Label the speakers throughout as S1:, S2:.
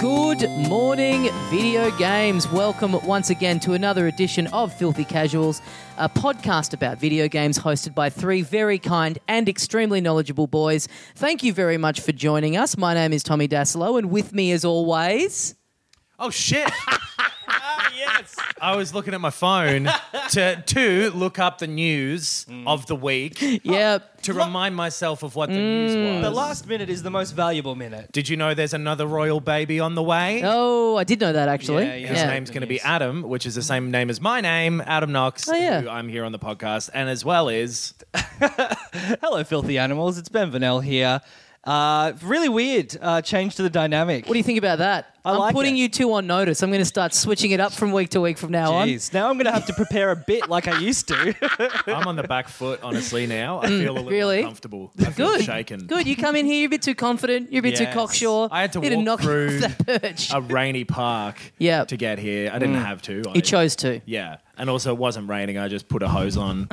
S1: Good morning, video games. Welcome once again to another edition of Filthy Casuals, a podcast about video games hosted by three very kind and extremely knowledgeable boys. Thank you very much for joining us. My name is Tommy Daslow, and with me, as always,
S2: Oh shit! Ah, yes. I was looking at my phone to to look up the news
S1: Mm.
S2: of the week to
S1: yep,
S2: remind myself of
S1: Mm.
S2: what the news was.
S3: The last minute is the most valuable minute.
S2: Did you know there's another royal baby on the way?
S1: Oh, I did know that actually.
S3: Yeah, yeah.
S2: His name's going to be Adam, which is the same name as my name, Adam Knox,
S1: Oh, yeah.
S2: who I'm here on the podcast, and as well is
S3: Hello, filthy animals. It's Ben Vanel here. Uh, really weird uh, change to the dynamic.
S1: What do you think about that?
S3: I
S1: am
S3: like
S1: putting
S3: it.
S1: you two on notice. I'm going to start switching it up from week to week from now on.
S3: Jeez, now I'm going to have to prepare a bit like I used to.
S2: I'm on the back foot. Honestly, now I feel a little
S1: Mm. really?
S2: uncomfortable. I feel
S1: Good.
S2: shaken.
S1: Good. You come in here, you're a bit too confident, you're a bit too
S2: Yes.
S1: cocksure.
S2: I had to
S1: you
S2: walk
S1: knock
S2: through-
S1: you off that perch.
S2: A rainy park.
S1: Yep. Mm.
S2: To get here, I didn't have to. I,
S1: you chose to.
S2: Yeah, and also it wasn't raining. I just put a hose on.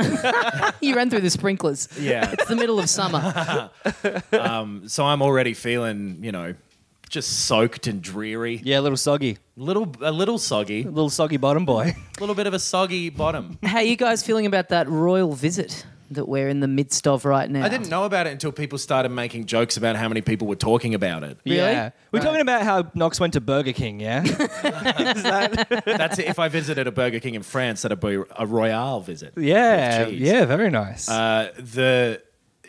S1: You ran through the sprinklers.
S2: yeah.
S1: It's the middle of summer.
S2: So I'm already feeling, you know, just soaked and dreary.
S3: yeah, a little soggy.
S2: Little a little soggy.
S3: Little soggy bottom boy.
S2: A little bit of a soggy bottom.
S1: How you guys feeling about that royal visit that we're in the midst of right now?
S2: I didn't know about it until people started making jokes about how many people were talking about it.
S1: Really?
S3: Yeah. We're
S1: Right.
S3: talking about how Knox went to Burger King, yeah? Is that-
S2: That's it. if I visited a Burger King in France, that'd be a royale visit.
S3: yeah.
S2: With cheese.
S3: Yeah, very nice.
S2: Uh, the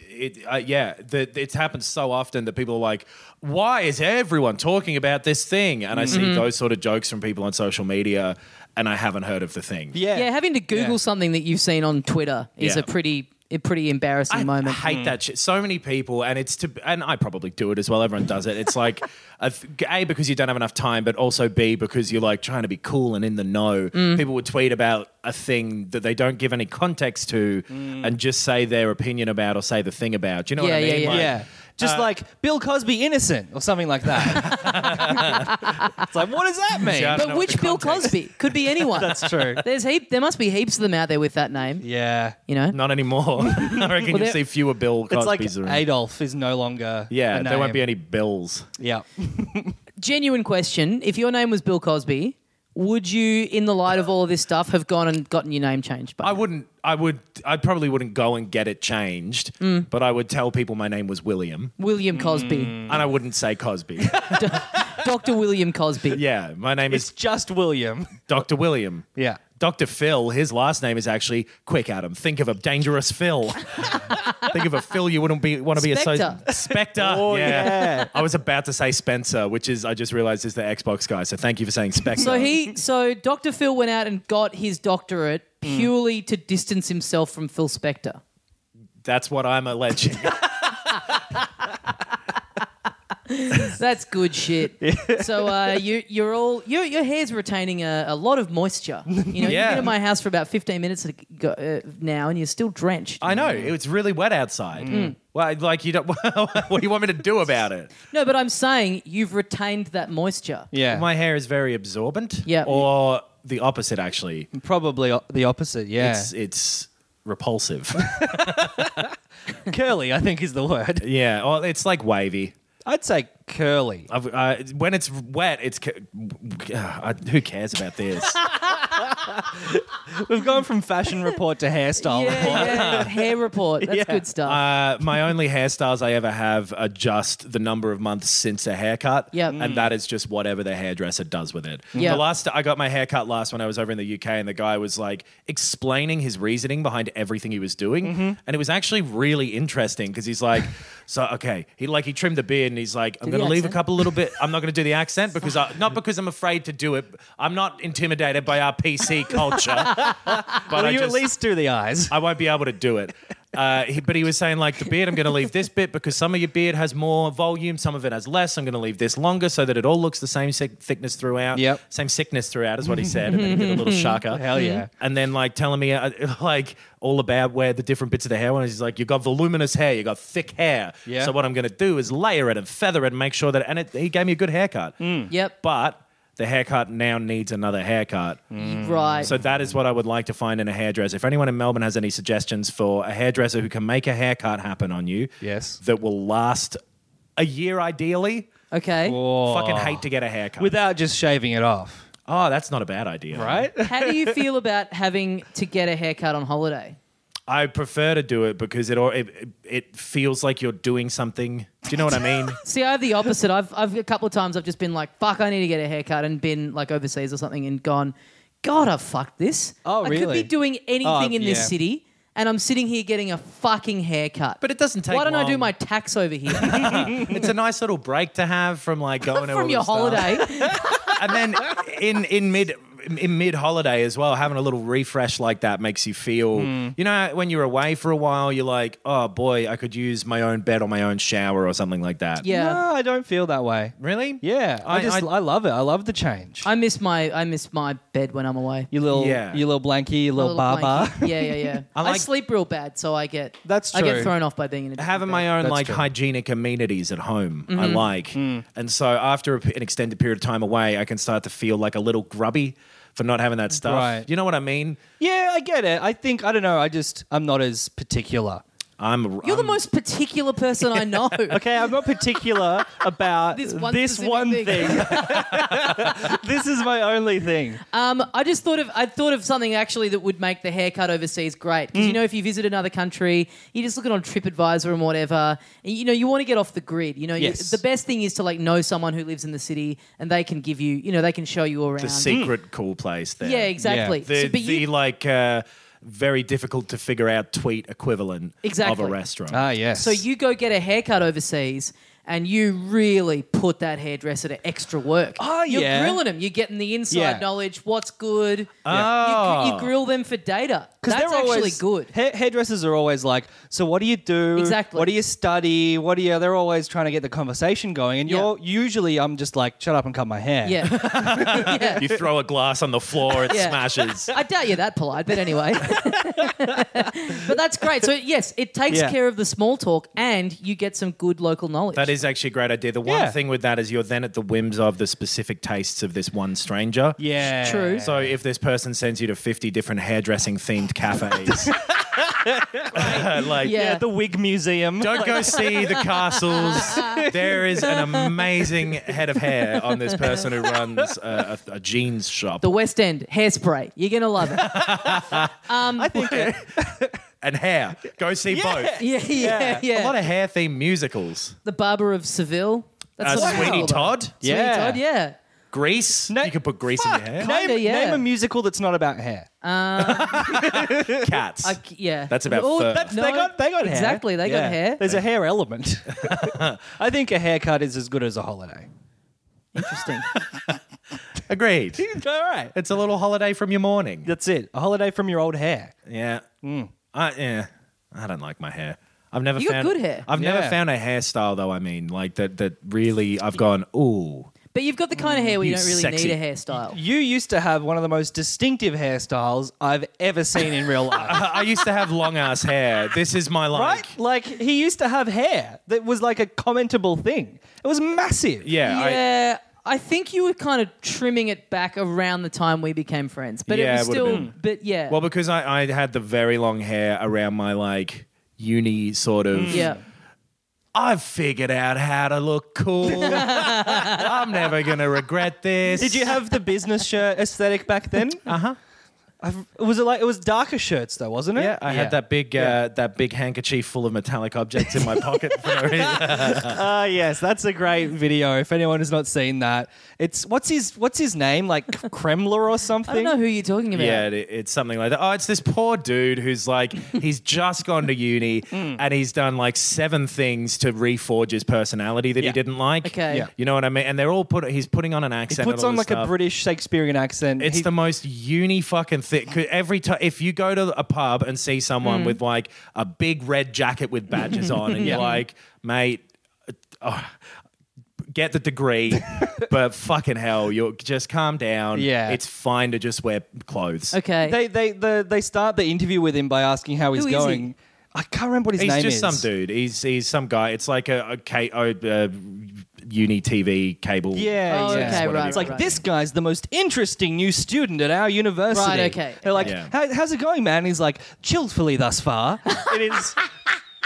S2: it, uh, yeah, the, it's happened so often that people are like, "Why is everyone talking about this thing?" And I
S3: Mm-hmm.
S2: see those sort of jokes from people on social media, and I haven't heard of the thing.
S3: yeah.
S1: Yeah, having to Google
S3: Yeah.
S1: something that you've seen on Twitter is
S2: Yeah.
S1: a pretty a pretty embarrassing
S2: I
S1: moment.
S2: hate
S3: Hmm.
S2: that shit. So many people, and it's to, and I probably do it as well. Everyone does it. It's like a, th- a because you don't have enough time, but also b because you're like trying to be cool and in the know.
S1: Mm.
S2: People would tweet about a thing that they don't give any context to,
S3: Mm.
S2: and just say their opinion about or say the thing about. Do you know
S1: Yeah,
S2: what I
S1: yeah,
S2: mean?
S1: yeah.
S2: Like,
S3: yeah.
S2: Uh,
S3: Just like Bill Cosby innocent or something like that. it's like, what does that mean?
S2: Yeah. I don't
S1: But
S2: know what
S1: which
S2: the
S1: Bill
S2: context-
S1: Cosby? Could be anyone.
S3: That's true.
S1: There's heap. There must be heaps of them out there with that name.
S3: Yeah.
S1: You know.
S2: Not anymore. I reckon
S1: there-
S2: you'll see fewer Bill Cosby's
S3: It's like
S2: around.
S3: Adolf is no longer.
S2: yeah,
S3: a
S2: there won't be
S3: name.
S2: any Bills.
S3: Yeah.
S1: Genuine question: If your name was Bill Cosby, would you, in the light of all of this stuff, have gone and gotten your name changed? By
S2: I
S1: now?
S2: wouldn't. I would. I probably wouldn't go and get it changed,
S1: Mm.
S2: but I would tell people my name was William,
S1: William Cosby,
S3: Mm.
S2: and I wouldn't say Cosby.
S1: Doctor William Cosby.
S2: Yeah, my name
S3: It's
S2: is
S3: just William.
S2: Dr. William.
S3: Yeah.
S2: Dr. Phil, his last name is actually Quick Adam. Think of a dangerous Phil. Think of a Phil you wouldn't be want to be
S1: Spectre.
S2: associated. Spectre.
S3: Oh, yeah.
S2: I was about to say Spencer, which is I just realized is the Xbox guy. So thank you for saying Spectre.
S1: So he, so Doctor Phil went out and got his doctorate
S2: Mm.
S1: purely to distance himself from Phil Spector.
S2: That's what I'm alleging.
S1: That's good shit. so uh, you, you're all your your hair's retaining a, a lot of moisture. You know, you've been
S2: Yeah.
S1: in my house for about 15 minutes ago, uh, now, and you're still drenched.
S2: I know. It was really wet outside.
S3: Mm.
S1: Mm.
S2: Well, like you don't what do you want me to do about it?
S1: no, but I'm saying you've retained that moisture.
S3: Yeah.
S2: My hair is very absorbent.
S1: Yeah.
S2: Or the opposite actually.
S3: Probably o- the opposite. Yeah.
S2: It's it's repulsive.
S3: curly, I think, is the word.
S2: yeah. Well, it's like wavy.
S3: I'd say curly.
S2: I've, uh, when it's wet, it's ca- uh, who cares about this?
S3: We've gone from fashion report to hairstyle
S1: Yeah,
S3: report.
S1: yeah. hair report. That's good stuff.
S2: uh, my only hairstyles I ever have are just the number of months since a haircut,
S1: Yep.
S2: and that is just whatever the hairdresser does with it.
S1: Yeah.
S2: The last I got my haircut last when I was over in the UK, and the guy was like explaining his reasoning behind everything he was doing, and it was actually really interesting because he's like. So okay, he like he trimmed the beard and he's like, I'm
S1: the
S2: gonna leave a
S1: accent.
S2: couple little bit. I'm not gonna do the accent because I, not because I'm afraid to do it. I'm not intimidated by our PC culture. but
S3: Will
S2: I
S3: you at
S2: just-
S3: least do the eyes?
S2: I won't be able to do it. Uh, he, but he was saying like the beard, I'm going to leave this bit because some of your beard has more volume, some of it has less. I'm going to leave this longer so that it all looks the same sick- thickness throughout.
S3: Yep.
S2: Same sickness throughout is what he said, and then he did a little shaka.
S3: Hell yeah.
S2: And then like telling me uh, like all about where the different bits of the hair went. He's like, you got voluminous hair, you got thick hair.
S3: Yeah.
S2: So what I'm going to do is layer it and feather it and make sure that. And it, he gave me a good haircut.
S3: Hmm.
S1: Yep.
S2: But the haircut now needs another haircut.
S3: Hmm.
S1: Right.
S2: mm. So that is what I would like to find in a hairdresser. If anyone in Melbourne has any suggestions for a hairdresser who can make a haircut happen on you,
S3: Yes.
S2: that will last a year ideally.
S1: okay.
S2: Fucking hate to get Oh. a haircut.
S3: Without just shaving it off,
S2: oh, that's not a bad idea,
S3: right?
S1: How do you feel about having to get a haircut on holiday?
S2: I prefer to do it because it al- it, it feels like you're doing something. Do you know what I mean?
S1: See, I have the opposite. I've, I've a couple of times I've just been like, fuck, I need to get a haircut and been like overseas or something and gone, God, I fucked this.
S3: Oh,
S1: I could be
S3: really?
S1: doing anything
S3: Oh,
S1: in
S3: yeah.
S1: this city and I'm sitting here getting a fucking haircut.
S2: But it doesn't take.
S1: Why don't I do
S2: long.
S1: my tax over here
S2: It's a nice little break to have from like going to all
S1: from your
S2: this stuff.
S1: holiday?
S2: and then in in mid in mid holiday as well, having a little refresh like that makes you feel.
S1: Hmm.
S2: You know, when you're away for a while, you're like, oh boy, I could use my own bed or my own shower or something like that.
S1: Yeah.
S3: No, I don't feel that way.
S2: Really?
S3: Yeah, I,
S2: I-
S3: just
S2: I-
S3: I love it. I love the change.
S1: I miss my I miss my bed when I'm away.
S3: you little,
S2: Yeah.
S3: you little blankie, you little,
S1: Little
S3: baba.
S1: blanket. Yeah, yeah, yeah. I,
S2: like-
S1: sleep real bad, so I get
S3: That's
S1: I
S3: true.
S1: get thrown off by being in a
S2: Having
S1: different
S2: my
S1: bed.
S2: own
S3: That's
S2: like
S3: true.
S2: hygienic amenities at home, I
S1: Mm-hmm.
S2: like.
S1: Hmm.
S2: And so after a p an extended period of time away, I can start to feel like a little grubby for not having that stuff.
S3: Right.
S2: You know what I mean?
S3: yeah, I get it. I think I don't know. I just I'm not as particular.
S2: I'm.
S1: You're the most particular person I know.
S3: Okay, I'm not particular about
S1: This
S3: this
S1: one
S3: one,
S1: specific
S3: thing. this is my only thing.
S1: Um, I just thought of I thought of something actually that would make the haircut overseas great because
S3: Mm.
S1: you know if you visit another country, you're just looking on TripAdvisor and whatever. And, you know you want to get off the grid. You know you-
S3: Yes.
S1: the best thing is to like know someone who lives in the city and they can give you you know they can show you around. Hmm.
S2: the secret cool place there.
S1: yeah, exactly. So-
S2: the,
S1: but
S2: the
S1: you-
S2: like uh, very difficult to figure out tweet equivalent
S1: Exactly. Uh,
S2: of a restaurant.
S3: Ah, yes.
S1: so you go get a haircut overseas. And you really put that hairdresser to extra work.
S3: Oh,
S1: You're
S3: yeah.
S1: grilling them. You're getting the inside
S3: Yeah.
S1: knowledge, what's good.
S2: Oh.
S1: You, you grill them for data.
S3: Because
S1: That's
S3: they're
S1: actually
S3: always,
S1: good.
S3: Hair, hairdressers are always like, "So what do you do?
S1: Exactly.
S3: What do you study? What do you?" They're always trying to get the conversation going, and
S1: Yeah.
S3: you're usually I'm just like, "Shut up and cut my hair."
S1: Yeah. yeah.
S2: You throw a glass on the floor, it
S1: Yeah.
S2: smashes.
S1: I doubt you're that polite, but anyway. but that's great. So yes, it takes
S3: Yeah.
S1: care of the small talk, and you get some good local knowledge.
S2: That is actually a great idea. The one
S3: Yeah.
S2: thing with that is you're then at the whims of the specific tastes of this one stranger.
S3: yeah,
S1: True.
S2: So if this person sends you to 50 different hairdressing themed cafes, like
S1: Yeah.
S3: Yeah, the wig museum.
S2: Don't go see the castles. There is an amazing head of hair on this person who runs a, a, a jeans shop.
S1: the West End hairspray. You're gonna love it.
S3: I think it-
S2: and hair. Go see both.
S1: Yeah, yeah, yeah.
S2: A lot of hair themed musicals.
S1: the Barber of Seville. what
S2: Uh,
S1: it's
S2: Sweeney
S1: called.
S2: Todd,
S1: Sweeney
S3: Yeah.
S1: Todd. Yeah.
S2: Grease.
S3: No-
S2: you could put Grease
S3: Fuck,
S2: in your hair.
S3: Name,
S1: Kinda, yeah.
S3: name a musical that's not about hair.
S2: Cats.
S1: I c- yeah.
S2: That's about
S1: Oh,
S2: third.
S1: that's-
S3: they
S1: no,
S3: got, they got hair.
S1: exactly, they got
S3: Yeah.
S1: hair.
S3: There's a hair element. I think a haircut is as good as a holiday.
S1: Interesting.
S2: Agreed.
S3: All right,
S2: It's a little holiday from your morning.
S3: that's it. A holiday from your old hair.
S2: Yeah. I yeah. I don't like my hair. I've never
S1: Mm. You got
S2: found
S1: good hair.
S2: I've never
S3: Yeah.
S2: found a hairstyle though. I mean, like that that really I've gone ooh.
S1: but you've got the kind of hair where you
S2: You
S1: don't really
S2: Mm, sexy-
S1: need a hairstyle.
S3: You used to have one of the most distinctive hairstyles I've ever seen in real life.
S2: I used to have long ass hair. This is my like.
S3: right? Like he used to have hair that was like a commentable thing. It was massive.
S2: Yeah. I-
S1: Yeah. I think you were kind of trimming it back around the time we became friends, but
S2: Yeah,
S1: it was
S2: it would've
S1: still.
S2: been.
S1: But yeah,
S2: well, because I, I had the very long hair around my like uni sort of
S1: Mm. yeah.
S2: I've figured out how to look cool. I'm never going to regret this. Uh-huh.
S3: Did you have the business shirt aesthetic back then? Uh huh. I've, was it like it was darker shirts though, wasn't it?
S2: Yeah, I
S1: Yeah.
S2: had that big uh, that big handkerchief full of metallic objects in my pocket. for no reason.
S3: Ah, yes, that's a great video. If anyone has not seen that, it's what's his what's his name like Kremler or something.
S1: I don't know who you're talking about.
S2: yeah, it, it's something like that. Oh, it's this poor dude who's like he's just gone to uni and he's done like seven things to reforge his personality that
S3: Yeah.
S2: he didn't like.
S1: Okay. Yeah.
S2: you know what I mean. And they're all put. He's putting on an
S3: He
S2: accent.
S3: puts
S2: and all
S3: on
S2: this
S3: like a
S2: stuff.
S3: British Shakespearean accent.
S2: It's
S3: He-
S2: the most uni fucking thing. Every time, if you go to a pub and see someone with like a big red jacket with badges on, and
S3: Mm. Yeah.
S2: you're like, mate, oh, get the degree, but fucking hell, you just calm down.
S3: Yeah.
S2: it's fine to just wear clothes.
S1: Okay.
S3: they they the, they start the interview with him by asking how he's
S1: Who is he?
S3: going. I can't remember what his
S2: He's
S3: name
S2: just
S3: is.
S2: some dude. He's he's some guy. It's like a, a K- oh, uh, uni TV cable.
S3: Yeah,
S1: Oh,
S3: yeah.
S1: okay, right,
S3: It's like
S1: right,
S3: this guy's the most interesting new student at our university.
S1: Right, okay.
S3: They're like,
S2: Yeah.
S3: "How- "How's it going, man?" And he's like, "Chillfully thus far." it is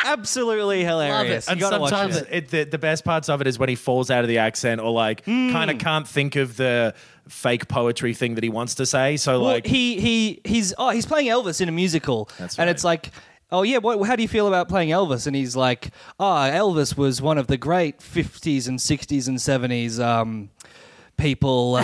S3: absolutely hilarious.
S1: it.
S3: You
S2: And
S3: gotta watch
S2: sometimes
S3: it.
S2: it, the, the best parts of it is when he falls out of the accent or like
S3: Hmm.
S2: kind of can't think of the fake poetry thing that he wants to say. So
S3: Well,
S2: like
S3: he he he's oh he's playing Elvis in a musical,
S2: That's
S3: and
S2: right.
S3: it's like. Oh yeah, what, how do you feel about playing Elvis? And he's like, "Ah, Elvis was one of the great '50s and '60s and '70s um, people."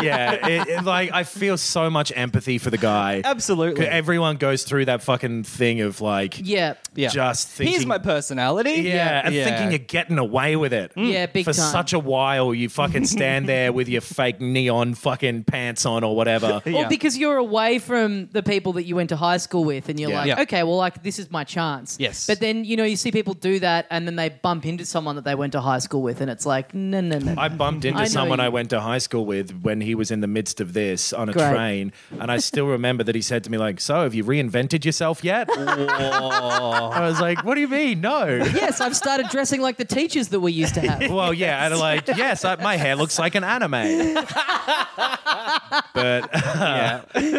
S2: yeah, it, it- like I feel so much empathy for the guy.
S3: Absolutely.
S2: 'Cause Everyone goes through that fucking thing of like
S1: yeah.
S3: yeah,
S2: just thinking
S3: here's my personality.
S2: yeah, and thinking you're getting away with it.
S3: Hmm.
S1: Yeah, big
S2: For
S1: time.
S2: such a while, you fucking stand there with your fake neon fucking pants on or whatever.
S1: Or
S3: Yeah.
S1: because you're away from the people that you went to high school with, and you're
S2: Yeah.
S1: like,
S3: Yeah.
S1: okay, well, like this is my chance.
S3: Yes.
S1: But then you know you see people do that, and then they bump into someone that they went to high school with, and it's like, no, no, no.
S2: I bumped into
S1: I know
S2: someone
S1: you.
S2: I went to high school with when he was in the midst of this on a
S1: Great.
S2: train, and I still remember that he said to me like, "So, have you reinvented yourself yet?" I was like, "What do you mean? No."
S1: yes, I've started dressing like the teachers that we used to have.
S2: Well, yeah, and like, yes, I, my hair looks like an anime. but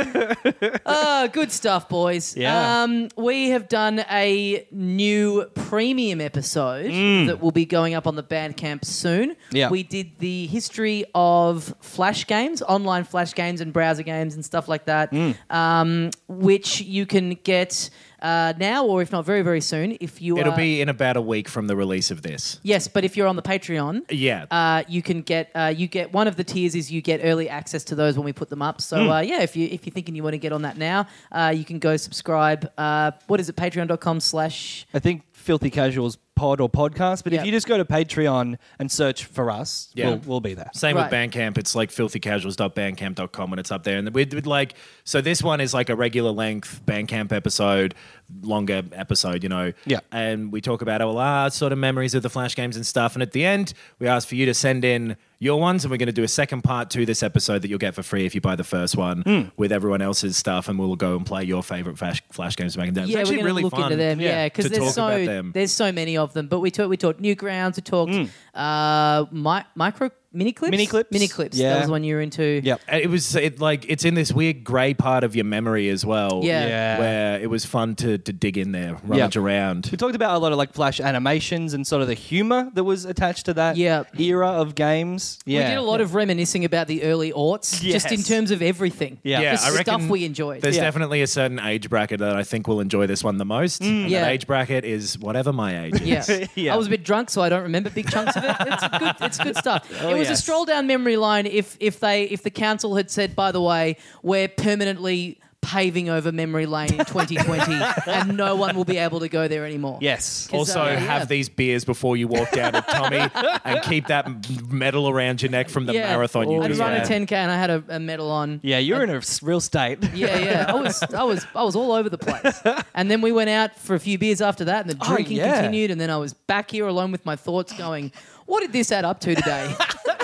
S1: Ah, good stuff, boys.
S3: Yeah.
S1: Um, we have done a new premium episode that will be going up on the Bandcamp soon.
S3: Yeah.
S1: We did the history of flash games, online flash games and browser games and stuff like that, um, which you can get uh, now or if not very, very soon if you
S2: it'll
S1: are-
S2: be in about a week from the release of this.
S1: Yes, but if you're on the Patreon,
S2: Yeah.
S1: uh, you can get uh, you get one of the tiers is you get early access to those when we put them up. So
S2: Hmm.
S1: uh, yeah, if you if you're thinking you want to get on that now, uh, you can go subscribe. Uh, what is it? Patreon.com slash.
S3: I think Filthy Casuals pod or podcast, but
S1: Yeah.
S3: if you just go to Patreon and search for us,
S2: Yeah.
S3: we'll, we'll be there.
S2: Same with
S1: Right.
S2: Bandcamp. It's like filthycasuals.bandcamp.com when it's up there. And we'd, we'd like, so this one is like a regular length Bandcamp episode, longer episode, you know.
S3: Yeah.
S2: And we talk about all our sort of memories of the Flash games and stuff. And at the end, we ask for you to send in your ones. And we're going to do a second part to this episode that you'll get for free if you buy the first one with everyone else's stuff. And we'll go and play your favorite Flash, Flash games back in the day. It's
S1: Yeah, we're
S2: actually
S1: gonna
S2: really
S1: look
S2: fun
S1: into them. Yeah, because
S2: to
S1: there's
S2: talk
S1: so
S2: about them.
S1: there's so many of them. But we talked we talked Newgrounds. We talked
S2: Hmm.
S1: uh, mi- micro mini clips.
S3: Mini clips?
S1: Mini clips.
S3: Yeah.
S1: That was one you were into.
S3: Yep.
S2: And Uh, It was it like it's in this weird grey part of your memory as well.
S1: Yeah.
S3: Yeah.
S2: Where it was fun to, to dig in there, rummage
S3: Yeah.
S2: around.
S3: We talked about a lot of like flash animations and sort of the humor that was attached to that
S1: Yeah.
S3: era of games. Yeah.
S1: We did a lot of reminiscing about the early aughts, just in
S3: Yes.
S1: terms of everything.
S3: Yeah.
S2: Yeah,
S1: Just
S2: I reckon
S1: stuff we enjoyed.
S2: There's
S3: Yeah.
S2: definitely a certain age bracket that I think will enjoy this one the most. and that
S1: Mm. Yeah.
S2: age bracket is whatever my age is.
S1: Yeah.
S3: Yeah.
S1: I was a bit drunk, so I don't remember big chunks of it. It's good. It's good stuff. it was
S3: Oh, yes.
S1: a stroll down memory line. If if they if the council had said, by the way, we're permanently paving over memory lane in 2020, and no one will be able to go there anymore.
S3: Yes.
S2: Also,
S1: uh, yeah.
S2: have these beers before you walk down with Tommy and keep that m- medal around your neck from the
S1: Yeah.
S2: marathon you
S1: I'd
S2: just
S1: run
S2: ran.
S1: a 10k and I had a, a medal on.
S3: Yeah, you're in a s- real state.
S1: Yeah, yeah. I was, I was, I was all over the place. And then we went out for a few beers after that, and the
S3: Oh,
S1: drinking
S3: yeah.
S1: continued. And then I was back here alone with my thoughts, going, "What did this add up to today?"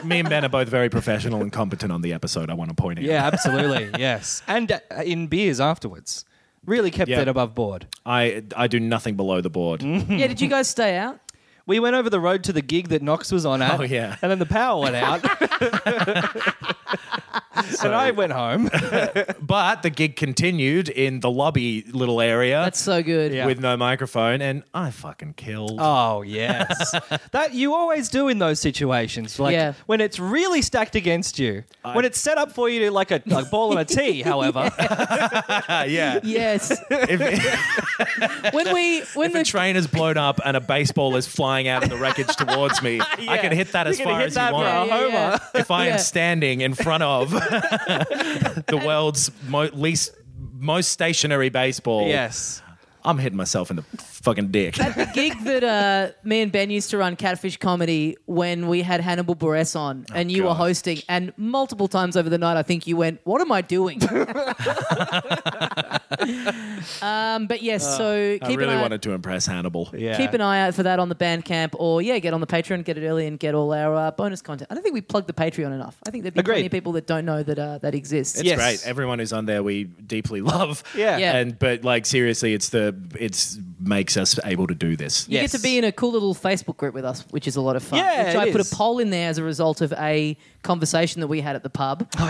S2: Me and Ben are both very professional and competent on the episode, I want to point out.
S3: Yeah, absolutely. yes. And uh, in beers afterwards. Really kept
S2: Yeah.
S3: it above board.
S2: I, I do nothing below the board.
S3: Mm.
S1: yeah. Did you guys stay out?
S3: We went over the road to the gig that Knox was on at.
S2: Oh, yeah.
S3: And then the power went out. and I went home.
S2: But the gig continued in the lobby little area
S1: That's so good.
S3: Yeah.
S2: with no microphone, and I fucking killed.
S3: Oh yes, that you always do in those situations. Like
S1: Yeah.
S3: when it's really stacked against you, when it's set up for you to like a, a ball and a tee. However,
S2: yeah.
S1: Yes.
S2: If,
S1: When we when
S2: if a
S1: the
S2: train is blown up and a baseball is flying out of the wreckage towards me, I can hit that as
S3: can
S2: far
S3: hit
S2: as
S3: that
S2: you want.
S3: for a
S1: Yeah, yeah, yeah.
S2: If I
S1: Yeah.
S2: am standing in front of the world's mo- least most stationary baseball,
S3: yes,
S2: I'm hitting myself in the fucking dick.
S1: the gig that uh, me and Ben used to run Catfish Comedy when we had Hannibal Buress on and you were
S2: Oh, God.
S1: hosting and multiple times over the night I think you went, What am I doing? um, but yes, so
S2: Oh, I
S1: keep
S2: really
S1: an eye
S2: wanted to impress Hannibal.
S3: yeah.
S1: Keep an eye out for that on the Bandcamp, or yeah, get on the Patreon, get it early, and get all our uh, bonus content. I don't think we plug the Patreon enough. I think there'd be
S3: Agreed.
S1: plenty of people that don't know that uh, that exists.
S3: Yes.
S2: Great. Everyone who's on there, we deeply love.
S3: Yeah.
S1: Yeah.
S2: And but like seriously, it's the it's makes us able to do this.
S1: You
S3: Yes.
S1: get to be in a cool little Facebook group with us, which is a lot of fun.
S3: Yeah,
S1: which
S3: it
S1: I put
S3: is.
S1: a poll in there as a result of a conversation that we had at the pub.
S3: Oh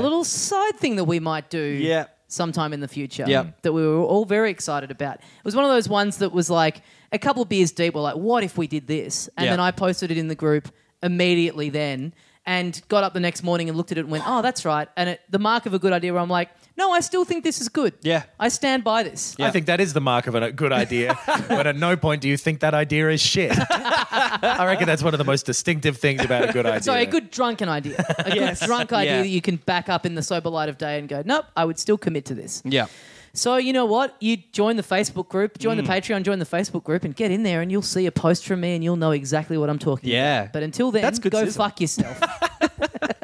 S1: A little side thing that we might do
S3: Yeah.
S1: sometime in the future
S3: Yeah.
S1: that we were all very excited about. It was one of those ones that was like a couple of beers deep, we're like, what if we did this? And
S3: Yeah.
S1: then I posted it in the group immediately then and got up the next morning and looked at it and went, oh, that's right. And it, the mark of a good idea where I'm like, no, I still think this is good.
S3: Yeah.
S1: I stand by this.
S2: I think that is the mark of a good idea. but at no point do you think that idea is shit. I reckon that's one of the most distinctive things about a good idea.
S1: Sorry, a good drunken idea. A
S3: Yes.
S1: good drunk idea
S3: Yeah.
S1: that you can back up in the sober light of day and go, nope, I would still commit to this.
S3: Yeah,
S1: So you know what? You join the Facebook group,
S2: Mm.
S1: join the Patreon, join the Facebook group, and get in there, and you'll see a post from me, and you'll know exactly what I'm talking
S3: Yeah.
S1: about. But until then,
S3: That's good
S1: go
S3: sizzle.
S1: fuck yourself.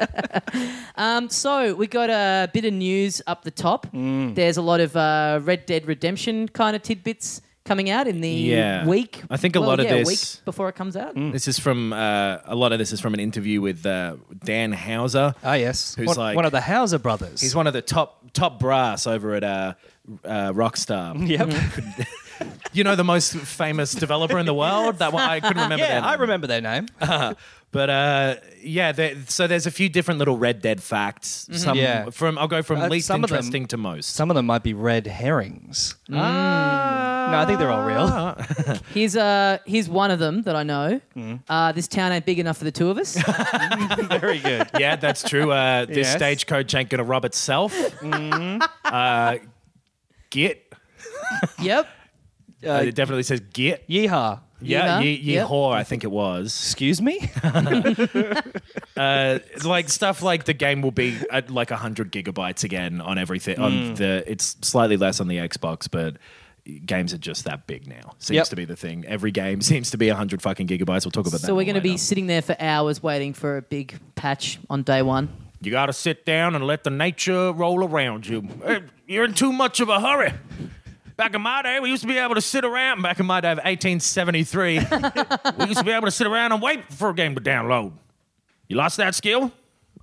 S1: um, so we got a bit of news up the top.
S2: Mm.
S1: There's a lot of uh, Red Dead Redemption kind of tidbits coming out in the
S2: Yeah.
S1: week.
S2: I think a
S1: well,
S2: lot of
S1: yeah,
S2: this-
S1: week before it comes out.
S2: This is from uh, a lot of this is from an interview with uh, Dan Hauser.
S3: ah yes,
S2: Who's
S3: one,
S2: like-
S3: one of the Hauser
S2: Uh,
S3: brothers.
S2: He's one of the top top brass over at uh, uh, Rockstar.
S3: Yep.
S2: You know the most famous developer in the world. That one I couldn't remember. their
S3: yeah, I
S2: name.
S3: remember their name.
S2: But uh, yeah, there, so there's a few different little Red Dead facts. Some
S3: Mm-hmm. Yeah.
S2: from I'll go from
S3: Uh,
S2: least
S3: some of them-
S2: interesting to most.
S3: Some of them might be red herrings.
S1: Ah.
S3: No, I think they're all real.
S1: Here's uh, here's one of them that I know. Uh, this town ain't big enough for the two of us.
S3: Very good.
S2: yeah, that's true. Uh, this
S3: Yes.
S2: stagecoach ain't gonna rob itself. Uh, git.
S1: yep.
S2: Uh, it definitely says git.
S3: Yeehaw.
S2: Yeah,
S1: Yeehaw.
S2: ye, ye
S1: Yep.
S2: whore, I think it was.
S3: Excuse me.
S2: Uh, it's like stuff like the game will be at like hundred gigabytes again on everything. On the it's slightly less on the Xbox, but games are just that big now. Seems
S3: Yep.
S2: to be the thing. Every game seems to be hundred fucking gigabytes. We'll talk about that.
S1: So we're
S2: going
S1: going to be sitting there for hours waiting for a big patch on day one.
S2: You got to sit down and let the nature roll around you. Hey, You're in too much of a hurry. Back in my day, we used to be able to sit around. Back in my day of 1873, we used to be able to sit around and wait for a game to download. You lost that skill?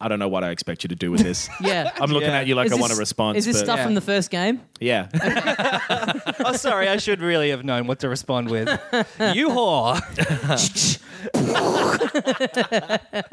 S2: I don't know what I expect you to do with this.
S1: Yeah.
S2: I'm looking
S3: Yeah.
S2: at you like
S1: Is
S2: I
S1: this-
S2: want a response.
S1: Is this
S2: but
S1: stuff from the first game?
S2: Yeah.
S3: Oh, sorry. I should really have known what to respond with. You whore.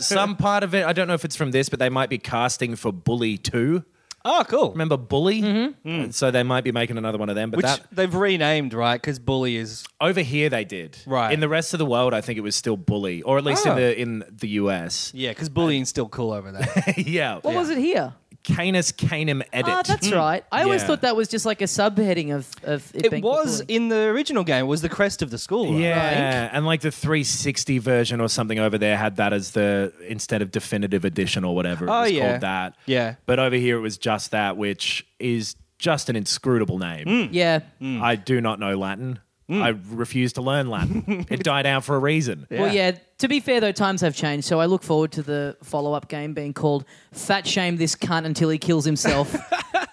S2: Some part of it, I don't know if it's from this, but they might be casting for Bully 2.
S3: Oh, cool.
S2: Remember Bully? Mm-hmm. So they might be making another one of them. But
S3: Which
S2: that,
S3: they've renamed, right? Because bully is
S2: over here they did.
S3: Right.
S2: In the rest of the world, I think it was still Bully, or at least
S3: Oh.
S2: in the in the US.
S3: yeah, because bullying's still cool over there.
S2: yeah.
S1: What was it here?
S2: Canis Canem edit. Hmm.
S1: Ah, that's right. I always
S2: Yeah.
S1: thought that was just like a subheading of, of it,
S3: it
S1: being
S3: was
S1: called
S3: in the original game. It was the crest of the school. Right?
S2: yeah, and like the 360 version or something over there had that as the instead of definitive edition or whatever it
S3: Oh,
S2: was
S3: yeah.
S2: called that.
S3: Yeah.
S2: but over here it was just that, which is just an inscrutable name.
S3: Hmm.
S2: Hmm.
S1: bullying. Yeah.
S2: I do not know Latin. I refuse to learn Latin. it died out for a reason.
S1: Well, yeah. To be fair, though, times have changed, so I look forward to the follow-up game being called "Fat Shame This Cunt Until He Kills Himself."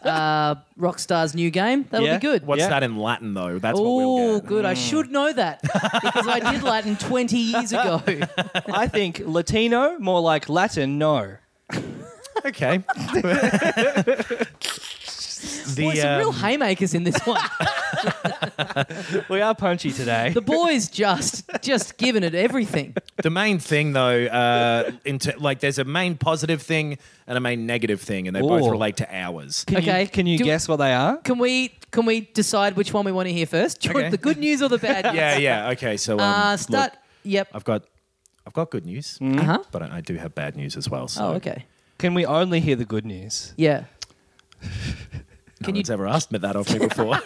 S1: uh, Rockstar's new game. That'll
S3: Yeah.
S1: be good.
S2: What's
S3: Yeah.
S2: that in Latin though? That's what
S1: Oh,
S2: we'll get.
S1: good. I should know that because I did Latin 20 years ago.
S3: I think Latino, more like Latin. No.
S2: Okay. The,
S1: Boy,
S3: uh,
S1: some real
S2: um,
S1: haymakers in this one.
S3: we are punchy today.
S1: the boys just just giving it everything.
S2: The main thing, though, uh, in t- like there's a main positive thing and a main negative thing, and they both
S3: Ooh.
S2: relate to hours.
S3: Can
S1: Okay,
S3: you, can you
S1: do-
S3: guess what they are?
S1: Can we can we decide which one we want to hear first? Do you want
S2: Okay.
S1: The good news or the bad news?
S2: Yeah, yeah. Okay, so um,
S1: Uh,
S2: look,
S1: start. yep.
S2: I've got, I've got good news,
S3: Mm-hmm.
S1: Uh-huh.
S2: but I, I do have bad news as well. So
S1: Oh, okay.
S3: Can we only hear the good news?
S1: Yeah.
S2: no
S1: Can you-
S2: one's ever asked me that of me before.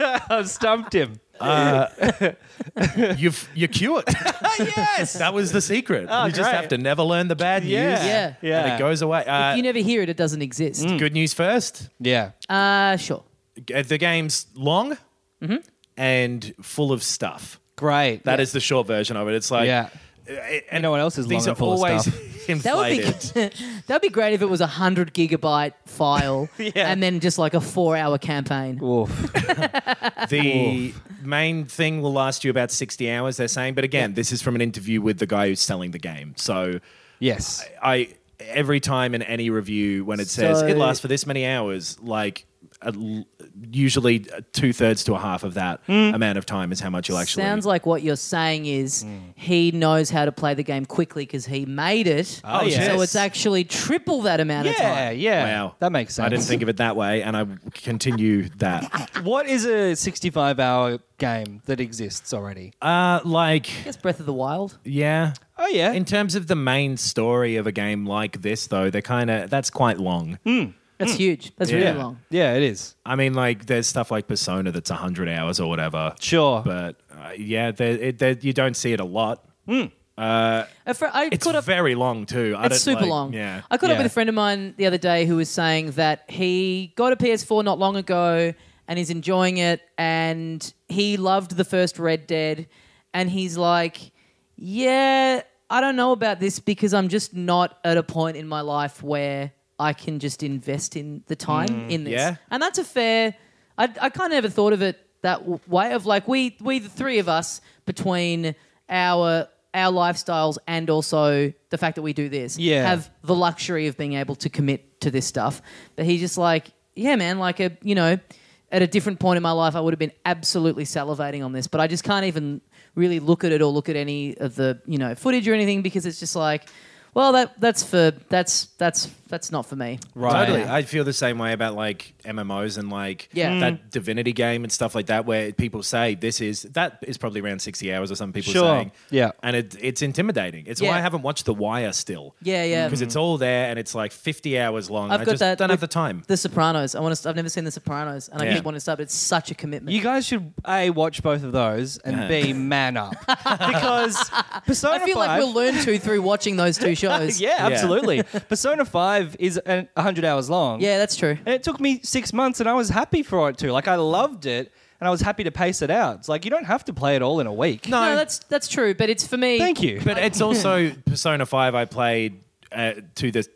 S3: I've stumped him.
S2: You've you're cured. yes, that was the secret. you just
S3: great.
S2: have to never learn the bad news.
S1: Oh, Yeah.
S3: Yeah.
S2: and it goes away. Uh,
S1: you never hear it. It doesn't exist.
S2: Good news first.
S3: Yeah.
S1: Uh, sure.
S2: Uh, The game's long
S1: Mm-hmm.
S2: and full of stuff.
S3: Great.
S2: That is the short version of it. It's like
S3: Yeah.
S2: and, and
S3: No one else is
S2: these
S3: long
S2: are
S3: and full of
S2: always
S3: stuff.
S2: inflated.
S1: That would be that'd be great if it was a hundred gigabyte file and then just like a four hour campaign.
S3: Oof.
S2: the main thing will last you about 60 hours they're saying but again this is from an interview with the guy who's selling the game so
S3: Yes.
S2: i every time in any review when it says
S1: So-
S2: it lasts for this many hours like a l usually two-thirds to a half of that amount of time is how much you'll actually
S1: Hmm.
S2: Hmm.
S1: Sounds like what you're saying is he knows how to play the game quickly because he made it.
S2: Oh,
S1: So
S2: yes.
S1: it's actually triple that amount of
S3: Yeah,
S1: time.
S3: yeah.
S2: wow
S3: That makes sense.
S2: i didn't think of it that way and i continue that
S3: What is a 65 hour game that exists already?
S2: uh like
S1: I guess Breath of the Wild.
S2: yeah
S3: oh, yeah.
S2: in terms of the main story of a game like this though they're kind of that's quite long
S1: That's huge. That's
S2: Hmm. Yeah.
S1: really long.
S3: yeah, it is.
S2: I mean, like, there's stuff like Persona that's 100 hours or whatever.
S3: Sure.
S2: But uh, yeah, there, it, there, you don't see it a lot.
S1: A fr- I
S2: It's
S1: caught up.
S2: very long, too. I
S1: It's
S2: don't,
S1: super
S2: like-
S1: long.
S2: Yeah.
S1: I caught up
S3: Yeah.
S1: with a friend of mine the other day who was saying that he got a PS4 not long ago and he's enjoying it and he loved the first Red Dead and he's like, yeah, I don't know about this because I'm just not at a point in my life where I can just invest in the time
S2: Mm,
S1: in this.
S2: yeah.
S1: And that's a fair. I, I kind of never thought of it that w- way of like we we the three of us between our our lifestyles and also the fact that we do this
S3: Yeah.
S1: have the luxury of being able to commit to this stuff. But he's just like, yeah, man, like a you know, at a different point in my life, I would have been absolutely salivating on this, but I just can't even really look at it or look at any of the you know footage or anything because it's just like, well, that that's for that's that's that's not for me.
S3: Right.
S2: Totally. I feel the same way about like MMOs and like
S1: Yeah. Mm.
S2: that Divinity game and stuff like that, where people say this is that is probably around 60 hours or some people
S3: Sure.
S2: saying.
S3: Yeah.
S2: And it, it's intimidating. It's
S1: Yeah.
S2: why I haven't watched The Wire still.
S1: Yeah, yeah.
S2: Because it's all there and it's like 50 hours long.
S1: I've
S2: I
S1: got
S2: just
S1: that
S2: don't
S1: with
S2: have the time.
S1: The Sopranos. I want to. St- I've never seen The Sopranos, and I
S2: Yeah.
S1: just want to start. But it's such a commitment.
S3: You guys should A, watch both of those and B, man up. because Persona
S1: I feel
S3: 5.
S1: like we'll learn to through watching those two shows.
S3: yeah,
S2: Yeah.
S3: absolutely. Persona 5 is an, 100 hours long.
S1: yeah, that's true.
S3: And it took me six months and I was happy for it too. Like, I loved it and I was happy to pace it out. It's like, you don't have to play it all in a week.
S1: No, that's that's true. But it's for me.
S3: Thank you.
S2: But it's also Persona 5 I played uh, to the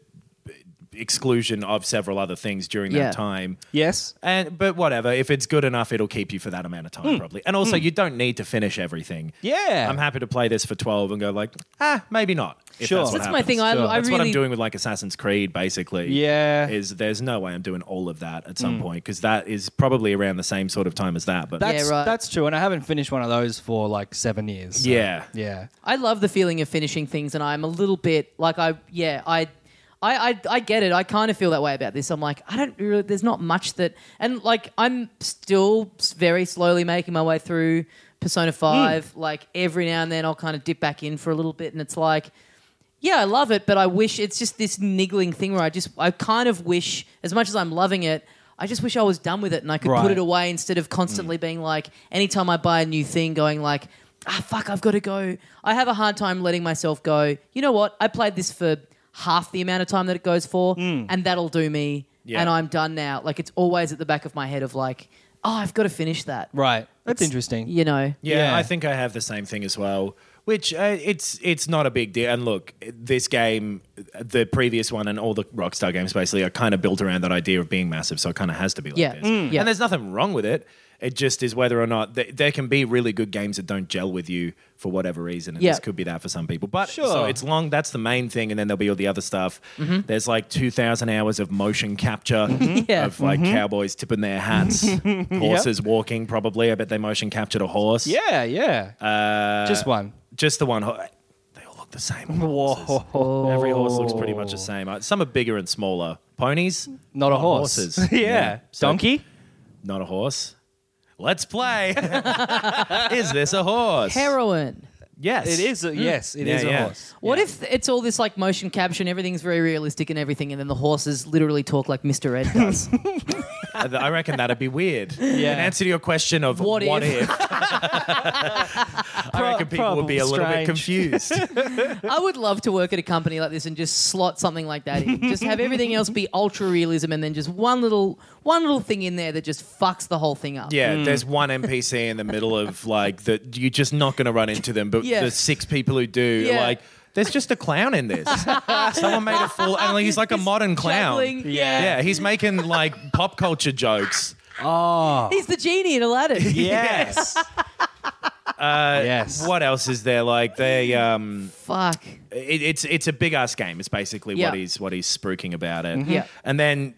S2: exclusion of several other things during
S1: Yeah.
S2: that time.
S3: yes.
S2: And but whatever, if it's good enough it'll keep you for that amount of time
S1: Hmm.
S2: probably. And also you don't need to finish everything.
S3: Yeah.
S2: I'm happy to play this for 12 and go like, "Ah, maybe not." if
S3: Sure.
S2: what
S1: That's my
S2: happens.
S1: thing. I,
S3: Sure.
S1: I
S2: That's
S1: really
S2: what I'm doing with like Assassin's Creed basically.
S3: Yeah.
S2: Is there's no way I'm doing all of that at
S1: Hmm.
S2: some point because that is probably around the same sort of time as that, but
S3: That's,
S1: right.
S3: that's true. And I haven't finished one of those for like seven years. so-
S2: Yeah.
S3: Yeah.
S1: I love the feeling of finishing things, and I'm a little bit like I yeah I. I, I, I get it. I kind of feel that way about this. I'm like, I don't really, there's not much that, and like, I'm still s- very slowly making my way through Persona 5. Like, every now and then I'll kind of dip back in for a little bit, and it's like, yeah, I love it, but I wish it's just this niggling thing where I just, I kind of wish, as much as I'm loving it, I just wish I was done with it and I could
S3: Right.
S1: put it away instead of constantly
S2: Mm.
S1: being like, anytime I buy a new thing, going like, ah, fuck, I've got to go. I have a hard time letting myself go, you know what? I played this for half the amount of time that it goes for, and that'll do me,
S2: Mm. Yeah.
S1: and I'm done now. Like, it's always at the back of my head of like, oh, I've got to finish that.
S3: Right. That's interesting.
S1: You know?
S2: Yeah,
S3: Yeah.
S2: I think I have the same thing as well. Which uh, it's it's not a big deal. And look, this game, the previous one, and all the Rockstar games basically are kind of built around that idea of being massive. So it kind of has to be like
S1: Yeah.
S2: this.
S1: Mm. Yeah.
S2: And there's nothing wrong with it. It just is whether or not th- there can be really good games that don't gel with you for whatever reason. And
S1: Yeah.
S2: this could be that for some people. But so
S3: Sure.
S2: it's long. That's the main thing, and then there'll be all the other stuff.
S1: Mm-hmm.
S2: There's like two thousand hours of motion capture
S1: Yeah. Mm-hmm.
S2: of like cowboys tipping their hats, horses walking. Probably, I bet they motion captured a horse.
S3: Yeah, yeah.
S2: Uh,
S3: Just one.
S2: Just the one. ho- They all look the same. all the horses.
S3: Whoa.
S2: Every horse looks pretty much the same. Uh, Some are bigger and smaller. Ponies,
S3: Not a horse.
S2: Oh, horses.
S3: yeah.
S2: Yeah. So-
S3: Donkey?
S2: not a horse. Let's play. is this a horse?
S1: Heroin.
S2: yes, Mm.
S3: It is. A, yes, it is
S2: Yeah,
S3: a
S2: yeah.
S3: horse.
S1: What if it's all this like motion caption, everything's very realistic and everything, and then the horses literally talk like Mr. Ed does?
S2: I Uh, I reckon that'd be weird. In answer to your question of
S1: What
S2: what,
S1: if?
S2: if, I reckon people would be a little bit
S3: Problem
S2: confused.
S1: I would love to work at a company like this and just slot something like that in. just have everything else be ultra realism and then just one little one little thing in there that just fucks the whole thing up.
S2: yeah, there's one NPC in the middle of like that. You're just not going to run into them, but
S1: Yeah.
S2: the six people who do,
S1: Yeah.
S2: like, there's just a clown in this. Someone made a fool, and like, he's like a modern clown.
S1: Juggling- yeah.
S2: Yeah, he's making like pop culture jokes.
S1: He's the genie in Aladdin.
S3: Yes. yes.
S2: Uh, What else is there? Like they, um,
S1: Fuck.
S2: it, it's it's a big ass game. It's basically
S1: Yeah. Mm-hmm.
S2: what he's what he's spruiking about it.
S1: Yeah.
S2: and then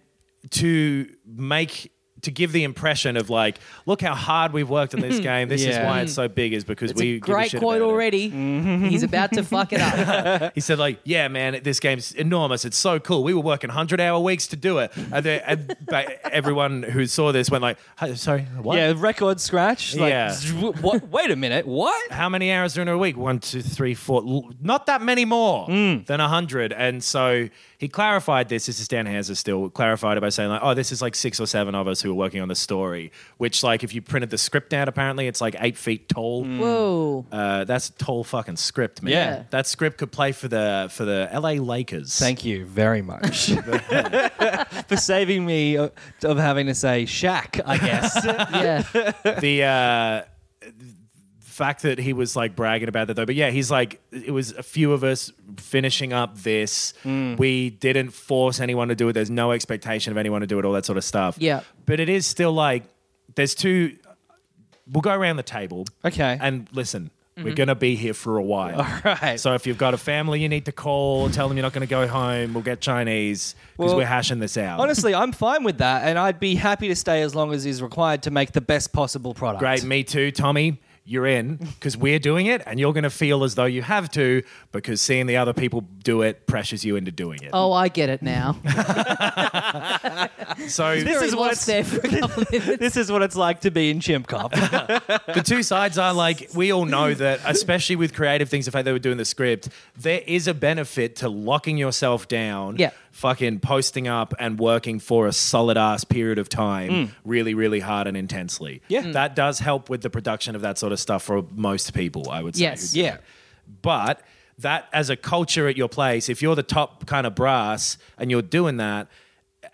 S2: to make to give the impression of like, look how hard we've worked on this game. This is
S3: Yeah.
S2: why it's so big. Is because
S1: It's
S2: we
S1: a
S2: give
S1: great
S2: shit
S1: quote
S2: about it. Mm-hmm.
S1: already. He's about to fuck it up.
S2: He said like, yeah, man, this game's enormous. It's so cool. We were working hundred hour weeks to do it. And, they, and but everyone who saw this went like, "Huh, sorry, what?
S3: Yeah, record scratch. Like,
S2: Yeah.
S3: What, wait a minute. What?
S2: how many hours are in a week? One, two, three, four. L- Not that many more
S3: Hmm.
S2: than a hundred. And so he clarified this. This is Dan Hanser still clarified it by saying like, oh, this is like six or seven of us who are working on the story. Which like, if you printed the script out, apparently it's like eight feet tall.
S1: Whoa.
S2: Uh, that's a tall fucking script, man.
S3: Hmm. Yeah.
S2: that script could play for the for the L.A. Lakers.
S3: Thank you very much for saving me of, of having to say Shaq, I guess.
S1: Yeah.
S2: the uh, fact that he was like bragging about that though. But yeah, he's like, it was a few of us finishing up this.
S3: Mm.
S2: We didn't force anyone to do it. There's no expectation of anyone to do it. All that sort of stuff.
S1: Yeah.
S2: But it is still like there's two. We'll go around the table.
S3: Okay. Mm-hmm.
S2: And listen. We're gonna be here for a while. All
S3: right.
S2: So if you've got a family you need to call, tell them you're not gonna go home. We'll get Chinese because
S3: Well,
S2: we're hashing this out.
S3: Honestly, I'm fine with that, and I'd be happy to stay as long as is required to make the best possible product.
S2: Great, me too, Tommy. You're in because we're doing it, and you're going to feel as though you have to because seeing the other people do it pressures you into doing it.
S1: Oh, I get it now.
S2: so
S3: This
S1: Very
S3: is what
S1: lost there for a couple of minutes.
S3: This is what it's like to be in Chimp Cop.
S2: the two sides are like we all know that, especially with creative things. The fact they were doing the script, there is a benefit to locking yourself down,
S1: Yeah.
S2: fucking posting up and working for a solid ass period of time,
S1: Mm.
S2: really, really hard and intensely.
S3: Yeah. Mm.
S2: that does help with the production of that sort of stuff for most people. I would say.
S1: Yes.
S2: who do
S3: yeah.
S2: But that as a culture at your place, if you're the top kind of brass and you're doing that,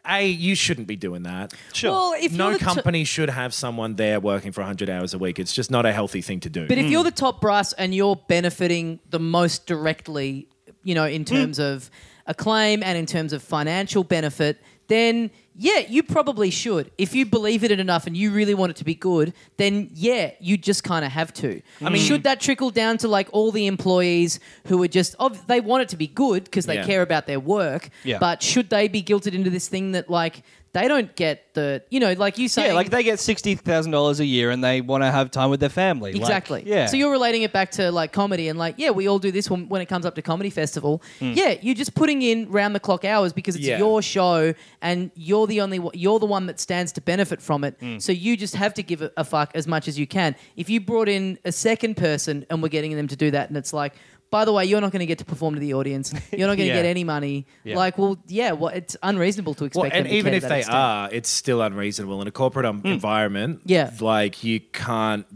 S2: a you shouldn't be doing that.
S3: Sure.
S1: Well, if
S2: no
S1: you're the to-
S2: company should have someone there working for 100 hours a week. It's just not a healthy thing to do.
S1: But if
S3: Hmm.
S1: you're the top brass and you're benefiting the most directly, you know,
S3: Hmm.
S1: in terms of acclaim and in terms of financial benefit, then yeah, you probably should. If you believe in it enough and you really want it to be good, then yeah, you just kind of have to. I mean, should that trickle down to like all the employees who are just ob- they want it to be good because they
S2: Yeah.
S1: care about their work,
S3: Yeah.
S1: but should they be guilted into this thing that like they don't get the you know like you say
S3: Yeah, like they get sixty thousand dollars a year, and they want to have time with their family. Like,
S1: Exactly.
S3: yeah.
S1: So you're relating it back to like comedy and like, yeah, we all do this when, when it comes up to comedy festival. Yeah, you're just putting in round the clock hours because it's
S2: Hmm. Yeah.
S1: your show and you're the only one- you're the one that stands to benefit from it.
S2: Hmm.
S1: So you just have to give a, a fuck as much as you can. If you brought in a second person and we're getting them to do that, and it's like. By the way, you're not going to get to perform to the audience. You're not going to
S3: Yeah.
S1: get any money. Like, well, yeah, well, it's unreasonable to expect.
S2: well, and
S1: them to
S2: even
S1: care
S2: if
S1: to that
S2: they
S1: extent.
S2: are, it's still unreasonable in a corporate um, environment.
S1: Yeah.
S2: like you can't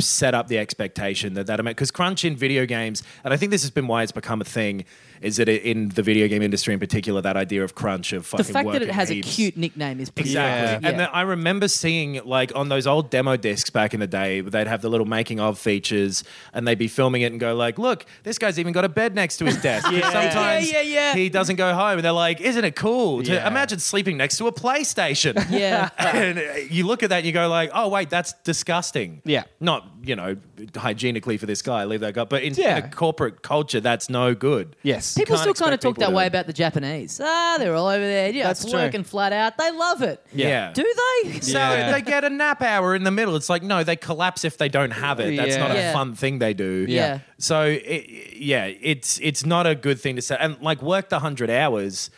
S2: set up the expectation that that amount because crunch in video games, and I think this has been why it's become a thing. is that it, in the video game industry in particular, that idea of crunch of
S1: The
S2: fucking
S1: fact that it
S2: working
S1: has a
S2: heaps.
S1: cute nickname is pretty
S2: Exactly.
S1: cool.
S2: And then I remember seeing like on those old demo discs back in the day, they'd have the little making of features and they'd be filming it and go like, look, this guy's even got a bed next to his desk. 'Cause Sometimes
S1: Yeah, yeah, yeah.
S2: he doesn't go home and they're like, isn't it cool to
S3: Yeah.
S2: imagine sleeping next to a PlayStation?
S1: Yeah.
S2: and uh, you look at that and you go like, oh, wait, that's disgusting.
S3: Yeah.
S2: Not, you know, hygienically for this guy, leave that guy. But in,
S3: Yeah.
S2: in a corporate culture, that's no good.
S3: Yes.
S1: People
S2: can't
S1: still kind of
S2: expect
S1: talk
S2: people
S1: that
S2: to-
S1: way about the Japanese. Ah, they're all over there. Yeah,
S3: That's
S1: it's
S3: true.
S1: working flat out. They love it.
S2: Yeah.
S1: Do they?
S2: So
S3: Yeah.
S2: they get a nap hour in the middle. It's like no, they collapse if they don't have it. That's not a
S1: Yeah.
S2: fun thing they do.
S1: Yeah.
S2: So it, yeah, it's it's not a good thing to say. And like work the hundred hours,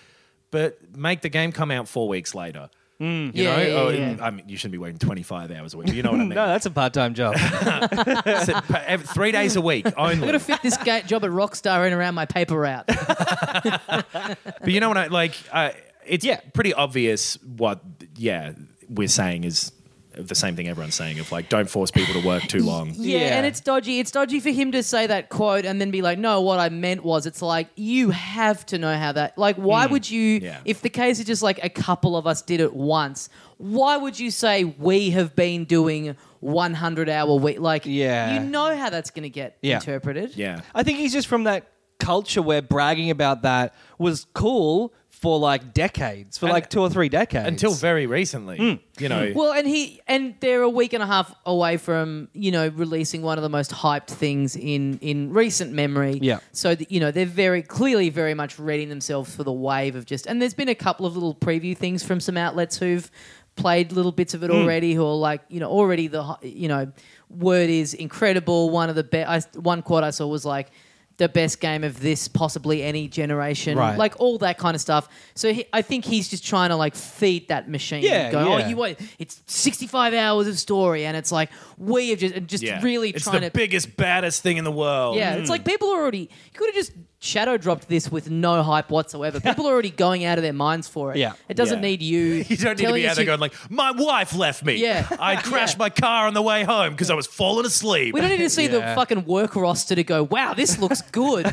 S2: but make the game come out four weeks later. You
S1: Yeah,
S2: know,
S1: yeah,
S2: Oh,
S1: yeah.
S2: I mean, you shouldn't be working twenty five hours a week. You know what I mean?
S3: No, that's a part-time job.
S2: It's a- pa- ev- three days a week only.
S1: I'm gonna fit this ga- job at Rockstar in around my paper route.
S2: but you know what I like? Uh, it's
S3: Yeah.
S2: pretty obvious what yeah we're saying is the same thing everyone's saying of like don't force people to work too long.
S1: Yeah,
S3: Yeah.
S1: and it's dodgy. It's dodgy for him to say that quote and then be like, "No, what I meant was." It's like you have to know how that. Like, why would you?
S2: Mm. Yeah.
S1: If the case is just like a couple of us did it once, why would you say we have been doing 100 hour week? Like,
S3: Yeah.
S1: you know how that's going to get
S3: Yeah.
S1: interpreted.
S2: Yeah.
S3: I think he's just from that culture where bragging about that was cool for like decades, for
S2: And-
S3: like two or three decades.
S2: until very recently. You know,
S1: Hmm. Well, and he and they're a week and a half away from you know releasing one of the most hyped things in in recent memory.
S3: Yeah.
S1: So that, you know they're very clearly very much readying themselves for the wave of just. And there's been a couple of little preview things from some outlets who've played little bits
S3: Hmm.
S1: of it already, who are like you know already the hi- you know word is incredible. One of the best. One quote I saw was like. The best game of this, possibly any generation,
S3: Right.
S1: like all that kind of stuff. So he, I think he's just trying to like feed that machine.
S3: Yeah,
S1: and go, oh,
S3: yeah.
S1: you what it's 65 hours of story and it's like we have just and just
S2: Yeah.
S1: really
S2: it's
S1: trying
S2: the mm.
S1: to
S2: biggest, baddest thing in the world.
S1: yeah it's like people are already you could have just shadow dropped this with no hype whatsoever people are already going out of their minds for it
S3: Yeah.
S1: it doesn't
S2: Yeah.
S1: need you
S2: You don't need to
S1: telling
S2: be
S1: us
S2: out there
S1: you-
S2: going like, my wife left me.
S1: Yeah.
S2: I crashed my car on the way home because I was falling asleep.
S1: we don't need to see the
S3: Yeah.
S1: fucking work roster to go wow this looks good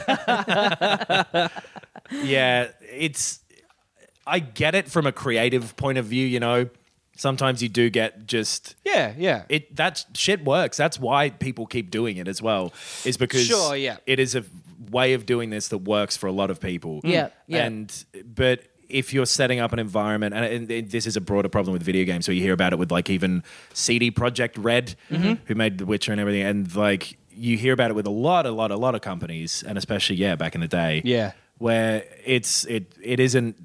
S2: yeah, it's. I get it from a creative point of view. You know, sometimes you do get just
S3: yeah, yeah.
S2: it. That shit works. That's why people keep doing it as well. Is because
S3: Sure, yeah.
S2: it is a way of doing this that works for a lot of people.
S3: Mm.
S1: Yeah, yeah.
S2: And but if you're setting up an environment, and, and it- this is a broader problem with video games, so you hear about it with like even CD Project Red,
S3: Mm-hmm.
S2: who made The Witcher and everything, and like you hear about it with a lot, a lot, a lot of companies, and especially yeah, back in the day,
S3: Yeah.
S2: where it's it it isn't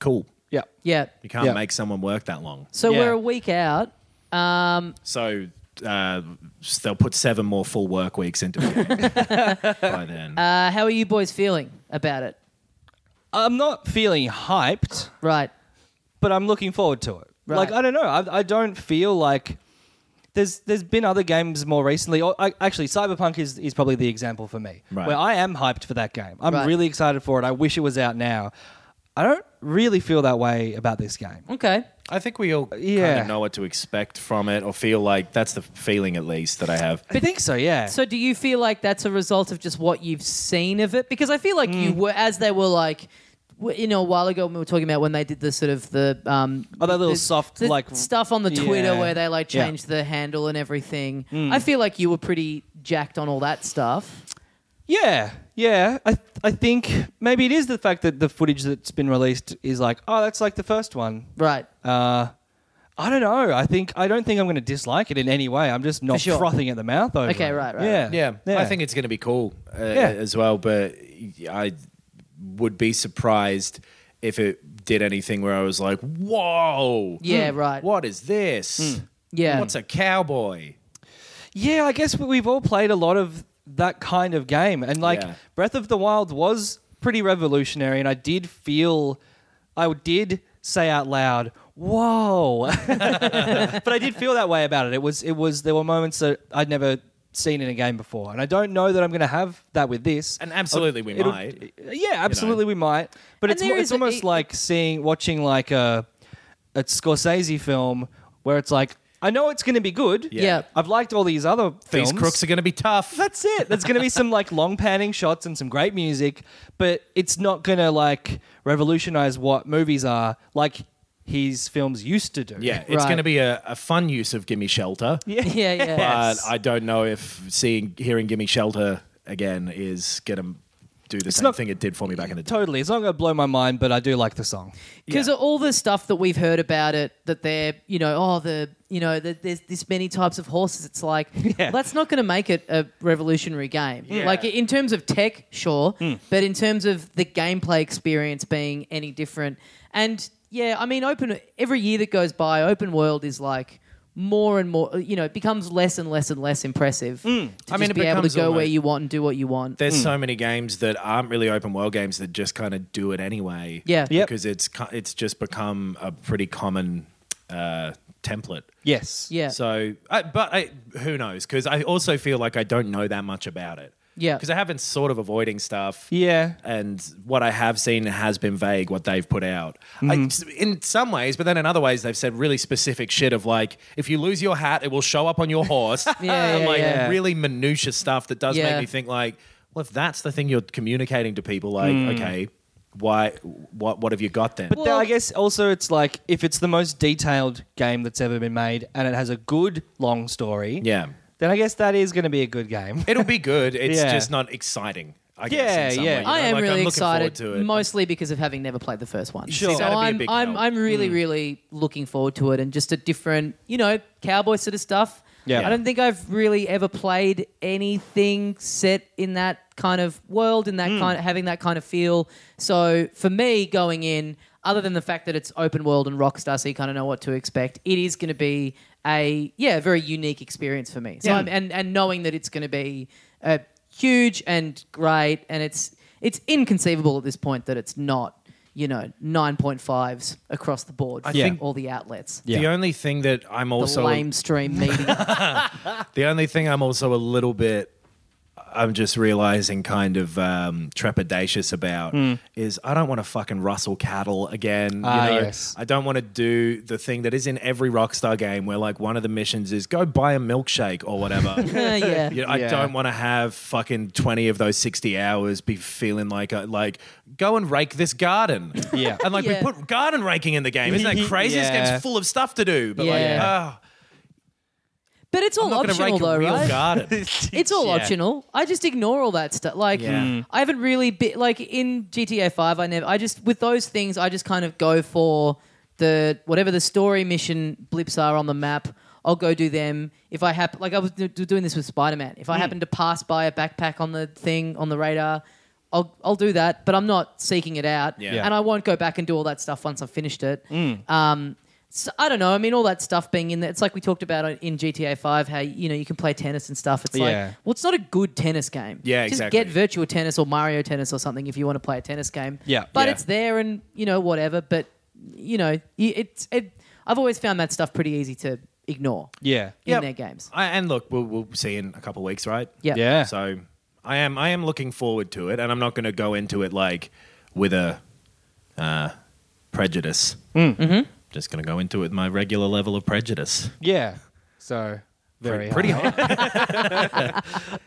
S2: cool.
S3: yeah.
S1: yeah
S2: You can't
S3: Yeah.
S2: make someone work that long.
S1: so
S3: Yeah.
S1: we're a week out
S2: So uh, they'll put seven more full work weeks into the game by then.
S1: uh, how are you boys feeling about it
S3: I'm not feeling hyped,
S1: right
S3: but I'm looking forward to it.
S1: Right.
S3: Like I don't know. I, I don't feel like there's there's been other games more recently. Or I, actually, Cyberpunk is is probably the example for me
S2: Right.
S3: where I am hyped for that game. I'm
S1: Right.
S3: really excited for it. I wish it was out now. I don't really feel that way about this game.
S1: okay
S2: I think we all kind
S3: Yeah.
S2: of know what to expect from it, or feel like that's the feeling at least that I have.
S3: I think so. Yeah.
S1: So do you feel like that's a result of just what you've seen of it? Because I feel like
S3: Mm.
S1: you were, as they were like, w- you know, a while ago when we were talking about when they did the sort of the um,
S3: Oh, that little
S1: the-
S3: soft,
S1: the
S3: like-
S1: stuff on the Twitter
S3: Yeah.
S1: where they like
S3: Yeah. Mm.
S1: changed the handle and everything. I feel like you were pretty jacked on all that stuff.
S3: Yeah, yeah. I I think maybe it is the fact that the footage that's been released is like, oh, that's like the first one.
S1: Right.
S3: Uh, I don't know. I think I don't think I'm going to dislike it in any way. I'm just not
S1: sure.
S3: frothing at the mouth over.
S1: Okay,
S3: it.
S1: right, right,
S3: Yeah,
S2: Yeah, I think it's going to be cool uh,
S3: Yeah.
S2: as well, but I would be surprised if it did anything where I was like, whoa.
S1: Yeah, right.
S2: What is this?
S1: Yeah.
S2: What's a cowboy?
S3: Yeah, I guess we- we've all played a lot of that kind of game, and like
S2: Yeah.
S3: Breath of the Wild was pretty revolutionary, and I did feel, I did say out loud, "Whoa!" but I did feel that way about it. It was, it was. There were moments that I'd never seen in a game before, and I don't know that I'm going to have that with this.
S2: And absolutely, we
S3: It'll-
S2: might.
S3: Yeah, absolutely, we might. But
S1: And
S3: it's
S1: there
S3: mo-
S1: is
S3: it's
S1: a-
S3: almost
S1: it-
S3: like seeing watching like a a Scorsese film where it's like I know it's going to be good.
S1: Yeah. Yeah.
S3: I've liked all these other films.
S2: These crooks are going to be tough.
S3: That's it. There's going to be some like long panning shots and some great music, but it's not going to like revolutionize what movies are like his films used to do.
S2: Yeah, it's
S1: Right.
S2: going to be a, a fun use of Gimme Shelter.
S3: Yeah.
S1: Yeah, yeah.
S2: But I don't know if seeing hearing Gimme Shelter again is going to do the same
S3: not-
S2: thing it did for me back in the day.
S3: Totally. It's not going to blow my mind, but I do like the song.
S1: Because all the stuff that we've heard about it, that they're, you know, oh, the, you know, the, there's this many types of horses. It's like, well, that's not going to make it a revolutionary game. Like, in terms of tech, sure,
S2: Hmm.
S1: but in terms of the gameplay experience being any different. And yeah, I mean, open, every year that goes by, open world is like, more and more, you know, it becomes less and less and less impressive. To
S2: Hmm. I mean,
S1: just
S2: it
S1: be able to
S2: becomes
S1: go where
S2: almost-
S1: you want and do what you want.
S2: There's so many games that aren't really open world games that just kind of do it anyway.
S1: Yeah. Yep.
S2: Because it's co- it's just become a pretty common uh, template.
S3: Yes.
S1: yeah.
S2: So, I, but I, who knows? Because I also feel like I don't know that much about it.
S1: Yeah.
S2: Because I have been sort of avoiding stuff.
S3: Yeah.
S2: And what I have seen has been vague, what they've put out.
S1: Mm.
S2: I, in some ways, but then in other ways, they've said really specific shit of like, if you lose your hat, it will show up on your horse.
S1: Yeah,
S2: and
S1: yeah,
S2: like
S1: yeah.
S2: really minutious stuff that does
S1: Yeah.
S2: make me think, like, well, if that's the thing you're communicating to people, like,
S1: Mm.
S2: okay, why, what, what have you got then?
S3: But then I guess also it's like if it's the most detailed game that's ever been made and it has a good long story,
S2: yeah.
S3: then I guess that is going to be a good game.
S2: It'll be good. It's
S3: Yeah.
S2: just not exciting. I guess,
S3: Yeah,
S2: in some
S3: yeah.
S2: Way, you
S1: I
S2: know?
S1: am
S2: Like, I'm
S1: really
S2: looking
S1: excited,
S2: forward to it.
S1: mostly because of having never played the first one.
S2: Sure.
S1: So
S2: That'd be a
S1: I'm,
S2: big
S1: I'm,
S2: help. Mm.
S1: I'm really, really looking forward to it and just a different, you know, cowboy sort of stuff.
S3: Yeah.
S1: I don't think I've really ever played anything set in that kind of world, in that kind of having that kind of feel. So for me, going in, other than the fact that it's open world and Rockstar, so you kind of know what to expect, it is going to be a yeah, very unique experience for me. So I'm, and and knowing that it's going to be uh, huge and great, and it's it's inconceivable at this point that it's not. You know, nine point fives across the board. from
S3: think-
S1: all the outlets.
S2: The only thing that I'm
S1: The
S2: also
S1: lamestream media.
S2: The only thing I'm also a little bit, I'm just realizing, kind of um, trepidatious about is I don't want to fucking rustle cattle again. You
S3: Hmm. Ah,
S2: know?
S3: yes.
S2: I don't want to do the thing that is in every Rockstar game where like one of the missions is go buy a milkshake or whatever.
S1: yeah.
S2: You know, I
S3: Yeah.
S2: don't want to have fucking twenty of those sixty hours be feeling like uh, like go and rake this garden.
S3: Yeah.
S2: and like
S1: Yeah.
S2: we put garden raking in the game. Isn't that crazy? This
S3: Yeah.
S2: game's full of stuff to do, but like,
S1: Yeah.
S2: ah,
S1: But it's all
S2: I'm not going to
S1: optional
S2: rake
S1: though,
S2: a real
S1: right?
S2: garden.
S1: It's all
S3: Yeah.
S1: optional. I just ignore all that stuff. Like
S2: Yeah. Mm.
S1: I haven't really been like in GTA Five. I never. I just with those things. I just kind of go for the whatever the story mission blips are on the map. I'll go do them if I happen. Like I was do- doing this with Spider Man.
S2: Mm.
S1: If I happen to pass by a backpack on the thing on the radar, I'll I'll do that. But I'm not seeking it out.
S2: Yeah. Mm. Yeah.
S1: And I won't go back and do all that stuff once I've finished it. Um, so I don't know. I mean, all that stuff being in there. It's like we talked about in GTA Five, how you know you can play tennis and stuff. It's like,
S3: Yeah.
S1: well, it's not a good tennis game.
S2: Yeah,
S1: Just
S2: exactly.
S1: get virtual tennis or Mario tennis or something if you want to play a tennis game.
S3: Yeah.
S1: but
S2: Yeah.
S1: it's there and you know whatever. But you know, y- it's it. I've always found that stuff pretty easy to ignore
S3: yeah.
S1: in
S2: Yep.
S1: their games.
S2: I, and look, we'll, we'll see in a couple of weeks, right?
S1: Yeah.
S3: Yeah.
S2: So I am I am looking forward to it, and I'm not going to go into it like with a uh, prejudice.
S3: Mm.
S1: Mm-hmm.
S2: Just going to go into it with my regular level of prejudice.
S3: Yeah. So very
S2: Pretty hard.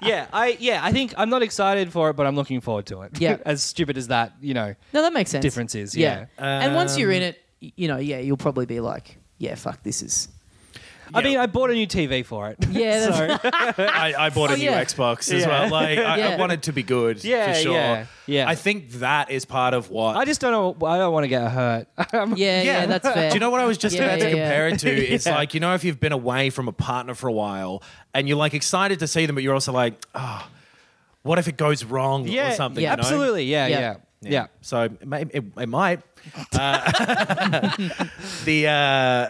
S3: Yeah, I yeah, I think I'm not excited for it, but I'm looking forward to it.
S1: Yeah.
S3: as stupid as that, you know.
S1: No, that makes sense.
S3: Difference is,
S1: and once you're in it, y- you know, yeah, you'll probably be like, yeah, fuck, this is.
S3: I mean, I bought a new TV for it.
S1: Yeah, that's
S2: I, I bought
S1: Oh,
S2: a new
S1: yeah.
S2: Xbox as
S3: Yeah.
S2: well. Like I,
S1: Yeah.
S2: I wanted to be good.
S3: Yeah,
S2: for sure.
S3: yeah, yeah.
S2: I think that is part of what.
S3: I just don't know. I don't want to get hurt. I'm-
S1: yeah, yeah, that's fair.
S2: Do you know what I was just
S1: Yeah,
S2: about to
S1: yeah, yeah.
S2: compare it to? It's like, you know, if you've been away from a partner for a while and you're like excited to see them, but you're also like, oh, what if it goes wrong
S3: yeah,
S2: or something?
S1: yeah.
S2: you know?
S3: absolutely. Yeah,
S1: Yeah.
S3: yeah, yeah.
S2: So it, may, it, it might. Uh, the uh,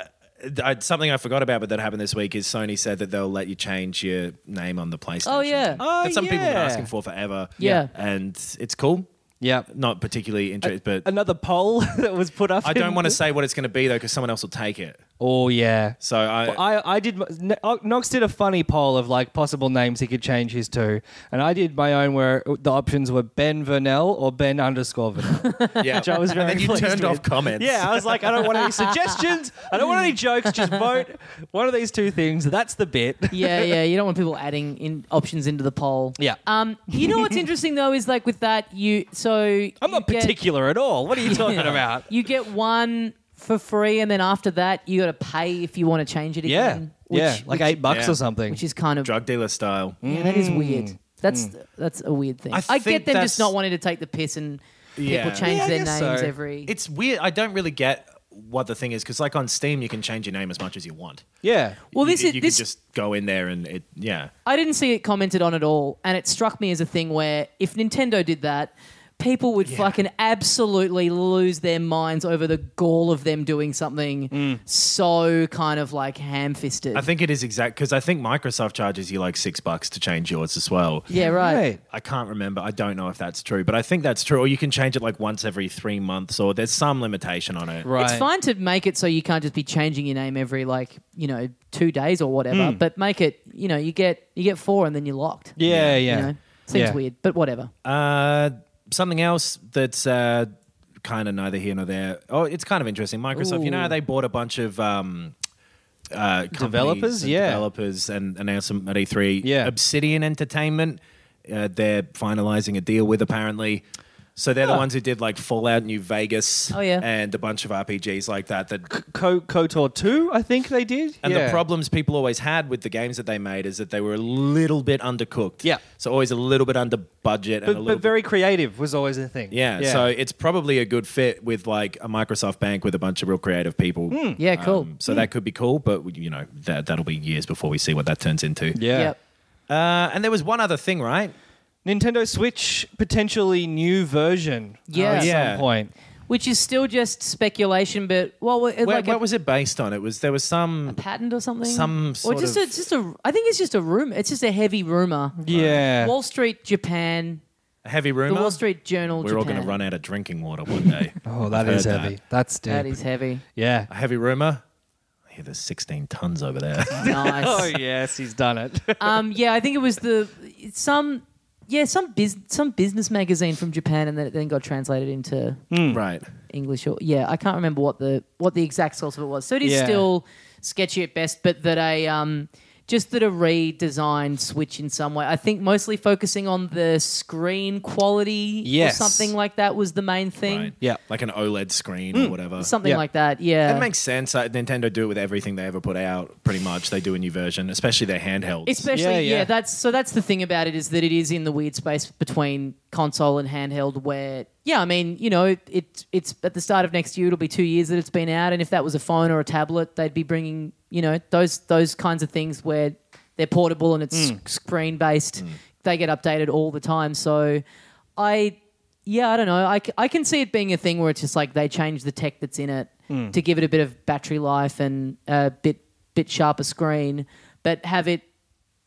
S2: I, something I forgot about, but that happened this week is Sony said that they'll let you change your name on the PlayStation.
S1: yeah.
S3: Oh,
S2: That's something people have
S3: yeah.
S2: been asking for forever.
S1: Yeah.
S2: and it's cool.
S3: Yeah.
S2: Not particularly interested, but
S3: Another poll that was put up.
S2: I don't
S3: in-
S2: want to say what it's going to be though, because someone else will take it.
S3: Oh yeah.
S2: So I,
S3: Well, I, I did. my- Kno- Knox did a funny poll of like possible names he could change his to, and I did my own where uh, the options were Ben Vernell or Ben underscore Vernell.
S2: yeah,
S3: Which I was
S2: and
S3: very
S2: then you
S3: pleased
S2: turned
S3: with.
S2: off comments.
S3: yeah, I was like, I don't want any suggestions. I don't want any jokes. Just vote one of these two things. That's the bit.
S1: yeah, yeah. You don't want people adding in options into the poll.
S3: Yeah.
S1: Um, you know what's interesting though is like with that you so
S3: I'm not particular at all. What are you talking about?
S1: You get one for free, and then after that, you got to pay if you want to change it
S3: Yeah,
S1: again.
S3: yeah, like eight bucks
S2: yeah.
S3: or something.
S1: which is kind of
S2: drug dealer style.
S3: Mm.
S1: yeah, that is weird. That's that's a weird thing. I,
S2: Mm. I
S1: get
S2: think
S1: them just
S2: that's-
S1: not wanting to take the piss and
S2: Yeah.
S1: people change
S3: Yeah, I
S1: their names
S3: guess so.
S1: every.
S2: It's weird. I don't really get what the thing is because, like on Steam, you can change your name as much as you want.
S3: yeah.
S1: well,
S2: You-
S1: this
S2: you,
S1: is
S2: can
S1: this
S2: just go in there and it. Yeah,
S1: I didn't see it commented on at all, and it struck me as a thing where if Nintendo did that, people would fucking absolutely lose their minds over the gall of them doing something so kind of like ham fisted.
S2: Mm. I think it is exact because I think Microsoft charges you like six bucks to change yours as well.
S1: yeah, right.
S2: I can't remember. I don't know if that's true, but I think that's true. Or you can change it like once every three months, or there's some limitation on it.
S3: Right.
S1: It's fine to make it so you can't just be changing your name every like you know two days or whatever,
S2: Mm.
S1: but make it you know you get you get four and then you're locked.
S3: Yeah, yeah.
S1: You know? Seems
S3: Yeah.
S1: weird, but whatever.
S2: Uh, something else that's uh, kind of neither here nor there. Oh, it's kind of interesting. Microsoft, you know, how they bought a bunch of um, uh, companies
S3: Developers,
S2: and
S3: yeah.
S2: developers, and announced them at E3.
S3: Yeah.
S2: Obsidian Entertainment. Uh, they're finalizing a deal with apparently. So they're the ones who did like Fallout New Vegas
S1: Oh, yeah.
S2: and a bunch of RPGs like that that
S3: Co- Kotor 2, I think they did.
S2: And
S3: Yeah.
S2: the problems people always had with the games that they made is that they were a little bit undercooked.
S3: Yeah.
S2: So always a little bit under budget and a
S3: But,
S2: little
S3: but very creative was always the thing.
S2: bit- yeah, So it's probably a good fit with like a Microsoft bank with a bunch of real creative people.
S3: Hmm.
S1: Yeah, cool.
S2: Um, so that could be cool, but you know, that that'll be years before we see what that turns into.
S3: yeah.
S1: Yep.
S2: Uh, and there was one other thing, right?
S3: Nintendo Switch potentially new version.
S1: Yeah.
S3: at
S2: Yeah.
S3: some point.
S1: Which is still just speculation, but well, it-
S2: Where,
S1: like
S2: what
S1: a-
S2: was it based on? It was there was some
S1: patent or something?
S2: Some
S1: or
S2: sort
S1: just
S2: of-
S1: a just a. I think it's just a rumor. It's just a heavy rumor.
S3: Yeah.
S1: Wall Street Japan,
S2: heavy rumor.
S1: the Wall Street Journal.
S2: we're
S1: Japan.
S2: all going to run out of drinking water one day.
S3: oh, that
S2: I've
S3: is
S2: heard
S3: heavy. That's deep.
S1: That is heavy.
S3: yeah.
S2: A heavy rumor. I hear there's 16 tons over there.
S3: Oh
S1: Nice.
S3: yes, he's done it.
S1: um, yeah, I think it was the some. Yeah, some biz, some business magazine from Japan, and then it then got translated into
S3: Hmm.
S2: right.
S1: English. Or yeah, I can't remember what the what the exact source of it was. So it is
S3: Yeah.
S1: still sketchy at best, but that a um, just that a redesigned Switch in some way. I think mostly focusing on the screen quality
S3: Yes.
S1: or something like that was the main thing.
S2: Right.
S3: Yeah. Hmm.
S2: Like an OLED screen or whatever.
S1: Something
S3: Yeah.
S1: like that. Yeah.
S2: That makes sense. Uh, Nintendo do it with everything they ever put out, pretty much. They do a new version, especially their handhelds.
S1: Especially, yeah,
S3: Yeah, yeah.
S1: That's so. That's the thing about it is that it is in the weird space between console and handheld. Where, yeah, I mean, you know, it, it's at the start of next year. It'll be two years that it's been out, and if that was a phone or a tablet, they'd be bringing, you know, those those kinds of things where they're portable and it's screen based. They get updated all the time. So, I, yeah, I don't know. I, c- I can see it being a thing where it's just like they change the tech that's in it to give it a bit of battery life and a bit bit sharper screen, but have it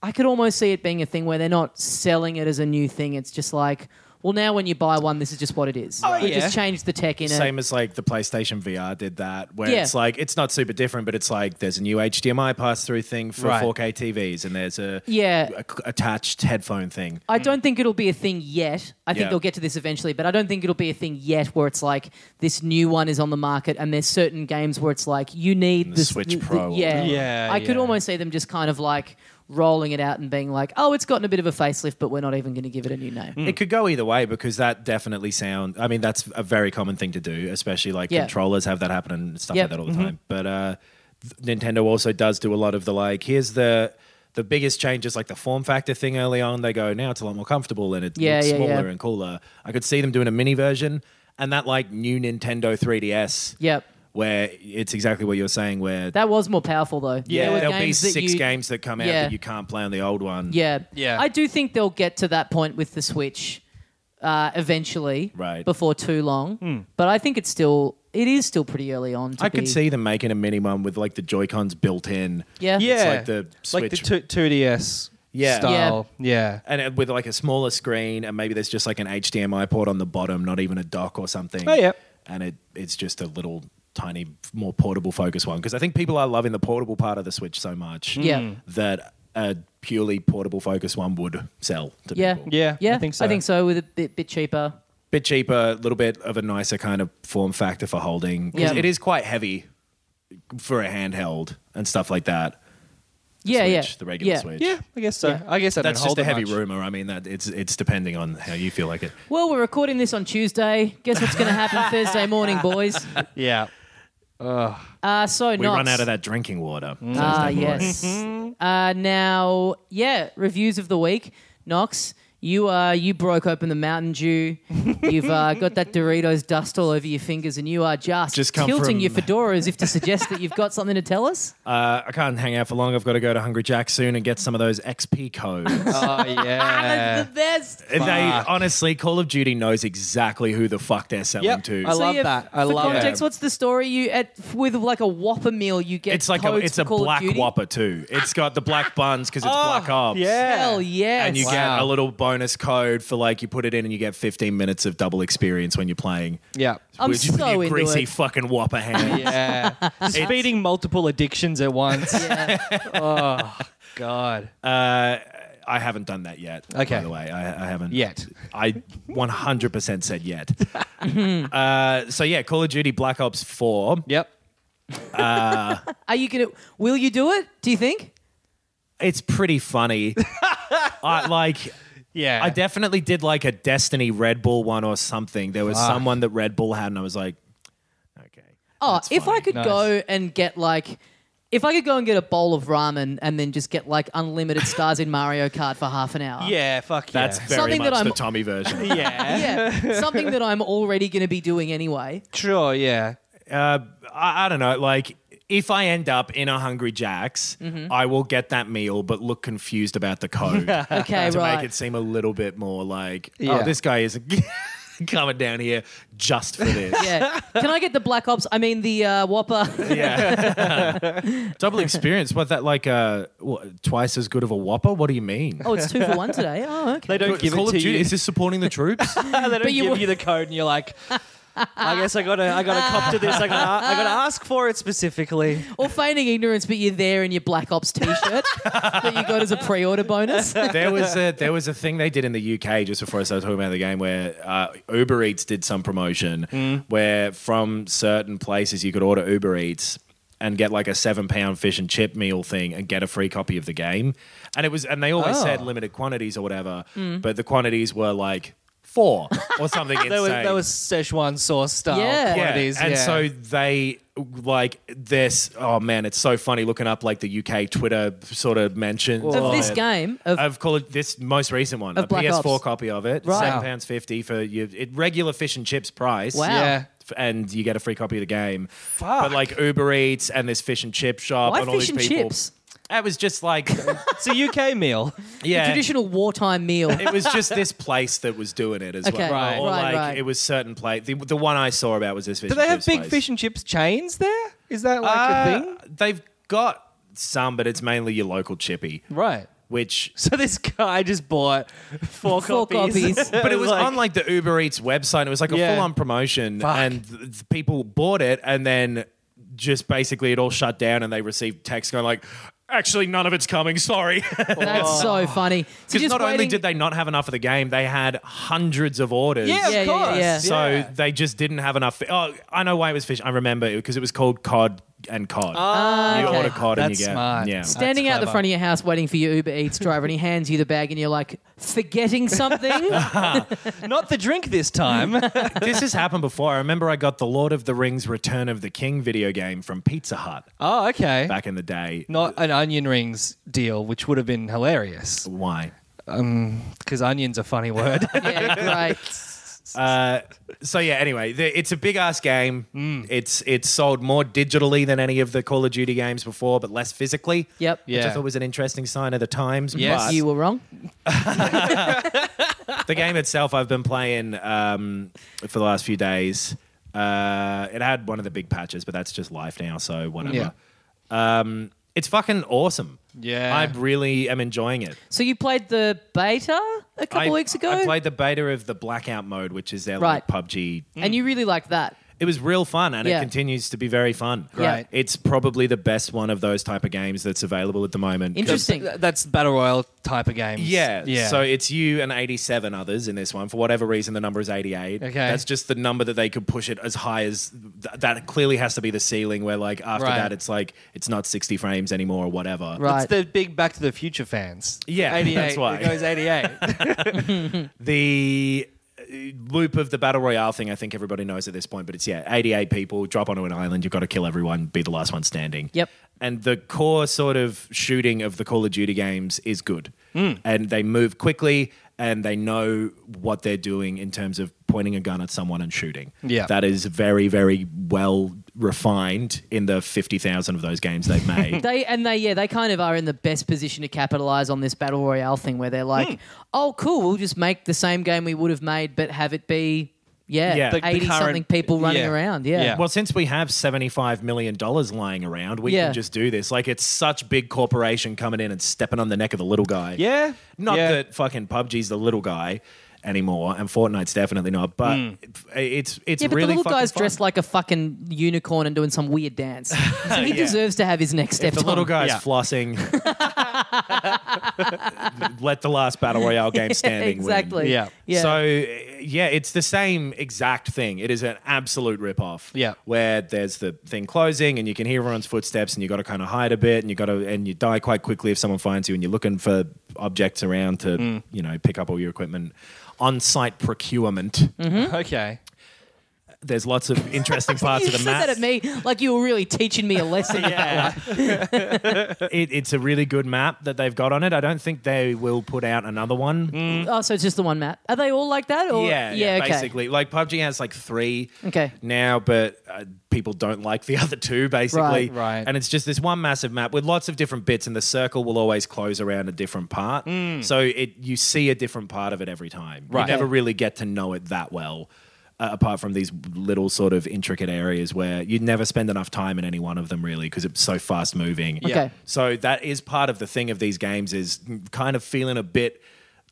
S1: I could almost see it being a thing where they're not selling it as a new thing. It's just like, well, now when you buy one, this is just what it is.
S3: Oh,
S1: we
S3: yeah.
S1: just changed the tech in
S2: Same as like the PlayStation VR did that, where
S1: Yeah.
S2: it's like, it's not super different, but it's like there's a new HDMI pass through thing for
S3: Right.
S2: 4K TVs, and there's a,
S1: Yeah.
S2: a c- attached headphone thing.
S1: it. I don't think it'll be a thing yet. I think
S2: Yeah.
S1: they'll get to this eventually, but I don't think it'll be a thing yet where it's like this new one is on the market and there's certain games where it's like you need
S2: the
S1: this,
S2: Switch Pro or
S1: yeah.
S3: whatever. Yeah,
S1: I could
S3: yeah.
S1: almost see them just kind of like rolling it out and being like, oh, it's gotten a bit of a facelift, but we're not even going to give it a new name.
S2: It could go either way because that definitely sound. I mean, that's a very common thing to do, especially like
S1: Yeah.
S2: controllers have that happen and stuff
S1: Yep. Mm-hmm.
S2: like that all the time. But uh, th- Nintendo also does do a lot of the like. Here's the the biggest changes, like the form factor thing early on. They go now it's a lot more comfortable and it's
S1: Yeah, yeah,
S2: smaller
S1: yeah.
S2: and cooler. I could see them doing a mini version and that like new Nintendo 3DS.
S1: Yep.
S2: Where it's exactly what you're saying. Where
S1: That was more powerful though.
S2: yeah,
S1: There were
S2: there'll be
S1: games that
S2: six
S1: you-
S2: games that come out
S1: Yeah.
S2: that you can't play on the old one.
S1: Yeah.
S3: Yeah.
S1: I do think they'll get to that point with the Switch uh, eventually,
S2: Right.
S1: before too long. But I think it's still it is still pretty early on. To
S2: Hmm. I
S1: be,
S2: could see them making a mini one with like the Joy Cons built in.
S1: Yeah.
S3: Yeah.
S2: It's like the
S3: Like the
S2: Switch.
S3: two, 2DS.
S2: Yeah.
S3: style. Yeah.
S2: And it- with like a smaller screen, and maybe there's just like an HDMI port on the bottom, not even a dock or something.
S3: Oh, yeah.
S2: And it it's just a little tiny, more portable focus one because I think people are loving the portable part of the Switch so much.
S1: Yeah. Mm.
S2: That a purely portable focus one would sell to
S1: Yeah.
S2: people.
S3: Yeah, I
S1: yeah.
S3: think so.
S1: I think so. With a bit, bit cheaper.
S2: Bit cheaper, a little bit of a nicer kind of form factor for holding. 'Cause
S1: Yeah.
S2: It is quite heavy for a handheld and stuff like that. The
S1: Yeah,
S2: Switch,
S1: yeah.
S2: The regular
S1: yeah.
S2: Switch.
S3: Yeah, I guess so.
S1: Yeah.
S3: I guess I
S2: That's
S3: don't hold
S2: just a
S3: it
S2: heavy
S3: much.
S2: rumor. I mean, that it's it's depending on how you feel like it.
S1: Well, we're recording this on Tuesday. Guess what's going to happen Thursday morning, boys?
S3: Yeah.
S1: Uh, so
S2: We run out of that drinking water.
S1: Ah, yes.
S2: Mm-hmm.
S1: uh, now, yeah, reviews of the week. Knox, you uh, you broke open the Mountain Dew. You've uh, got that Doritos dust all over your fingers, and you are just,
S2: Just come
S1: tilting
S2: from-
S1: your fedora as if to suggest that you've got something to tell us.
S2: Uh, I can't hang out for long. I've got to go to Hungry Jack soon and get some of those XP codes.
S3: Oh
S1: That's
S3: yeah.
S1: the best.
S2: they honestly, Call of Duty knows exactly who the fuck they're selling
S3: Yep.
S2: to.
S3: I love
S1: yeah,
S3: that. I
S1: for
S3: love
S1: context,
S3: it.
S1: what's the story? You at with like a Whopper meal, you get
S2: it's like a,
S1: codes
S2: it's
S1: for
S2: a
S1: Call of
S2: black
S1: Duty?
S2: Whopper too. It's got the black buns because it's Black Ops.
S3: Oh, yeah.
S1: Hell yes.
S2: And you
S3: Wow.
S2: get a little bonus code for like you put it in and you get 15 minutes of double experience when you're playing.
S3: Yeah.
S1: I'm
S2: With
S1: so
S2: your
S1: into
S2: greasy
S1: it.
S2: fucking Whopper hand.
S3: Yeah. Just feeding multiple addictions at once. Oh,
S1: Yeah.
S3: God.
S2: Uh, I haven't done that yet.
S3: Okay.
S2: By the way, I, I haven't
S3: Yet.
S2: I 100% said yet. uh, so yeah, Call of Duty Black Ops 4.
S3: Yep.
S1: Are you gonna? Will you do it? Do you think?
S2: It's pretty funny. I like.
S3: Yeah.
S2: I definitely did like a Destiny Red Bull one or something. There was someone that Red Bull had, and I was like, okay.
S1: Oh,
S2: that's
S1: if I
S2: funny.
S1: could
S3: Nice.
S1: go and get like, if I could go and get a bowl of ramen and then just get like unlimited stars in Mario Kart for half an hour.
S3: yeah. Fuck yeah.
S2: That's very
S1: Something
S2: much
S1: that I'm-
S2: the Tommy version.
S3: yeah.
S1: Yeah, something that I'm already going to be doing anyway.
S3: Sure. Yeah.
S2: uh, I, I don't know. Like, if I end up in a Hungry Jack's,
S1: Mm-hmm.
S2: I will get that meal, but look confused about the code.
S1: Okay,
S2: to
S1: right.
S2: make it seem a little bit more like,
S3: Yeah.
S2: oh, this guy is coming down here just for this.
S1: yeah. Can I get the Black Ops? I mean the uh, Whopper.
S2: Yeah. Double experience. What that like? Uh, what, twice as good of a Whopper? What do you mean?
S1: Oh, it's two for one today. Oh, okay.
S3: They don't give
S2: Call
S3: it
S2: of
S3: to
S2: Duty.
S3: you.
S2: Is this supporting the troops?
S3: they don't
S1: But you
S3: give
S1: were-
S3: you the code, and you're like, I guess I gotta, I gotta cop to this. I gotta, I gotta ask for it specifically.
S1: Or feigning ignorance, but you're there in your Black Ops T-shirt that you got as a pre-order bonus.
S2: there was a there was a thing they did in the UK just before I started talking about the game where uh, Uber Eats did some promotion
S3: Hmm.
S2: where from certain places you could order Uber Eats and get like a seven pound fish and chip meal thing and get a free copy of the game, and it was and they always
S3: Oh.
S2: said limited quantities or whatever, but the quantities were like four or something insane.
S3: That was, that was Szechuan sauce style
S1: Yeah.
S3: quantities.
S2: And
S3: yeah.
S2: so they like this. Oh man, it's so funny looking up like the UK Twitter sort of mentions
S1: Of this
S2: it.
S1: game, of-
S2: I've called this most recent one
S1: Of
S2: a
S1: Black
S2: PS4
S1: Ops.
S2: copy of it,
S1: Right.
S2: seven pounds fifty for you it, regular fish and chips price.
S1: Wow.
S3: yeah.
S2: F- And you get a free copy of the game. But like Uber Eats and this fish and chip shop
S1: Why
S2: and all
S1: fish and
S2: these people.
S1: chips?
S2: It was just like,
S3: It's a UK meal.
S2: yeah,
S1: Traditional wartime meal.
S2: it was just this place that was doing it as
S1: Okay,
S2: well.
S1: Right.
S2: Or
S1: right,
S2: like
S1: right.
S2: it was certain place. The, the one I saw about was this fish
S3: Do they
S2: and
S3: have
S2: chips
S3: big
S2: place.
S3: fish and chips chains there? Is that like a thing?
S2: Uh, They've got some, but it's mainly your local chippy,
S3: Right.
S2: which.
S3: So this guy just bought four,
S1: Four
S3: copies.
S1: copies.
S2: But it was on like the Uber Eats website. It was like a
S3: Yeah.
S2: full-on promotion,
S3: Fuck.
S2: and th- th- people bought it, and then just basically it all shut down, and they received text going like, "Actually, none of it's coming. Sorry."
S1: That's so funny. So
S2: Because
S1: just
S2: not only
S1: waiting-
S2: did they not have enough of the game, they had hundreds of orders.
S3: yeah,
S1: Yeah, yeah,
S3: of course.
S1: yeah.
S2: So they just didn't have enough. Oh, I know why it was fish. I remember because it was called cod and cod. you
S1: okay.
S2: order cod and
S3: That's
S2: you get
S3: smart.
S2: yeah.
S1: Standing
S3: That's
S1: out the
S3: clever.
S1: front of your house waiting for your Uber Eats driver, and he hands you the bag, and you're like, forgetting something?
S3: Not the drink this time.
S2: this has happened before. I remember I got the Lord of the Rings Return of the King video game from Pizza Hut
S3: oh, okay.
S2: back in the day.
S3: Not an onion rings deal, which would have been hilarious
S2: Why?
S3: because onion's a funny word.
S1: yeah, great.
S2: Uh, so yeah. Anyway, the, it's a big ass game.
S1: Mm.
S2: It's it's sold more digitally than any of the Call of Duty games before, but less physically.
S1: Yep.
S2: Which I
S3: Yeah.
S2: thought was an interesting sign of the times.
S3: Yes.
S2: but
S1: You were wrong.
S2: the game itself, I've been playing um, for the last few days. Uh, it had one of the big patches, but that's just life now. So whatever.
S3: Yeah.
S2: Um, It's fucking awesome.
S3: Yeah.
S2: I really am enjoying it.
S1: So you played the beta a couple
S2: I,
S1: weeks ago,
S2: I played the beta of the blackout mode, which is their like
S1: Right.
S2: PUBG.
S1: and you really liked that.
S2: It was real fun, and
S1: Yeah.
S2: it continues to be very fun.
S1: Yeah. Right.
S2: It's probably the best one of those type of games that's available at the moment.
S1: Interesting.
S3: Th- That's battle royale type of games.
S2: Yeah.
S3: yeah.
S2: So it's you and 87 others in this one. For whatever reason, the number is 88.
S3: Okay.
S2: That's just the number that they could push it as high as th- that clearly has to be the ceiling where, like, after
S3: Right.
S2: that, it's like it's not 60 frames anymore or whatever.
S1: Right.
S3: it's the big Back to the Future fans.
S2: Yeah,
S3: 88.
S2: that's why.
S3: It goes 88.
S2: The uh, loop of the battle royale thing, I think everybody knows at this point, but it's yeah, 88 people drop onto an island. You've got to kill everyone, be the last one standing.
S1: Yep.
S2: And the core sort of shooting of the Call of Duty games is good. And they move quickly and they know what they're doing in terms of pointing a gun at someone and shooting.
S3: Yeah.
S2: That is very, very well refined in the 50,000 of those games they've made.
S1: They and they yeah they kind of are in the best position to capitalize on this battle royale thing where they're
S2: Hmm.
S1: like, oh cool, we'll just make the same game we would have made, but have it be yeah,
S2: Yeah. The- the
S1: eighty something
S3: current-
S1: people running
S3: yeah.
S1: around. Yeah.
S3: Yeah.
S2: Well, since we have $75 million lying around, we
S1: Yeah.
S2: can just do this. Like, it's such big corporation coming in and stepping on the neck of the little guy.
S3: Yeah.
S2: Not
S3: Yeah.
S2: that fucking PUBG's the little guy anymore, and Fortnite's definitely not, but it's it's
S1: Mm. Yeah, but
S2: really
S1: the little
S2: fucking
S1: guy's
S2: fun.
S1: dressed like a fucking unicorn and doing some weird dance. So he
S2: Yeah.
S1: deserves to have his next step.
S2: If the little
S1: done.
S2: guy's
S3: Yeah.
S2: flossing, let the last battle royale game standing win.
S1: exactly.
S3: Yeah.
S1: Yeah.
S2: So uh, yeah, it's the same exact thing. It is an absolute ripoff.
S3: Yeah.
S2: Where there's the thing closing and you can hear everyone's footsteps and you gotta kinda hide a bit and you gotta and you die quite quickly if someone finds you and you're looking for objects around to,
S1: Mm.
S2: you know, pick up all your equipment. On site procurement.
S3: Hmm? okay.
S2: There's lots of interesting parts
S1: Mm. you
S2: of the
S1: said
S2: map.
S1: that at me like you were really teaching me a lesson.
S2: It, it's a really good map that they've got on it. I don't think they will put out another one.
S1: Oh, so it's just the one map. Are they all like that? Or
S2: yeah, yeah,
S1: okay.
S2: basically. Like PUBG has like three
S1: Okay.
S2: now, but uh, people don't like the other two, basically.
S1: Right,
S3: right.
S2: And it's just this one massive map with lots of different bits, and the circle will always close around a different part.
S1: Mm.
S2: So it you see a different part of it every time.
S3: Right.
S2: You never
S1: Okay.
S2: really get to know it that well. Uh, apart from these little sort of intricate areas where you never spend enough time in any one of them really because it's so fast moving.
S1: Okay. Yeah.
S2: So that is part of the thing of these games is kind of feeling a bit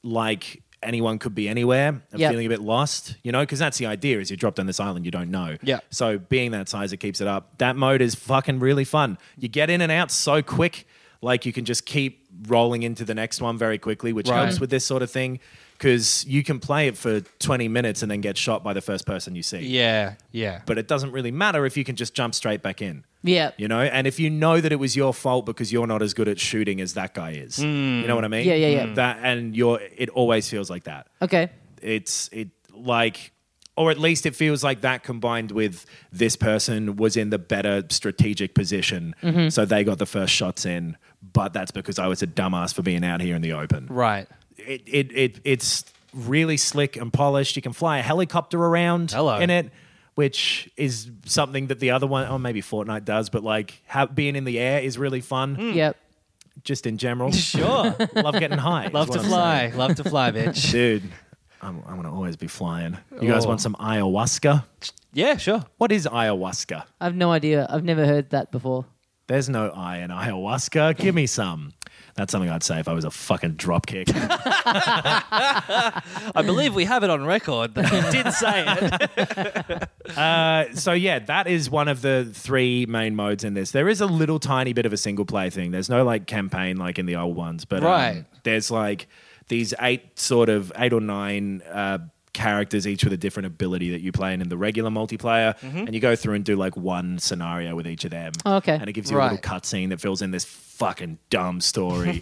S2: like anyone could be anywhere and
S1: Yep.
S2: feeling a bit lost, you know, because that's the idea is you're dropped on this island you don't know.
S3: Yeah.
S2: So being that size, it keeps it up. That mode is fucking really fun. You get in and out so quick, like you can just keep rolling into the next one very quickly, which
S3: Right.
S2: helps with this sort of thing. Because you can play it for 20 minutes and then get shot by the first person you see.
S3: Yeah. Yeah.
S2: But it doesn't really matter if you can just jump straight back in.
S1: Yeah.
S2: You know, and if you know that it was your fault because you're not as good at shooting as that guy is, you know what I mean?
S1: Yeah, yeah, yeah. Mm.
S2: That and you're it always feels like that.
S1: Okay.
S2: It's it like, or at least it feels like that combined with this person was in the better strategic position,
S1: Mm-hmm.
S2: so they got the first shots in. But that's because I was a dumbass for being out here in the open
S3: right.
S2: it, it, it it's really slick and polished. You can fly a helicopter around
S3: Hello.
S2: in it, which is something that the other one, or maybe Fortnite does, but like ha- being in the air is really fun.
S1: Yep.
S2: Just in general,
S3: Hmm. Sure.
S2: love getting high. is
S3: Love
S2: what
S3: to
S2: I'm
S3: fly. Love to fly, bitch.
S2: saying. dude. I'm, I'm gonna always be flying. You guys
S3: Oh.
S2: want some ayahuasca?
S3: yeah. Sure.
S2: What is ayahuasca?
S1: I've no idea. I've never heard that before.
S2: There's no I in ayahuasca. Give me some. That's something I'd say if I was a fucking dropkick.
S3: I believe we have it on record that you did say it.
S2: Uh, so yeah, that is one of the three main modes in this. There is a little tiny bit of a single play thing. There's no like campaign like in the old ones, but um,
S3: Right.
S2: there's like these eight sort of eight or nine uh, characters, each with a different ability that you play in, in the regular multiplayer, and you go through and do like one scenario with each of them.
S1: Mm-hmm. Oh, okay.
S2: and it gives you a
S3: Right.
S2: little cutscene that fills in this fucking dumb story,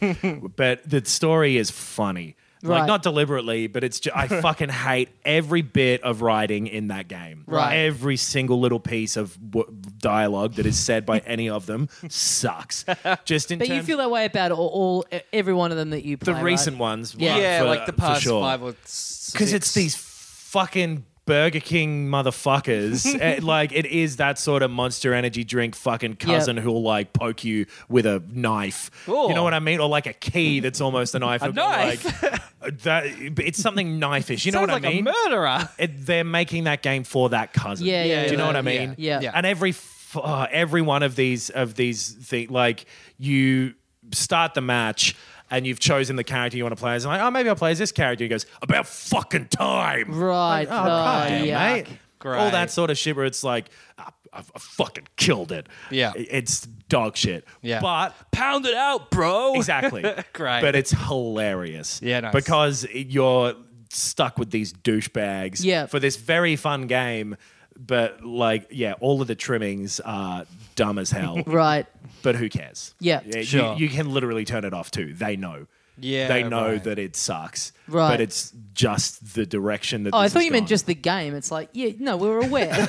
S2: but the story is funny.
S1: Right.
S2: Like not deliberately, but it's just, I fucking hate every bit of writing in that game
S1: Right.
S2: every single little piece of w- dialogue that is said by any of them sucks. Just in
S1: But you
S2: terms-
S1: feel that way about all, all e, every one of them that you play.
S2: the recent ones,
S1: Yeah.
S2: right,
S3: Yeah,
S2: for-
S3: like the
S2: for
S3: past
S2: sure.
S3: five or six.
S2: because it's these fucking Burger King motherfuckers. Eh, like it is that sort of Monster Energy drink fucking cousin who'll like poke you with a knife.
S3: Cool.
S2: You know what I mean? Or like a key that's almost a knife. A
S3: knife?
S2: Like, that, it's something knifish. You know
S3: Sounds
S2: what
S3: like
S2: I mean?
S3: a murderer.
S2: it, they're making that game for that cousin.
S1: Yeah, yeah,
S2: Do you know
S1: yeah.
S2: what I mean?
S1: Yeah. Yeah.
S2: And every f- oh, every one of these of these things. Like you start the match. And you've chosen the character you want to play as, and like, oh, maybe I'll play as this character. He goes, about fucking time,
S1: Right,
S2: Like, oh, God
S1: oh,
S2: damn,
S1: yuck.
S2: mate.
S3: Great.
S2: All that sort of shit where it's like, I, I've I fucking killed it.
S3: Yeah.
S2: I- It's dog shit.
S3: Yeah.
S2: But
S3: Pound it out, bro.
S2: exactly.
S3: Great.
S2: But it's hilarious.
S3: Yeah, nice.
S2: Because you're stuck with these douchebags
S1: Yeah.
S2: for this very fun game. But like, yeah, all of the trimmings are dumb as hell.
S1: Right.
S2: But who cares?
S1: Yeah.
S2: you-
S3: Sure.
S2: You, can literally turn it off too. They know.
S3: Yeah,
S2: They know
S3: right.
S2: that it sucks.
S1: Right.
S2: But it's just the direction that
S1: Oh, I
S2: this
S1: thought
S2: has
S1: you meant
S2: gone.
S1: just the game. It's like, yeah, no, we were aware.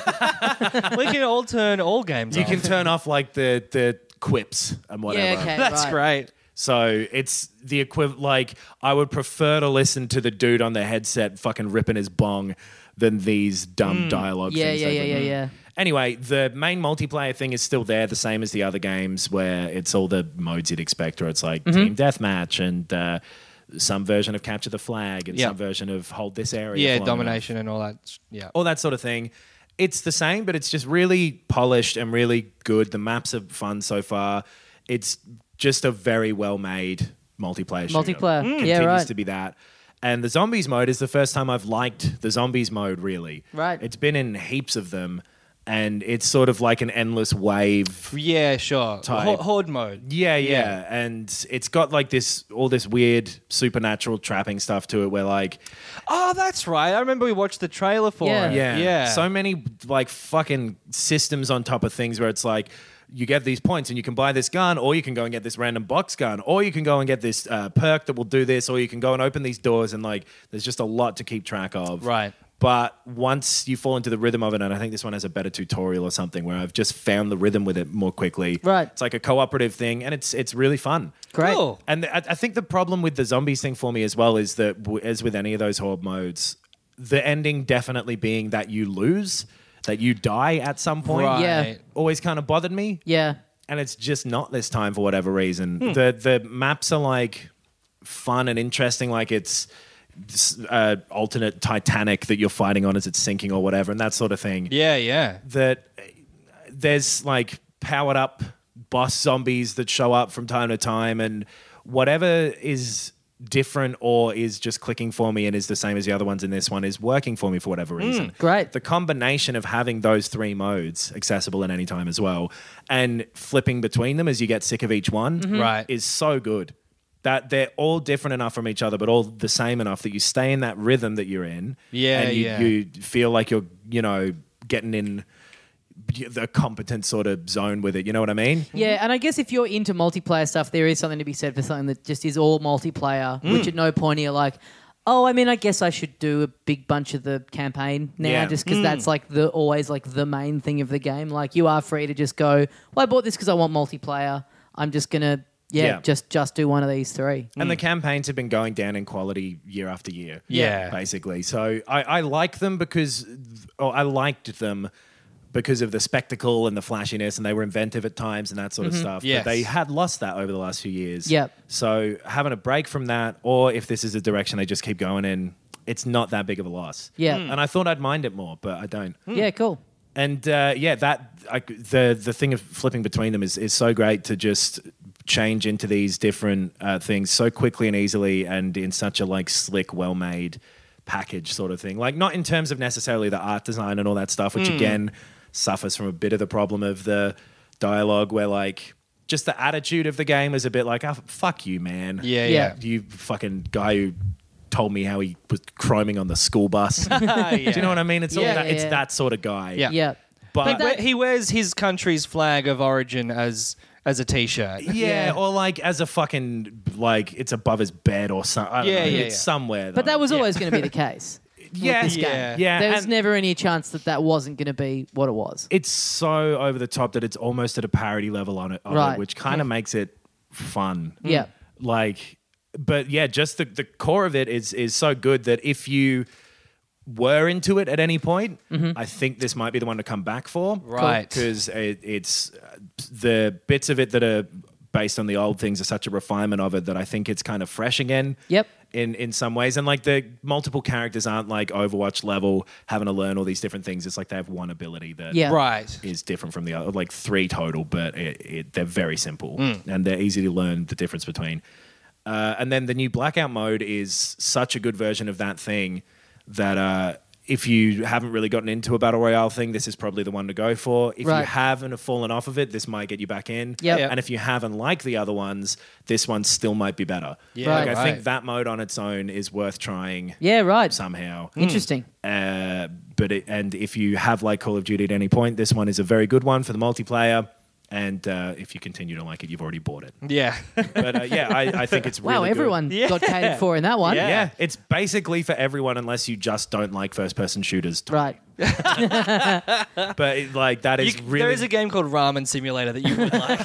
S3: we can all turn all games
S2: You
S3: off.
S2: can turn off like the the quips and whatever.
S1: yeah, okay.
S3: That's
S1: right.
S3: great.
S2: So it's the equivalent. Like I would prefer to listen to the dude on the headset fucking ripping his bong than these dumb dialogue.
S1: Hmm. Yeah,
S2: things
S1: yeah,
S2: they've
S1: yeah,
S2: written.
S1: yeah, yeah.
S2: Anyway, the main multiplayer thing is still there, the same as the other games, where it's all the modes you'd expect, or it's like
S1: Mm-hmm.
S2: team deathmatch and uh, some version of capture the flag and
S3: Yeah.
S2: some version of hold this area.
S3: Yeah,
S2: for long enough
S3: domination and all that. sh- Yeah.
S2: all that sort of thing. It's the same, but it's just really polished and really good. The maps are fun so far. It's just a very well made multiplayer. shooter.
S1: Multiplayer. Mm.
S2: continues
S1: Yeah, right.
S2: to be that. And the zombies mode is the first time I've liked the zombies mode really.
S1: Right.
S2: It's been in heaps of them, and it's sort of like an endless wave
S3: Yeah, sure. Ho- horde mode.
S2: yeah, yeah, And it's got like this all this weird supernatural trapping stuff to it where like
S3: Oh, that's right. I remember we watched the trailer for
S1: Yeah.
S3: it.
S2: Yeah.
S3: Yeah.
S2: So many like fucking systems on top of things where it's like you get these points and you can buy this gun or you can go and get this random box gun or you can go and get this uh, perk that will do this or you can go and open these doors and like there's just a lot to keep track of.
S3: Right.
S2: But once you fall into the rhythm of it, and I think this one has a better tutorial or something where I've just found the rhythm with it more quickly.
S1: Right.
S2: It's like a cooperative thing and it's it's really fun.
S1: Great.
S3: Cool.
S2: And I, I think the problem with the zombies thing for me as well is that, w- as with any of those horde modes, the ending definitely being that you lose, that you die at some point,
S3: Right.
S1: Yeah.
S2: always kind of bothered me.
S1: Yeah.
S2: And it's just not this time for whatever reason. The the maps are like fun and interesting, like it's s- uh, alternate Titanic that you're fighting on as it's sinking or whatever, and that sort of thing
S3: Yeah, yeah.
S2: that uh, there's like powered up boss zombies that show up from time to time and whatever is different or is just clicking for me and is the same as the other ones in this one is working for me for whatever reason.
S1: Great.
S2: The combination of having those three modes accessible at any time as well and flipping between them as you get sick of each one
S3: Right.
S2: is so good. That they're all different enough from each other, but all the same enough that you stay in that rhythm that you're in.
S3: Yeah,
S2: and you,
S3: yeah.
S2: you feel like you're, you know, getting in the competent sort of zone with it. You know what I mean?
S1: Yeah, and I guess if you're into multiplayer stuff, there is something to be said for something that just is all multiplayer,
S2: Mm.
S1: which at no point are you like, oh, I mean, I guess I should do a big bunch of the campaign now,
S2: Yeah. Mm.
S1: just because that's like the always like the main thing of the game. Like you are free to just go, well, I bought this because I want multiplayer. I'm just gonna yeah,
S2: Yeah.
S1: just just do one of these three.
S2: And the campaigns have been going down in quality year after year.
S3: Yeah.
S2: Basically. So I, I like them because, oh, I liked them because of the spectacle and the flashiness, and they were inventive at times and that sort of stuff.
S3: Yes.
S2: But they had lost that over the last few years.
S1: Yep.
S2: So having a break from that, or if this is the direction they just keep going in, it's not that big of a loss.
S1: Yeah. Mm.
S2: And I thought I'd mind it more, but I don't.
S1: Yeah, cool.
S2: And uh, yeah, that I, the the thing of flipping between them is is so great to just change into these different uh, things so quickly and easily, and in such a like slick, well made package sort of thing. Like not in terms of necessarily the art design and all that stuff,
S3: Hmm.
S2: which again suffers from a bit of the problem of the dialogue, where like just the attitude of the game is a bit like, oh, "Fuck you, man."
S3: Yeah,
S1: Yeah.
S3: yeah.
S2: You fucking guy who told me how he was chroming on the school bus. Do you know what I mean? It's
S1: Yeah,
S2: all that,
S1: yeah,
S2: it's
S1: yeah.
S2: that sort of guy.
S3: Yeah.
S1: Yeah.
S2: But
S3: Like, where- he wears his country's flag of origin as as a t-shirt.
S2: yeah,
S1: Yeah.
S2: or like as a fucking like it's above his bed or something. I don't
S3: Yeah,
S2: know.
S3: yeah,
S2: it's
S3: yeah.
S2: somewhere.
S1: But
S2: though.
S1: that was always going to be the case.
S2: yeah,
S1: this
S2: yeah,
S3: game.
S2: yeah.
S1: there was
S2: and
S1: never any chance that that wasn't going to be what it was.
S2: it's so over the top that it's almost at a parody level on it, of it,
S1: Right. Mm.
S2: which kind of makes it fun.
S1: Yeah.
S2: like, but yeah, just the the core of it is is so good that if you were into it at any point,
S1: Mm-hmm.
S2: I think this might be the one to come back for.
S3: Right.
S2: Because it, it's uh, the bits of it that are based on the old things are such a refinement of it that I think it's kind of fresh again.
S1: Yep.
S2: In in some ways, and like the multiple characters aren't like Overwatch level having to learn all these different things. It's like they have one ability that
S1: Yeah.
S3: Right.
S2: is different from the other, like three total, but it, it, they're very simple
S1: Hmm.
S2: and they're easy to learn the difference between. Uh, and then the new blackout mode is such a good version of that thing that uh, if you haven't really gotten into a battle royale thing, this is probably the one to go for. If you
S1: Right.
S2: have and have fallen off of it, this might get you back in.
S1: Yep.
S3: Yeah.
S2: And if you haven't liked the other ones, this one still might be better.
S3: Yeah,
S2: like, I
S3: right.
S2: think that mode on its own is worth trying
S1: Yeah, right.
S2: somehow.
S1: Interesting.
S2: Uh, but it, and if you have like Call of Duty at any point, this one is a very good one for the multiplayer. And uh, if you continue to like it, you've already bought it.
S3: Yeah.
S2: But uh, yeah, I, I think it's really
S1: wow,
S2: good.
S1: everyone got catered for in that one.
S2: Yeah. it's basically for everyone unless you just don't like first-person shooters.
S1: Right.
S2: But it, like that
S3: You
S2: is
S3: c-
S2: really
S3: There is a game called Ramen Simulator that you would like.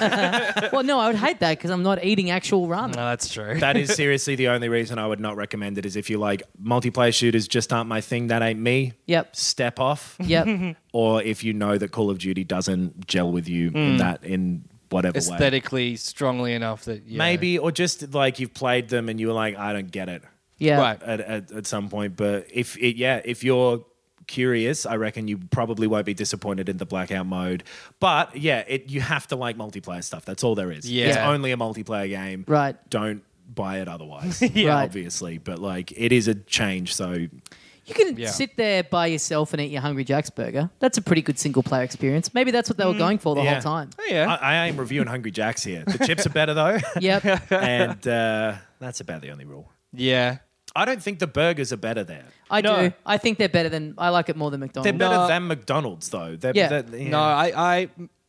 S3: no,
S1: Well, no, I would hate that because I'm not eating actual ramen.
S3: that's true.
S2: that is seriously the only reason I would not recommend it is if you like multiplayer shooters just aren't my thing. That ain't me.
S1: Yep.
S2: Step off.
S1: Yep.
S2: Or if you know that Call of Duty doesn't gel with you in that in whatever way.
S3: Mm. Aesthetically strongly enough that yeah.
S2: maybe or just like you've played them and you were like i don't get it
S1: Yeah.
S3: Right.
S2: at, at, at some point but if it yeah if you're curious i reckon you probably won't be disappointed in the blackout mode but yeah it you have to like multiplayer stuff that's all there is
S3: Yeah.
S2: it's only a multiplayer game
S1: Right.
S2: don't buy it otherwise
S1: Right.
S2: obviously but like it is a change so
S1: You can
S3: Yeah.
S1: sit there by yourself and eat your Hungry Jack's burger. That's a pretty good single player experience. Maybe that's what they were going for the
S2: yeah.
S1: whole time.
S3: Oh, Mm. yeah.
S2: I, I am reviewing hungry jacks here the chips are better though
S1: Yep.
S2: and uh, that's about the only rule
S3: yeah.
S2: i don't think the burgers are better there
S1: I
S3: No.
S1: do. I think they're better than I like it more than
S2: They're
S1: McDonald's.
S2: better
S3: No.
S2: than McDonald's, though. They're,
S1: Yeah.
S2: they're- yeah.
S3: No, I, I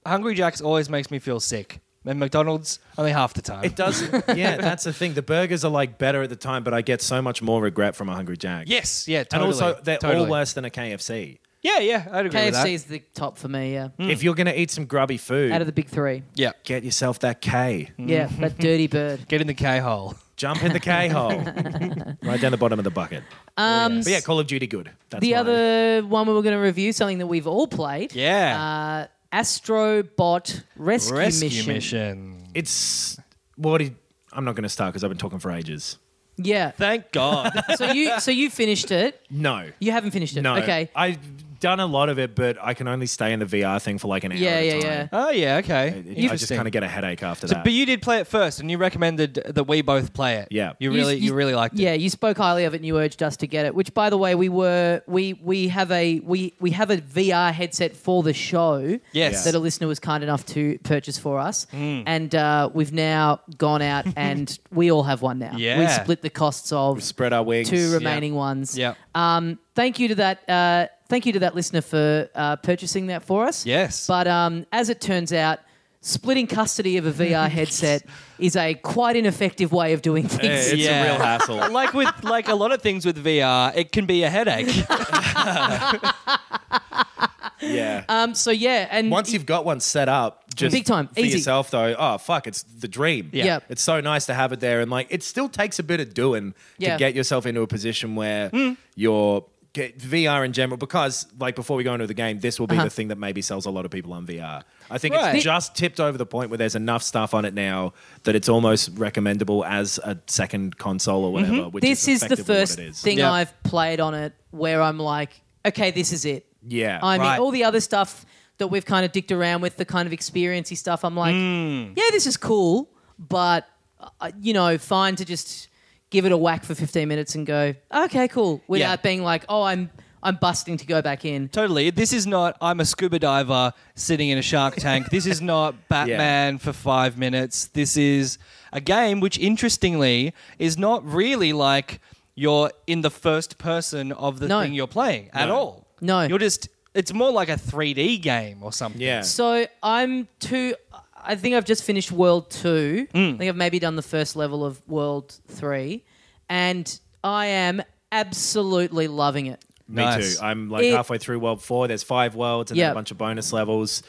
S3: Hungry Jack's always makes me feel sick. And McDonald's only half the time.
S2: It does. yeah, that's the thing. The burgers are like better at the time, but I get so much more regret from a Hungry Jack.
S3: yes, yeah,
S2: and
S3: totally.
S2: also they're
S3: totally.
S2: all worse than a KFC.
S3: Yeah, yeah, I'd agree with that. Mm.
S1: KFC is the top for me. Yeah.
S2: If you're gonna eat some grubby food,
S1: Hmm. Out of the big three.
S3: Yeah,
S2: get yourself that K.
S3: Mm.
S1: Yeah. That dirty bird.
S3: get in the K hole.
S2: Jump in the K hole, right down the bottom of the bucket.
S1: Um,
S2: But yeah, Call of Duty, good. That's
S1: The
S2: mine.
S1: other one we were going to review, something that we've all played.
S3: Yeah.
S1: Uh, Astrobot Rescue,
S3: Rescue
S1: Mission.
S3: mission.
S2: it's what did, I'm not gonna start because I've been talking for ages.
S1: Yeah.
S3: Thank God.
S1: So you so you finished it.
S2: No,
S1: You haven't finished it.
S2: no.
S1: Okay.
S2: I've done a lot of it, but I can only stay in the VR thing for like an hour.
S1: Yeah,
S2: at a
S1: yeah,
S2: time.
S1: yeah.
S3: oh yeah, okay.
S2: It- I just kind of get a headache after that.
S3: But you did play it first, and you recommended that we both play it.
S2: Yeah.
S3: you really, you, really liked
S1: Yeah,
S3: it.
S1: you spoke highly of it and you urged us to get it. Which by the way, we were we we have a we we have a VR headset for the show.
S3: Yes.
S1: That a listener was kind enough to purchase for us. And uh, we've now gone out and we all have one now. We
S3: Yeah.
S1: split the costs of
S2: spread our wings.
S1: two remaining ones.
S3: Yeah.
S1: Um, thank you to that. Uh, thank you to that listener for uh, purchasing that for us.
S3: Yes.
S1: But um, as it turns out, splitting custody of a VR headset is a quite ineffective way of doing things.
S2: It's
S3: Yeah.
S2: a real hassle.
S3: like with like a lot of things with VR, it can be a headache.
S2: yeah.
S1: Um, so yeah, and
S2: Once you've got one set up, just
S1: Big time,
S2: for
S1: easy.
S2: yourself though. Oh fuck, it's the dream.
S3: Yeah.
S1: Yeah.
S2: It's so nice to have it there, and like it still takes a bit of doing
S1: Yeah.
S2: to get yourself into a position where you're. Get VR in general, because like before we go into the game, this will be
S1: Uh-huh.
S2: the thing that maybe sells a lot of people on VR. I think
S3: Right.
S2: it's just tipped over the point where there's enough stuff on it now that it's almost recommendable as a second console or whatever. Which
S1: Mm-hmm. this is the
S2: effectively what
S1: first
S2: it is.
S1: thing
S3: Yeah.
S1: I've played on it where I'm like, okay, this is it.
S2: Yeah,
S1: I mean,
S3: Right.
S1: all the other stuff that we've kind of dicked around with, the kind of experiencey stuff, I'm like,
S2: Hmm.
S1: yeah, this is cool, but, uh, you know, fine to just give it a whack for 15 minutes and go, okay, cool, without
S3: Yeah.
S1: being like, oh, I'm I'm busting to go back in.
S3: Totally. This is not I'm a scuba diver sitting in a shark tank. This is not Batman for 5 minutes. This is a game which interestingly is not really like you're in the first person of the
S1: No.
S3: thing you're playing at all.
S1: No.
S3: You're just it's more like a 3D game or something.
S2: Yeah.
S1: So I'm too. I think I've just finished World Two. I think I've maybe done the first level of World Three, and I am absolutely loving it.
S2: Me
S3: Nice.
S2: too. I'm like
S1: It-
S2: halfway through world four. There's five worlds and then
S1: Yep.
S2: a bunch of bonus levels.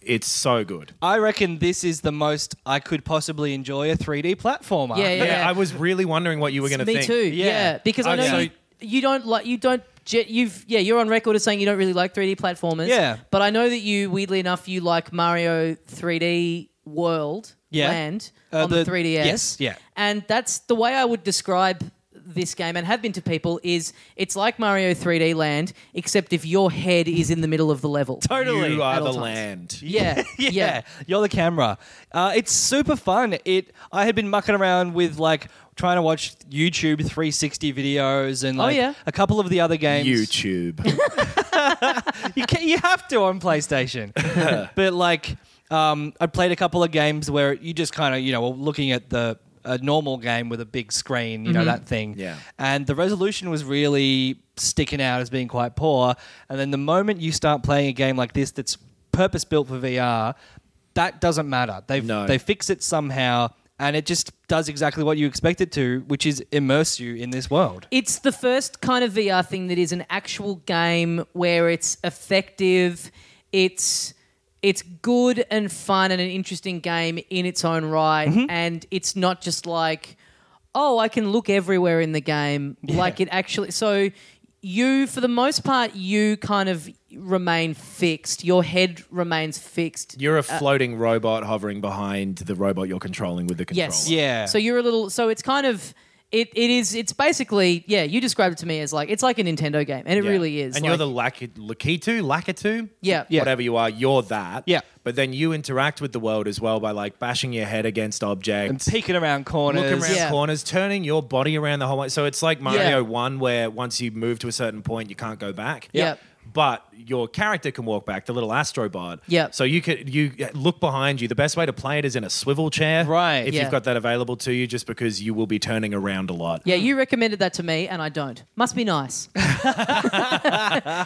S2: It's so good.
S3: I reckon this is the most I could possibly enjoy a 3D platformer.
S1: Yeah, yeah.
S2: Yeah, I was really wondering what you were going to
S1: Me
S2: think.
S1: too. Yeah,
S3: Yeah.
S1: because I know
S2: Okay.
S1: you, you don't like you don't ge- you've yeah you're on record as saying you don't really like 3D platformers.
S3: Yeah.
S1: but I know that you weirdly enough you like Mario 3D World.
S3: Yeah.
S1: Land
S3: Uh,
S1: on the,
S3: the-
S1: 3DS.
S3: yes, yeah.
S1: And that's the way I would describe this game and have been to people is it's like Mario 3D Land, except if your head is in the middle of the level.
S3: Totally.
S2: You are
S1: At all
S2: the
S1: times.
S2: land.
S1: Yeah,
S3: yeah,
S1: yeah.
S3: you're the camera. Uh, it's super fun. It. I had been mucking around with like trying to watch YouTube 360 videos and
S1: Oh,
S3: like
S1: yeah.
S3: a couple of the other games.
S2: YouTube.
S1: Uh,
S3: you can, you have to on PlayStation. but like, um, I played a couple of games where you just kind of you know were looking at the a normal game with a big screen, you know that thing.
S2: Mm-hmm. Yeah.
S3: And the resolution was really sticking out as being quite poor. And then the moment you start playing a game like this that's purpose built for VR, that doesn't matter. They've
S2: No.
S3: they fix it somehow. And it just does exactly what you expect it to, which is immerse you in this world.
S1: It's the first kind of VR thing that is an actual game where it's effective, it's it's good and fun and an interesting game in its own right,
S2: Mm-hmm.
S1: and it's not just like, oh, I can look everywhere in the game. Like it actually, so you for the most part you kind of remain fixed. Your head remains fixed.
S2: You're a floating robot hovering behind the robot you're controlling with the controller.
S1: Yes.
S3: Yeah.
S1: So you're a little. So it's kind of. It, it is. It's basically. Yeah. You described it to me as like it's like a Nintendo game, and it
S2: Yeah.
S1: really is.
S2: And
S1: like-
S2: you're the Laki- Lakitu, Lakitu?
S1: Yeah.
S3: Yeah.
S2: Whatever you are, you're that.
S3: Yeah.
S2: But then you interact with the world as well by like bashing your head against
S3: And
S2: objects.
S3: peeking around corners.
S2: Looking around
S1: Yeah.
S2: corners, turning your body around the whole way. So it's like Mario
S1: Yeah.
S2: 1, where once you move to a certain point, you can't go back.
S1: Yep.
S2: But your character can walk back, the little astrobot.
S1: Yep.
S2: So you could you look behind you. The best way to play it is in a swivel chair.
S3: Right.
S2: If
S1: Yeah.
S2: you've got that available to you, just because you will be turning around a lot.
S1: Yeah, you recommended that to me, and I don't. Must be nice.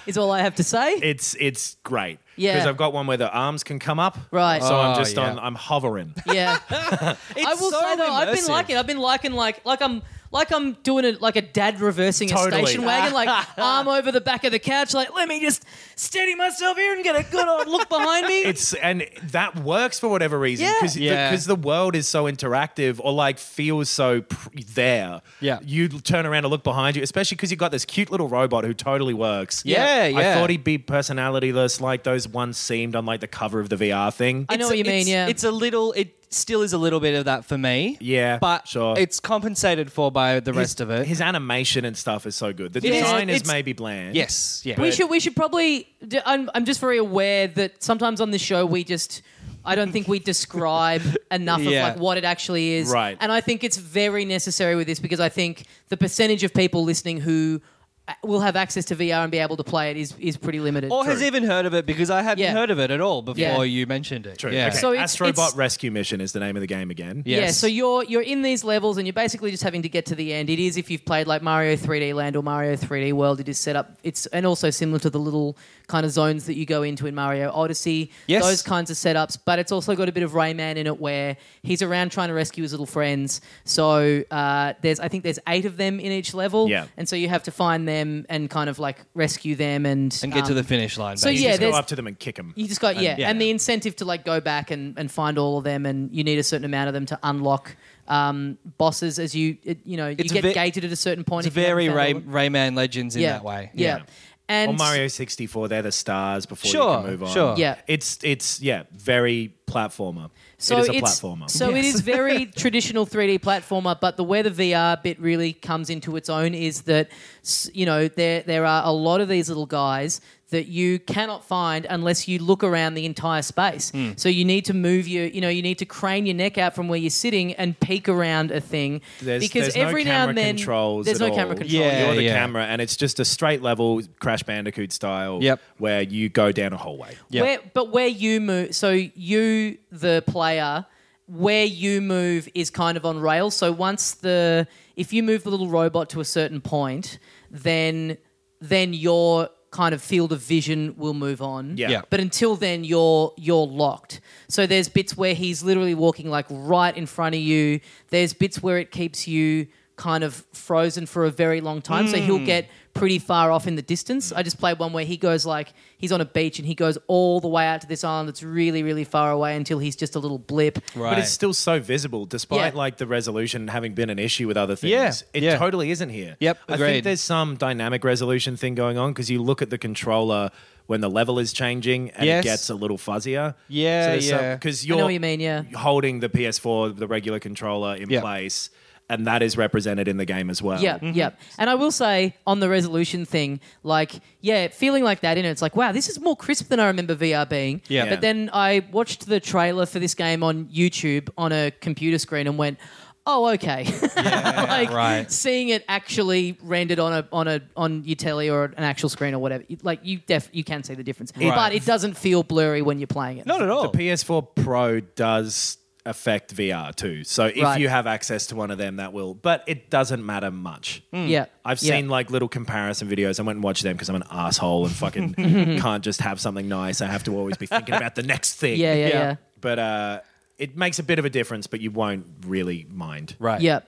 S1: is all I have to say.
S2: It's it's great.
S1: Yeah.
S2: Because I've got one where the arms can come up.
S1: Right.
S2: So I'm
S3: Oh,
S2: just on
S3: yeah.
S2: I'm hovering.
S1: yeah,
S3: It's
S1: I will
S3: so
S1: say though, I've been
S3: immersive.
S1: liking. I've been liking like like I'm like I'm doing it like a dad reversing
S2: Totally.
S1: a station wagon, like arm over the back of the couch, like let me just steady myself here and get a good old look behind me.
S2: It's and that works for whatever reason
S1: Yeah.
S2: because
S3: Yeah.
S2: the, world is so interactive or like feels so pr- there.
S3: Yeah.
S2: you turn around and look behind you, especially because you've got this cute little robot who totally works.
S3: Yeah,
S2: I
S3: yeah.
S2: thought he'd be personalityless, like those ones seemed on like the cover of the VR thing.
S1: I know
S3: It's-
S1: what you mean,
S3: it's-
S1: yeah.
S3: it's a little. It still is a little bit of that for me.
S2: Yeah,
S3: but
S2: sure.
S3: it's compensated for by the rest of it.
S2: his animation and stuff is so good. The
S1: is.
S2: design is
S1: It's-
S2: maybe bland.
S3: yes, yeah.
S1: We should we should probably. d- I'm I'm just very aware that sometimes on this show we just. I don't think we describe enough
S3: Yeah.
S1: of like what it actually is,
S2: Right.
S1: And I think it's very necessary with this because I think the percentage of people listening who uh, will have access to VR and be able to play it is is pretty limited.
S3: or has even heard of it because I hadn't
S1: Yeah.
S3: heard of it at all before
S1: Yeah.
S3: you mentioned it.
S2: True.
S3: Yeah.
S2: Okay.
S1: So it's-
S2: Astrobot
S1: it's-
S2: Rescue Mission is the name of the game again.
S3: Yeah.
S1: Yeah,
S3: Yes.
S1: so you're you're in these levels and you're basically just having to get to the end. It is if you've played like Mario 3D Land or Mario 3D World, it is set up it's and also similar to the little kind of zones that you go into in Mario Odyssey.
S3: Yes.
S1: Those kinds of setups, but it's also got a bit of Rayman in it where he's around trying to rescue his little friends. So uh, there's I think there's eight of them in each level.
S2: Yeah.
S1: And so you have to find them and kind of like rescue them and
S3: And get to
S1: um,
S3: the finish line.
S1: so
S3: basically.
S1: yeah,
S2: just go
S1: there's-
S2: up to them and kick them.
S1: you just got yeah.
S3: yeah.
S1: and the incentive to like go back and, and find all of them, and you need a certain amount of them to unlock um, bosses. As you it, you know, you
S3: It's
S1: get
S3: ve-
S1: gated at a certain point.
S3: it's
S1: if you haven't
S3: very
S1: found
S3: Ray,
S1: all of them.
S3: Rayman Legends in
S1: yeah.
S3: that way.
S1: Yeah, and
S2: Or Mario 64, they're the stars before
S3: Sure,
S2: you can move on.
S3: sure.
S1: Yeah.
S2: It's it's yeah, very platformer.
S1: So
S2: it is a
S1: it's-
S2: platformer.
S1: So it is very traditional 3D platformer, but the where the VR bit really comes into its own is that s- you know there there are a lot of these little guys that you cannot find unless you look around the entire space.
S2: Hmm.
S1: So you need to move your you know you need to crane your neck out from where you're sitting and peek around a thing
S2: There's,
S1: because
S2: there's
S1: every
S2: no
S1: now
S2: camera
S1: and then
S2: controls
S1: there's
S2: at
S1: no camera
S2: all.
S1: control.
S3: Yeah,
S2: You're the
S3: yeah.
S2: camera, and it's just a straight level Crash Bandicoot style
S3: Yep.
S2: where you go down a hallway.
S3: Yeah.
S1: Where, but where you move, so you, the player, where you move is kind of on rails. So once the, if you move the little robot to a certain point, then then your kind of field of vision will move on.
S2: Yeah.
S3: Yeah.
S1: But until then, you're you're locked. So there's bits where he's literally walking like right in front of you. There's bits where it keeps you kind of frozen for a very long time, so he'll get pretty far off in the distance. I just played one where he goes like he's on a beach and he goes all the way out to this island that's really, really far away until he's just a little blip.
S3: Right.
S2: But it's still so visible, despite
S1: Yeah.
S2: like the resolution having been an issue with other things.
S3: Yeah,
S2: It
S3: yeah.
S2: totally isn't here.
S3: Yep,
S2: I
S3: agreed.
S2: think there's some dynamic resolution thing going on because you look at the controller when the level is changing and
S3: Yes.
S2: it gets a little fuzzier.
S3: Yeah, yeah.
S2: Because
S1: I
S2: you're
S1: know what you mean, yeah.
S2: holding the PS4, the regular controller in
S3: Yeah.
S2: place, and that is represented in the game as well.
S1: Yeah, yeah. And I will say on the resolution thing, like, yeah, feeling like that in it, it's like, wow, this is more crisp than I remember VR being.
S3: Yeah.
S1: But then I watched the trailer for this game on YouTube on a computer screen and went, oh, okay. like
S3: right.
S1: seeing it actually rendered on a on a on your telly or an actual screen or whatever, you- like you def you can see the difference, but it doesn't feel blurry when you're playing it.
S3: Not at all.
S2: The PS4 Pro does affect VR too. So if
S1: Right.
S2: you have access to one of them, that will. But it doesn't matter much.
S3: Hmm.
S1: Yeah,
S2: I've
S1: yeah.
S2: seen like little comparison videos. I went and watched them because I'm an asshole and fucking can't just have something nice. I have to always be thinking about the next thing.
S1: yeah, yeah,
S3: Yeah.
S1: yeah.
S2: But uh, it makes a bit of a difference, but you won't really mind.
S3: Right.
S1: Yep.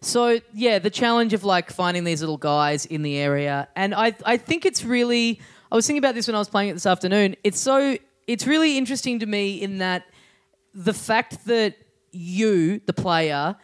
S1: So yeah, the challenge of like finding these little guys in the area, and I I think it's really I was thinking about this when I was playing it this afternoon. It's so it's really interesting to me in that the fact that you the player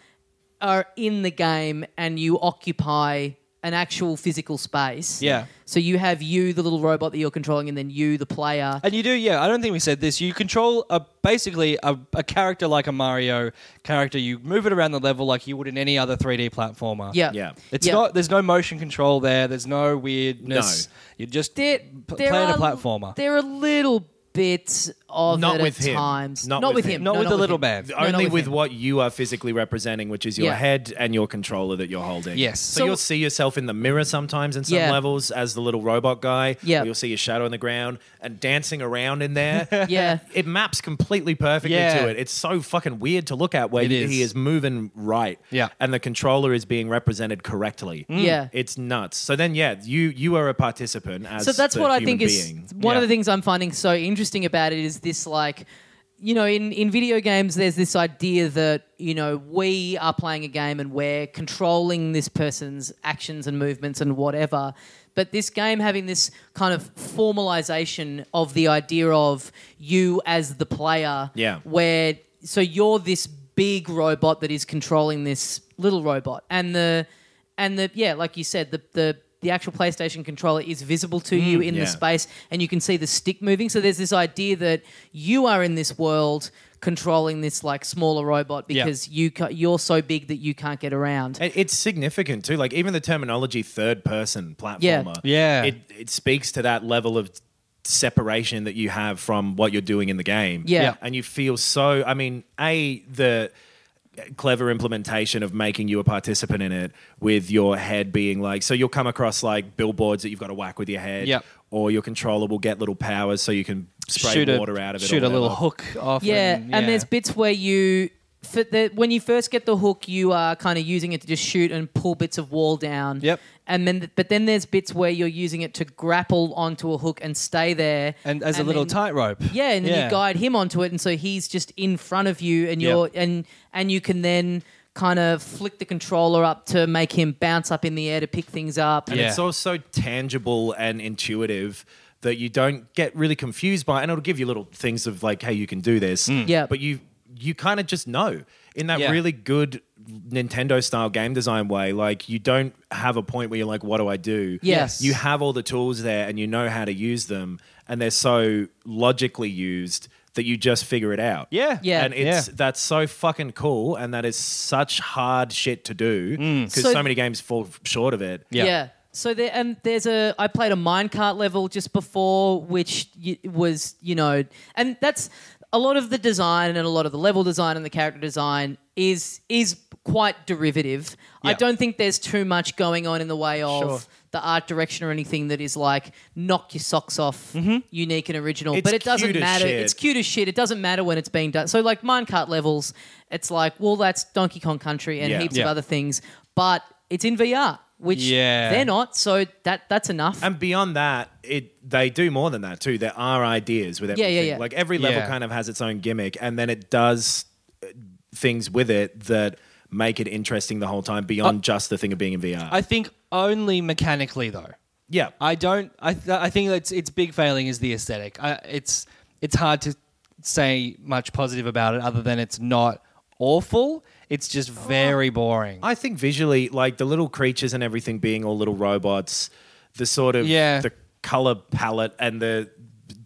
S1: are in the game and you occupy an actual physical space.
S3: Yeah.
S1: So you have you the little robot that you're controlling, and then you the player.
S3: And you do, yeah. I don't think we said this. You control a basically a, a character like a Mario character. You move it around the level like you would in any other 3D platformer.
S1: Yeah.
S2: Yeah.
S3: It's
S1: Yeah.
S3: not. There's no motion control there. There's no weirdness. You're just
S1: There,
S3: p-
S1: there
S3: playing
S1: are,
S3: a platformer.
S1: There are little bits of
S2: Not
S1: it
S2: with
S1: at
S2: him.
S1: times.
S2: Not with
S1: with
S2: him.
S1: him.
S3: Not
S1: No,
S3: with the little
S1: him.
S3: man.
S1: No, not
S2: Only
S1: with
S2: with
S1: him.
S2: what you are physically representing, which is your
S1: Yeah.
S2: head and your controller that you're holding.
S3: Yes.
S2: So,
S1: So-
S2: you'll see yourself in the mirror sometimes in some
S1: Yeah.
S2: levels as the little robot guy.
S1: Yeah.
S2: Or You'll see your shadow on the ground and dancing around in there.
S1: Yeah.
S2: It maps completely perfectly
S3: Yeah.
S2: to it. It's so fucking weird to look at where
S3: It is.
S2: he is moving right.
S3: Yeah.
S2: And the controller is being represented correctly.
S1: Mm. Yeah.
S2: It's nuts. So then yeah, you you are a participant as
S1: so that's
S2: the
S1: what I
S2: human
S1: think is
S2: being.
S1: one of
S3: Yeah.
S1: the things I'm finding so interesting about it is this like you know in in video games there's this idea that you know we are playing a game and we're controlling this person's actions and movements and whatever but this game having this kind of formalization of the idea of you as the player
S2: Yeah.
S1: where so you're this big robot that is controlling this little robot and the and the yeah like you said the the the actual PlayStation controller is visible to you in the
S2: yeah.
S1: space and you can see the stick moving so there's this idea that you are in this world controlling this like smaller robot
S3: Yeah.
S1: because you ca- you're so big that you can't get around
S2: And It's significant too. Like even the terminology third person platformer.
S3: Yeah.
S2: It it speaks to that level of separation that you have from what you're doing in the game.
S1: Yeah. Yeah.
S2: And you feel so I mean, A, the clever implementation of making you a participant in it with your head being like so you'll come across like billboards that you've got to whack with your head.
S3: Yep.
S2: Or your controller will get little powers so you can spray
S3: shoot a-
S2: water out of it. or
S3: Shoot a little
S2: whatever.
S3: hook off.
S1: Yeah, and, there's bits where you, for the, when you first get the hook, you are kind of using it to just shoot and pull bits of wall down.
S3: Yep.
S1: And then, but then there's bits where you're using it to grapple onto a hook and stay there.
S3: and as a little
S1: then-
S3: tightrope.
S1: Yeah, and then you guide him onto it, and so he's just in front of you, and
S3: Yeah.
S1: you're and and you can then kind of flick the controller up to make him bounce up in the air to pick things up.
S2: And
S3: Yeah.
S2: it's also tangible and intuitive that you don't get really confused by. And it'll give you little things of like, hey, you can do this.
S1: Yeah.
S2: But you you kind of just know in that
S3: Mm. Yeah.
S2: really good Nintendo style game design way. Like you don't have a point where you're like, what do I do?
S1: Yes.
S2: You have all the tools there and you know how to use them, and they're so logically used that you just figure it out.
S3: Yeah.
S1: Yeah.
S2: And it's
S3: Yeah.
S2: that's so fucking cool, and that is such hard shit to do
S3: Mm.
S2: because
S1: So-
S2: so, many games fall short of it.
S3: Yeah.
S1: Yeah. So there, and there's a. I played a minecart level just before, which y- was you know, and that's a lot of the design and a lot of the level design and the character design is is quite derivative. I
S3: Yeah.
S1: don't think there's too much going on in the way of.
S3: Sure.
S1: The art direction or anything that is like knock your socks off, unique and original,
S2: Mm-hmm. It's
S1: but it doesn't
S2: cute as
S1: matter.
S2: shit.
S1: It's cute as shit. It doesn't matter when it's being done. So like minecart levels, it's like well that's Donkey Kong Country and
S2: Yeah.
S1: heaps of
S3: Yeah.
S1: other things, but it's in VR, which
S3: Yeah. Um,
S1: they're not. So that that's enough.
S2: And beyond that, it they do more than that too. There are ideas with
S1: yeah,
S2: everything.
S1: yeah.
S2: Like every level
S3: Yeah.
S2: kind of has its own gimmick, and then it does uh, things with it that make it interesting the whole time beyond just the thing of being in VR.
S3: I think only mechanically though.
S2: yeah.
S3: I don't. I th- I think it's its big failing is the aesthetic. I, it's it's hard to say much positive about it other than it's not awful. It's just very boring.
S2: I think visually, like the little creatures and everything being all little robots, the sort of
S3: Yeah.
S2: the color palette and the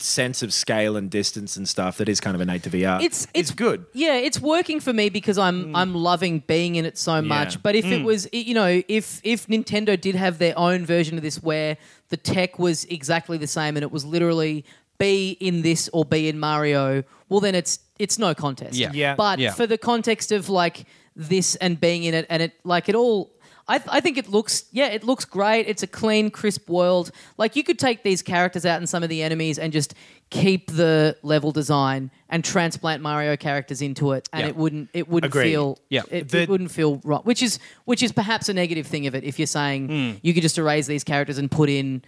S2: sense of scale and distance and stuff that is kind of innate to VR.
S1: It's-
S2: is
S1: it's-
S2: good.
S1: Yeah, it's working for me because I'm
S3: Hmm.
S1: I'm loving being in it so much. But if it was, i- you know, if if Nintendo did have their own version of this where the tech was exactly the same and it was literally be in this or be in Mario, well then it's it's no contest.
S3: Yeah.
S2: Yeah.
S1: But
S3: Yeah.
S1: for the context of like this and being in it and it like it all I, th- I think it looks yeah it looks great it's a clean crisp world like you could take these characters out and some of the enemies and just keep the level design and transplant mario characters into it and
S3: Yeah.
S1: it wouldn't it wouldn't
S2: Agreed.
S1: feel
S3: Yeah.
S1: it,
S2: The-
S1: it wouldn't feel right which is which is perhaps a negative thing of it if you're saying
S3: Hmm.
S1: you could just erase these characters and put in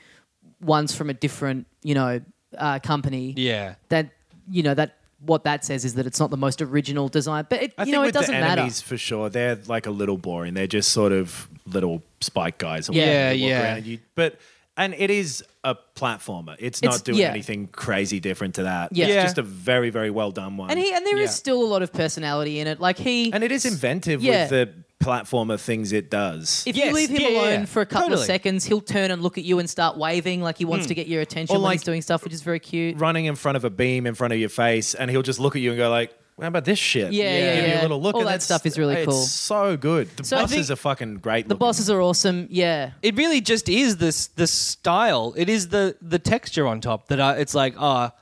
S1: ones from a different you know uh, company
S3: yeah.
S1: that you know that what that says is that it's not the most original design, but it,
S2: I
S1: you
S2: think
S1: know
S2: with
S1: it doesn't
S2: the
S1: matter.
S2: enemies for sure, they're like a little boring. They're just sort of little spike guys. Or
S1: Yeah,
S2: whatever. They walk
S3: yeah.
S2: around and you- but and it is a platformer. It's
S1: It's-
S2: not doing
S1: yeah.
S2: anything crazy different to that.
S1: Yeah.
S2: It's
S1: Yeah.
S2: just a very very well done one.
S1: And he and there is
S3: Yeah.
S1: still a lot of personality in it. Like he
S2: And it is inventive
S1: Yeah.
S2: with the platformer things it does.
S1: If you
S3: Yes,
S1: leave him
S3: yeah, yeah,
S1: alone
S3: yeah.
S1: for a couple of
S3: Totally.
S1: seconds, he'll turn and look at you and start waving like he wants to get your attention
S2: Or
S1: when
S2: like-
S1: he's doing stuff, which is very cute.
S2: running in front of a beam in front of your face, and he'll just look at you and go like, "How about this shit?"
S1: Yeah, yeah,
S2: Give you
S1: yeah.
S2: a little look.
S1: All
S2: and
S1: that
S2: that's-
S1: stuff is really
S2: it's
S1: cool.
S2: So good. The
S1: I
S2: bosses
S1: think-
S2: are fucking great.
S1: The bosses are awesome. Yeah.
S3: It really just is this the style. It is the the texture on top that I, it's like ah.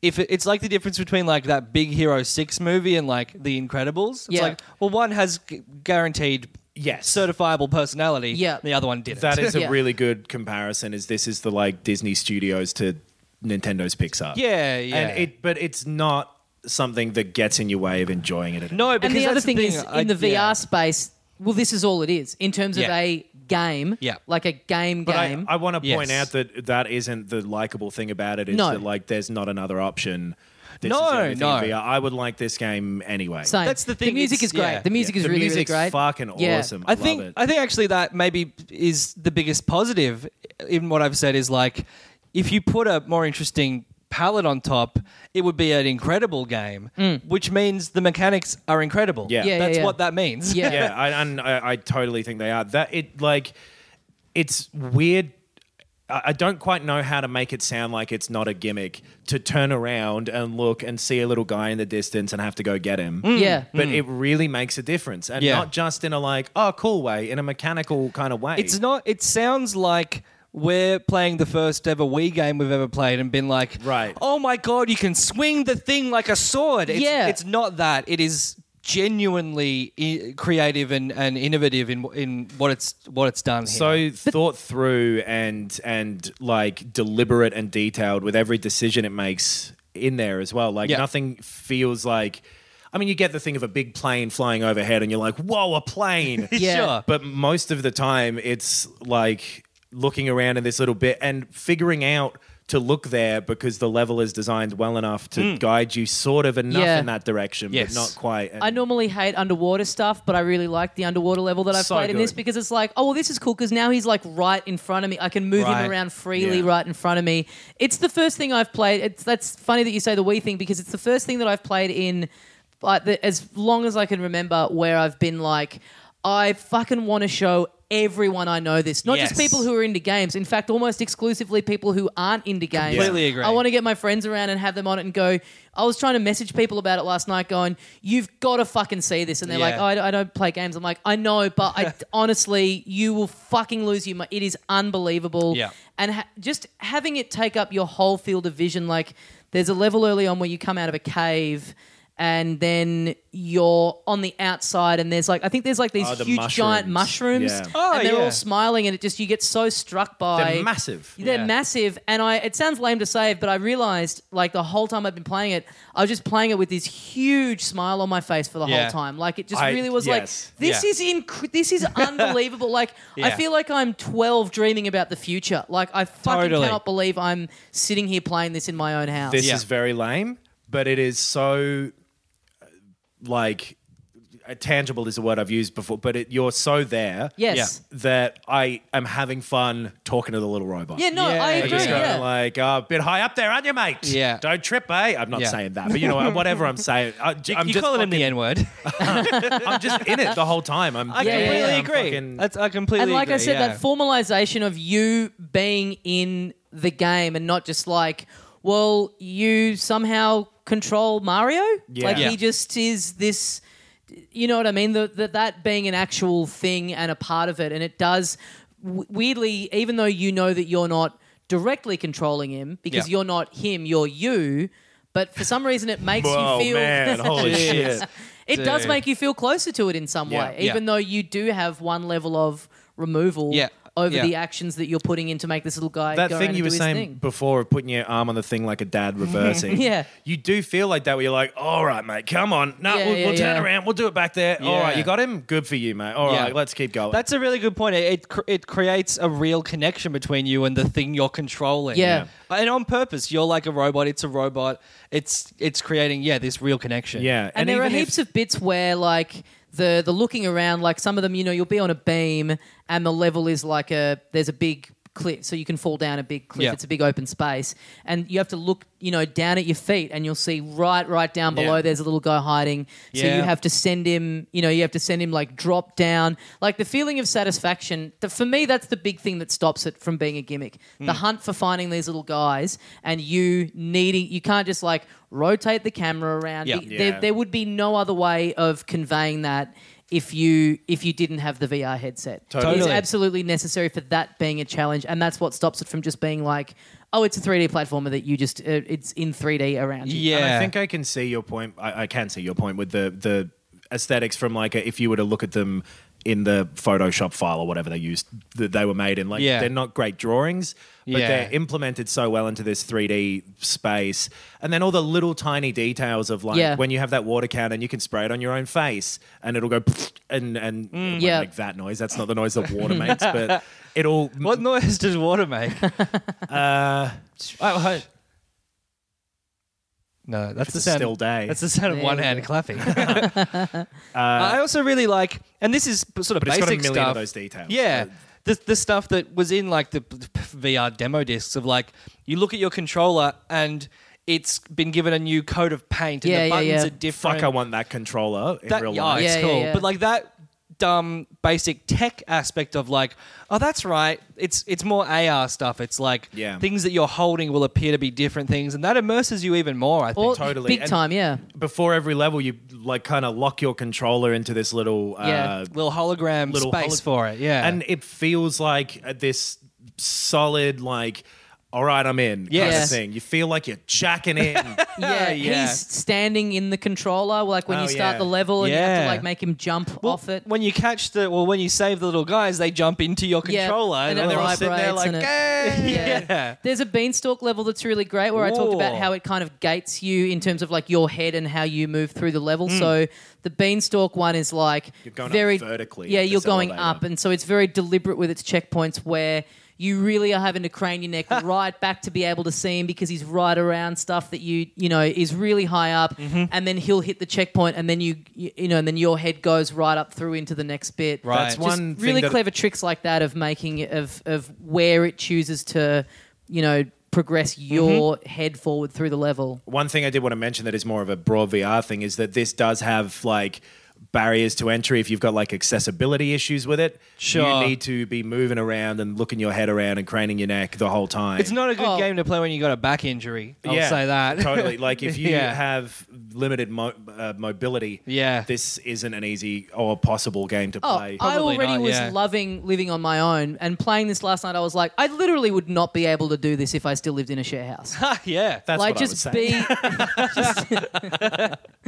S3: if it, it's like the difference between like that Big Hero Six movie and like The Incredibles, it's
S1: Yeah.
S3: like well, one has gu- guaranteed
S2: Yes.
S3: certifiable personality,
S1: Yeah.
S3: the other one didn't.
S2: That is a
S1: Yeah.
S2: really good comparison. Is this is the like Disney Studios to Nintendo's Pixar?
S3: yeah, yeah.
S2: And it, but it's not something that gets in your way of enjoying it. At all.
S3: no, because
S1: And the
S3: that's
S1: other thing,
S3: the
S1: is
S3: I-
S1: in the VR
S3: yeah.
S1: space, well, this is all it is in terms of
S3: Yeah.
S1: a game.
S3: Yeah.
S1: Like a game
S2: But I,
S1: game.
S2: I want to point
S3: Yes.
S2: out that that isn't the likable thing about it. Is
S1: No.
S2: that like there's not another option. This
S3: No,
S2: is the only thing
S3: no.
S2: in VR. I would like this game anyway.
S1: Same.
S3: that's the
S1: The
S3: thing,
S1: music
S3: it's-
S1: is great.
S3: yeah.
S1: The music
S3: Yeah.
S1: is
S2: the
S1: really, really
S2: music's
S1: great.
S2: fucking
S1: Yeah.
S2: awesome.
S3: I
S2: Love
S3: think
S2: it.
S3: I think actually that maybe is the biggest positive in what I've said is like if you put a more interesting palette on top, it would be an incredible game, which means the mechanics are incredible.
S2: Yeah. Yeah, yeah,
S3: that's
S1: Mm. yeah.
S3: what that means.
S1: Yeah.
S2: yeah, I, and I, I totally think they are. That it like, it's weird. I I don't quite know how to make it sound like it's not a gimmick to turn around and look and see a little guy in the distance and have to go get him.
S1: Yeah.
S2: But it really makes a difference. And
S3: Mm. Yeah.
S2: not just in a like, oh, cool way, in a mechanical kind of way.
S3: It's not. It sounds like we're playing the first ever Wii game we've ever played and been like,
S2: Right.
S3: Oh my god, you can swing the thing like a sword. It's,
S1: Yeah.
S3: it's not that. It is genuinely I- creative and, and innovative in in what it's what it's done. Here.
S2: so thought through and and like deliberate and detailed with every decision it makes in there as well. Like
S3: Yeah.
S2: nothing feels like. I mean, you get the thing of a big plane flying overhead, and you're like, "Whoa, a plane!"
S1: Yeah.
S3: sure.
S2: but most of the time, it's like looking around in this little bit and figuring out to look there because the level is designed well enough to guide you sort of enough
S1: Yeah.
S2: in that direction,
S3: Yes.
S2: but not quite. And
S1: I normally hate underwater stuff, but I really like the underwater level that I've
S2: So
S1: played in this
S2: good.
S1: because it's like, oh, well, this is cool because now he's like right in front of me. I can move
S3: Right.
S1: him around freely
S2: Yeah.
S1: right in front of me. It's the first thing I've played. It's that's funny that you say the Wii thing because it's the first thing that I've played in like the, as long as I can remember where I've been like, I fucking want to show everyone I know this, not just
S3: Yes.
S1: people who are into games. In fact, almost exclusively people who aren't into games.
S3: Completely agree.
S1: I want to get my friends around and have them on it and go. I was trying to message people about it last night, going, "You've got to fucking see this," and they're
S3: Yeah.
S1: like, oh, I, don't- "I don't play games." I'm like, "I know, but I honestly, you will fucking lose your mind. It is unbelievable."
S3: Yeah.
S1: and ha- just having it take up your whole field of vision. Like, there's a level early on where you come out of a cave. And then you're on the outside, and there's like I think there's like these
S2: Oh, the
S1: huge giant
S2: mushrooms.
S1: mushrooms,
S2: Yeah.
S3: Oh,
S1: and they're
S3: yeah.
S1: all smiling, and it just you get so struck by
S2: they're massive.
S1: they're
S3: Yeah.
S1: massive, and I. It sounds lame to say, it, but I realized like the whole time I've been playing it, I was just playing it with this huge smile on my face for the whole
S3: Yeah.
S1: time. Like it just
S2: I-
S1: really was
S2: yes.
S1: like this
S3: Yeah.
S1: is inc- this is unbelievable. like I
S3: Yeah.
S1: feel like I'm 12, dreaming about the future. Like I fucking
S3: Totally.
S1: cannot believe I'm sitting here playing this in my own house.
S2: This
S3: Yeah.
S2: is very lame, but it is so uh, like uh, tangible is a word I've used before, but it, you're so there
S1: Yes.
S2: that I am having fun talking to the little robot.
S1: Yeah, no,
S3: Yeah.
S1: I
S3: I
S2: I'm
S1: agree.
S2: just going
S1: Yeah.
S2: like uh, a bit high up there, aren't you, mate?
S3: Yeah.
S2: Don't trip, eh? I'm not
S3: Yeah.
S2: saying that, but you know what, whatever I'm saying, I,
S3: You,
S2: am
S3: you
S2: just
S3: calling him
S2: fucking-
S3: the N word?
S2: I'm just in it the whole time. I'm
S3: I
S1: Yeah, yeah,
S3: completely
S1: yeah.
S2: I'm
S3: agree.
S2: fucking-
S3: That's, I completely
S1: and like I
S3: agree,
S1: said,
S3: yeah.
S1: that formalization of you being in the game and not just like, well, you somehow control Mario.
S2: Yeah.
S1: Like
S3: Yeah.
S1: he just is this. You know what I mean? The, the, that being an actual thing and a part of it, and it does w- weirdly, even though you know that you're not directly controlling him because
S3: Yeah.
S1: you're not him, you're you. But for some reason, it makes
S2: Whoa,
S1: you feel
S2: man, holy
S3: Jeez.
S2: shit.
S1: it does
S3: Dude.
S1: make you feel closer to it in some way,
S3: Yeah.
S1: even though you do have one level of removal
S3: Yeah.
S1: over
S3: Yeah.
S1: the actions that you're putting in to make this little guy
S2: that
S1: go around
S2: thing
S1: and
S2: you
S1: do
S2: were
S1: his
S2: saying
S1: thing.
S2: before of putting your arm on the thing like a dad reversing.
S1: Yeah.
S2: You do feel like that where you're like, all right, mate, come on. No,
S1: Yeah,
S2: we'll,
S1: yeah,
S2: we'll turn
S1: yeah.
S2: around. We'll do it back there. All
S3: Yeah.
S2: right, you got him? Good for you, mate. All
S3: Yeah.
S2: right, let's keep going.
S3: That's a really good point. It it, cr- it creates a real connection between you and the thing you're controlling.
S1: Yeah.
S3: and on purpose. You're like a robot. It's a robot. It's it's creating yeah this real connection.
S2: yeah.
S1: And, there are
S2: even if-
S1: heaps of bits where like the the looking around, like some of them, you know, you'll be on a beam and the level is like a there's a big cliff, so you can fall down a big cliff.
S3: Yeah.
S1: It's a big open space, and you have to look, you know, down at your feet, and you'll see right right down below
S2: Yeah.
S1: there's a little guy hiding. So you
S3: Yeah.
S1: have to send him, you know, you have to send him like drop down, like the feeling of satisfaction. The, for me, that's the big thing that stops it from being a gimmick. The hunt for finding these little guys, and you needing, you can't just like rotate the camera around.
S3: Yeah.
S1: The- there,
S2: Yeah.
S1: there would be no other way of conveying that if you if you didn't have the VR headset.
S2: Totally.
S1: It is absolutely necessary for that being a challenge, and that's what stops it from just being like, oh, it's a 3D platformer that you just uh, it's in 3D around you.
S3: yeah.
S2: And I think I can see your point. I, I can see your point with the the aesthetics from like a, if you were to look at them in the Photoshop file or whatever they used that they were made in. Like
S3: Yeah.
S2: they're not great drawings, but
S3: Yeah.
S2: they're implemented so well into this 3D space. And then all the little tiny details of like
S1: Yeah.
S2: when you have that water can and you can spray it on your own face and it'll go and
S3: Mm,
S2: and it won't
S1: Yeah.
S2: make that noise. That's not the noise that water makes, but it all
S3: What noise does water make?
S2: uh,
S3: No, that's the
S2: a
S3: sound.
S2: still day.
S3: That's the sound of
S1: There
S3: one
S1: we
S3: hand
S1: go.
S3: clapping. I also really like, and this is p- sort of
S2: Uh, But it's
S3: basic
S2: got a million
S3: stuff.
S2: of those details.
S3: Yeah.
S2: So-
S3: The, the stuff that was in like the p- p- VR demo discs of like you look at your controller and it's been given a new coat of paint and
S1: Yeah,
S3: the
S1: yeah,
S3: buttons
S1: yeah.
S3: are different.
S2: fuck I want that controller in
S3: that, oh,
S2: real
S3: yeah,
S2: life.
S3: it's
S1: Yeah,
S3: cool.
S1: yeah, yeah.
S3: But like that dumb basic tech aspect of like, oh, that's right. It's it's more AR stuff. It's like
S2: Yeah.
S3: things that you're holding will appear to be different things, and that immerses you even more. I think.
S1: Or-
S2: totally.
S1: big
S2: And-
S1: time, yeah.
S2: before every level, you like kind of lock your controller into this little uh,
S1: Yeah.
S3: little hologram
S2: little
S3: space
S2: holo-
S3: for it. Yeah,
S2: and it feels like uh, this solid like. All right, I'm in. Kind
S1: Yes.
S2: of thing. You feel like you're jacking in.
S1: Yeah,
S3: Yeah.
S1: he's standing in the controller, like when
S2: Oh,
S1: you start
S2: yeah.
S1: the level and you have to
S3: Yeah.
S1: like make him jump off it.
S3: when you catch the well, when you save the little guys, they jump into your
S1: Yeah,
S3: controller.
S1: and
S3: they're
S1: it
S3: all
S1: vibrates
S3: sitting there like,
S1: and it-
S3: "Hey!"
S1: Yeah.
S3: yeah.
S1: There's a beanstalk level that's really great where I talked about
S3: Ooh.
S1: how it kind of gates you in terms of like your head and how you move through the level.
S3: Hmm.
S1: So the beanstalk one is like
S2: You're going up
S1: very
S2: vertically
S1: Yeah,
S2: at
S1: you're
S2: this
S1: going
S2: elevator.
S1: up, and so it's very deliberate with its checkpoints where you really are having to crane your neck right back to be able to see him because he's right around stuff that you you know is really high up, and then he'll hit the checkpoint, and then you you you know, and then your head goes right up through into the next bit.
S3: Right.
S2: That's
S3: Just
S2: one
S1: Just really
S2: thing that-
S1: clever tricks like that of making of of where it chooses to, you know, progress your head forward through the level.
S2: One thing I did want to mention that is more of a broad VR thing is that this does have like barriers to entry if you've got like accessibility issues with it.
S3: Sure.
S2: You need to be moving around and looking your head around and craning your neck the whole time.
S3: It's not a good
S1: Oh.
S3: game to play when you got a back injury. I'll say that.
S2: totally. Like if you
S3: Yeah.
S2: have limited mo- uh, mobility,
S3: Yeah.
S2: this isn't an easy or possible game to
S1: Oh,
S2: play.
S1: I
S3: Probably
S1: already
S3: not,
S1: was
S3: yeah.
S1: loving living on my own and playing this last night. I was like, I literally would not be able to do this if I still lived in a share house.
S3: Ah, yeah.
S2: That's
S1: like
S2: what
S1: just
S2: I was saying.
S1: be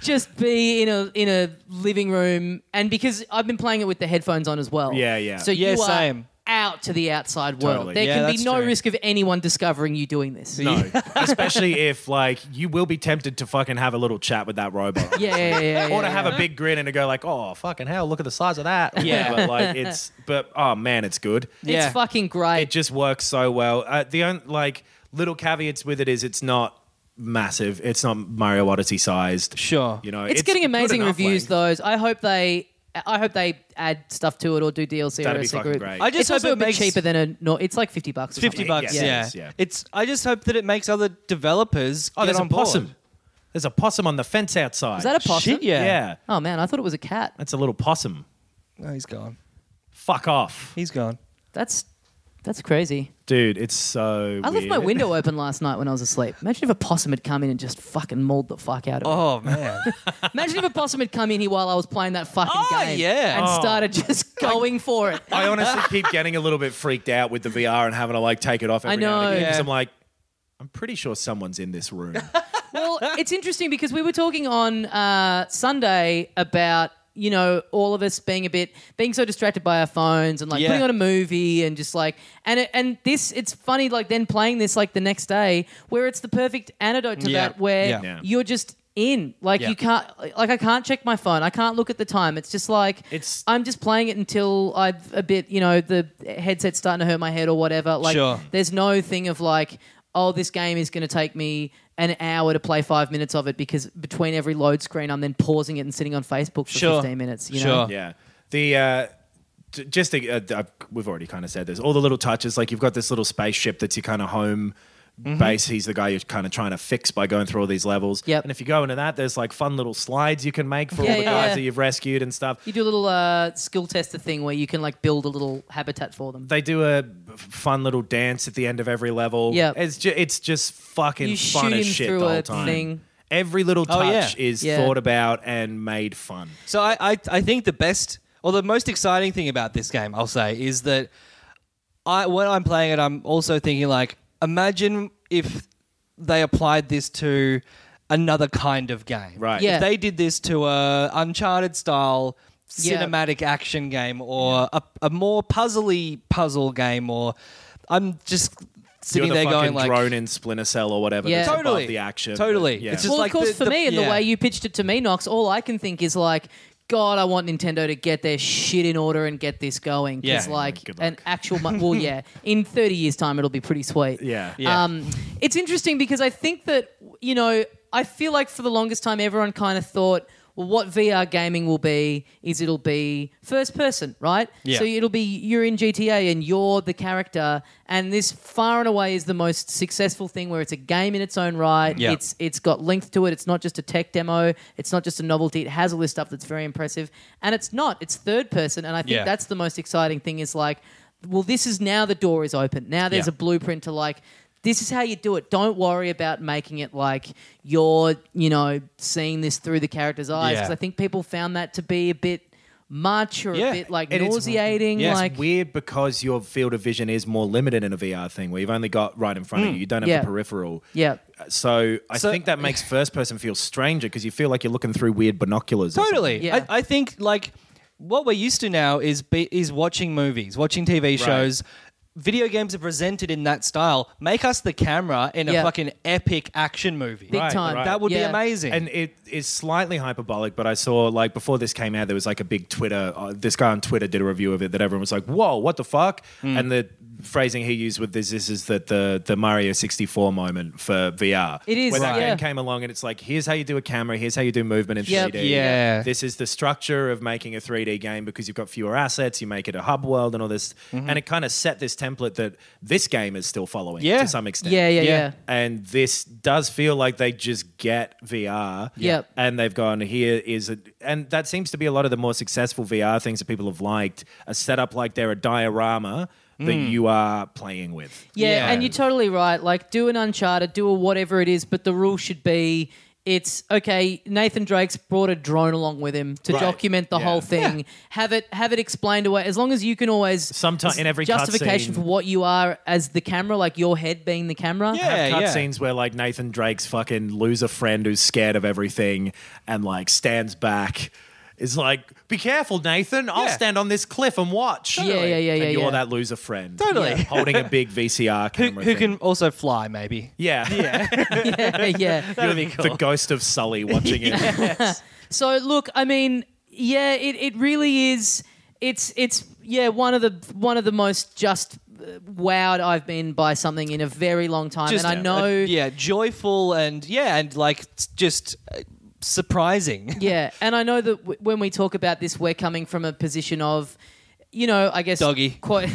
S1: just, just be in a in a living room and because I've been playing it with the headphones on as well.
S2: Yeah, yeah.
S1: So
S3: Yeah,
S1: you are
S3: same.
S1: out to the outside world.
S2: Totally.
S1: There
S3: Yeah,
S1: can be
S3: that's
S1: no
S3: true.
S1: risk of anyone discovering you doing this.
S2: no, especially if like you will be tempted to fucking have a little chat with that robot.
S1: Yeah, yeah, yeah, yeah,
S2: Or to have a big grin and to go like, oh fucking hell, look at the size of that. or
S3: Yeah.
S2: whatever. like it's, but oh man, it's good.
S3: Yeah.
S1: It's fucking great.
S2: It just works so well. Uh, the only like little caveats with it is it's not massive. It's not Mario Odyssey sized.
S3: Sure.
S2: You know,
S1: it's, getting
S2: good
S1: amazing
S2: enough
S1: reviews, those.
S2: length.
S1: I hope they. I hope they add stuff to it or do DLC
S2: That'd
S1: or
S2: be
S1: a
S2: fucking
S1: group.
S2: great.
S3: I just
S1: it's
S3: hope
S1: also
S3: it
S1: a bit
S3: makes-
S1: cheaper than a. No, it's like fifty bucks. Or
S3: Fifty
S1: something.
S3: bucks,
S2: Yeah,
S3: yeah.
S2: it is, yeah.
S3: It's. I just hope that it makes other developers
S2: Oh,
S3: get
S2: there's
S3: on
S2: a possum.
S3: board.
S2: There's a possum on the fence outside.
S1: Is that a possum?
S3: Shit, yeah.
S2: Yeah.
S1: Oh man, I thought it was a cat.
S2: That's a little possum.
S3: No, he's gone.
S2: Fuck off,
S3: He's gone.
S1: That's that's crazy.
S2: dude. It's so.
S1: I left my
S2: weird.
S1: window open last night when I was asleep. Imagine if a possum had come in and just fucking mauled the fuck out of me.
S3: Oh man.
S1: Imagine if a possum had come in here while I was playing that fucking
S3: Oh,
S1: game
S3: yeah.
S1: and
S3: Oh.
S1: started just going for it.
S2: I honestly keep getting a little bit freaked out with the VR and having to like take it off every
S1: I
S2: now and
S1: know.
S2: again because
S3: Yeah.
S2: I'm like, I'm pretty sure someone's in this room.
S1: well, it's interesting because we were talking on uh, Sunday about you know all of us being a bit being so distracted by our phones and like
S3: Yeah.
S1: putting on a movie and just like and it, and this it's funny like then playing this like the next day where it's the perfect antidote to
S3: Mm. Yeah.
S1: that where
S3: Yeah.
S2: Yeah.
S1: you're just in like
S3: Yeah.
S1: you can't like I can't check my phone I can't look at the time it's just like
S2: It's-
S1: I'm just playing it until I've a bit you know the headset's starting to hurt my head or whatever like
S3: Sure.
S1: there's no thing of like, oh, this game is going to take me an hour to play five minutes of it because between every load screen, I'm then pausing it and sitting on Facebook for
S3: Sure.
S1: 15 minutes. You
S3: Sure.
S1: know?
S2: yeah, the. Uh, j- just to, uh, I've, we've already kind of said this. All the little touches, like you've got this little spaceship that's your kind of home
S3: Mm-hmm.
S2: base. He's the guy you're kind of trying to fix by going through all these levels.
S1: Yep.
S2: And if you go into that, there's like fun little slides you can make for
S1: Yeah,
S2: all the
S1: yeah,
S2: guys
S1: yeah.
S2: that you've rescued and stuff.
S1: You do a little uh, skill tester thing where you can like build a little habitat for them.
S2: they do a fun little dance at the end of every level.
S1: Yeah.
S2: it's ju- it's just fucking
S1: You
S2: fun
S1: shoot
S2: as
S1: him
S2: shit
S1: through
S2: the whole
S1: a
S2: time.
S1: thing.
S2: Every little
S3: Oh, yeah.
S2: touch is
S1: Yeah.
S2: thought about and made fun.
S3: So I, I, I think the best or the most exciting thing about this game, I'll say, is that I when I'm playing it, I'm also thinking like, imagine if they applied this to another kind of game.
S2: Right.
S1: Yeah.
S3: If they did this to a Uncharted style
S1: Yeah.
S3: cinematic action game or a, a more puzzly puzzle game or I'm just
S2: You're
S3: sitting
S2: the
S3: there
S2: fucking
S3: going like
S2: drone in Splinter Cell or whatever.
S1: Yeah.
S2: that's above
S3: Totally.
S2: the action.
S3: Totally.
S2: But, yeah.
S3: It's
S1: well,
S3: just- like
S1: of course,
S3: the-
S1: for
S3: the-
S1: me, and the
S3: yeah.
S1: way you pitched it to me, Knox, all I can think is like, God, I want Nintendo to get their shit in order and get this going. Because,
S3: Yeah.
S1: like,
S2: Good
S1: an
S2: luck.
S1: actual. Mu- well, yeah. In 30 years' time, it'll be pretty sweet.
S2: yeah.
S3: Yeah.
S1: Um, it's interesting because I think that, you know, I feel like for the longest time, everyone kind of thought, well, what VR gaming will be is it'll be first person, right?
S3: Yeah.
S1: So it'll be you're in GTA and you're the character, and this far and away is the most successful thing where it's a game in its own right.
S3: Yeah.
S1: It's it's got length to it. It's not just a tech demo. It's not just a novelty. It has all this stuff that's very impressive, and it's not. It's third person, and I think
S3: Yeah.
S1: that's the most exciting thing. Is like, well, this is now the door is open. Now there's
S3: Yeah.
S1: a blueprint to like. This is how you do it. Don't worry about making it like you're, you know, seeing this through the character's eyes.
S3: Yeah.
S1: Because I think people found that to be a bit much or
S3: Yeah.
S1: a bit like
S2: And it's-
S1: nauseating.
S3: yeah, it's
S1: like
S2: it's weird because your field of vision is more limited in a VR thing where you've only got right in front of you. You don't have
S1: Hmm. Yeah.
S2: a peripheral. Uh,
S1: Yeah.
S2: So I
S3: So-
S2: think that makes first person feel stranger because you feel like you're looking through weird binoculars. or something.
S3: Totally.
S1: Yeah.
S3: I, I think like what we're used to now is be, is watching movies, watching TV shows. Video games are presented in that style. Make us the camera in
S1: Yeah.
S3: a fucking epic action movie.
S1: big
S2: Right,
S1: time.
S2: right.
S3: That would
S1: Yeah.
S3: be amazing.
S2: And it is slightly hyperbolic, but I saw like before this came out, there was like a big Twitter. Uh, this guy on Twitter did a review of it that everyone was like, "Whoa, what the fuck?"
S1: Hmm.
S2: And the phrasing he used with this, this is that the the Mario sixty four moment for VR.
S1: It is,
S2: when that
S1: Right. yeah.
S2: game came along, and it's like, here's how you do a camera, here's how you do movement in
S1: Yep.
S2: three D.
S3: Yeah.
S2: this is the structure of making a three D game because you've got fewer assets, you make it a hub world, and all this,
S1: Mm-hmm.
S2: and it kind of set this template that this game is still following
S3: Yeah.
S2: to some extent
S1: yeah, yeah, yeah,
S3: Yeah.
S2: and this does feel like they just get VR.
S1: Yep.
S2: And they've gone here is a, and that seems to be a lot of the more successful VR things that people have liked are set up like they're a diorama that you are playing with.
S1: Yeah,
S3: Yeah.
S1: and you're totally right. Like, do an Uncharted, do a whatever it is, but the rule should be it's okay. Nathan Drake's brought a drone along with him to
S2: Right.
S1: document the
S2: Yeah.
S1: whole thing. Have it have it explained away. As long as you can always
S2: Sometime- in every
S1: justification
S2: cutscene.
S1: for what you are as the camera, like your head being the camera.
S3: Yeah.
S2: Have cutscenes where like Nathan Drake's fucking loser friend who's scared of everything and like stands back. Is like, be careful, Nathan. I'll
S3: Yeah.
S2: stand on this cliff and watch.
S1: Yeah, yeah, yeah, yeah,
S2: And you're
S1: yeah.
S2: that loser friend,
S3: Totally. Yeah.
S2: holding a big VCR
S3: who,
S2: camera.
S3: who
S2: thing.
S3: can also fly, maybe.
S2: Yeah, yeah.
S1: yeah, yeah.
S3: That'd be
S2: the
S3: cool.
S2: ghost of Sully watching it.
S1: So look, I mean, yeah, it, it really is. It's it's yeah one of the one of the most just uh, wowed I've been by something in a very long time,
S3: Just,
S1: and I
S3: uh,
S1: know.
S3: yeah, joyful and yeah, and like it's just uh, surprising.
S1: Yeah, and I know that w- when we talk about this, we're coming from a position of, you know, I guess
S3: Doggy.
S1: quite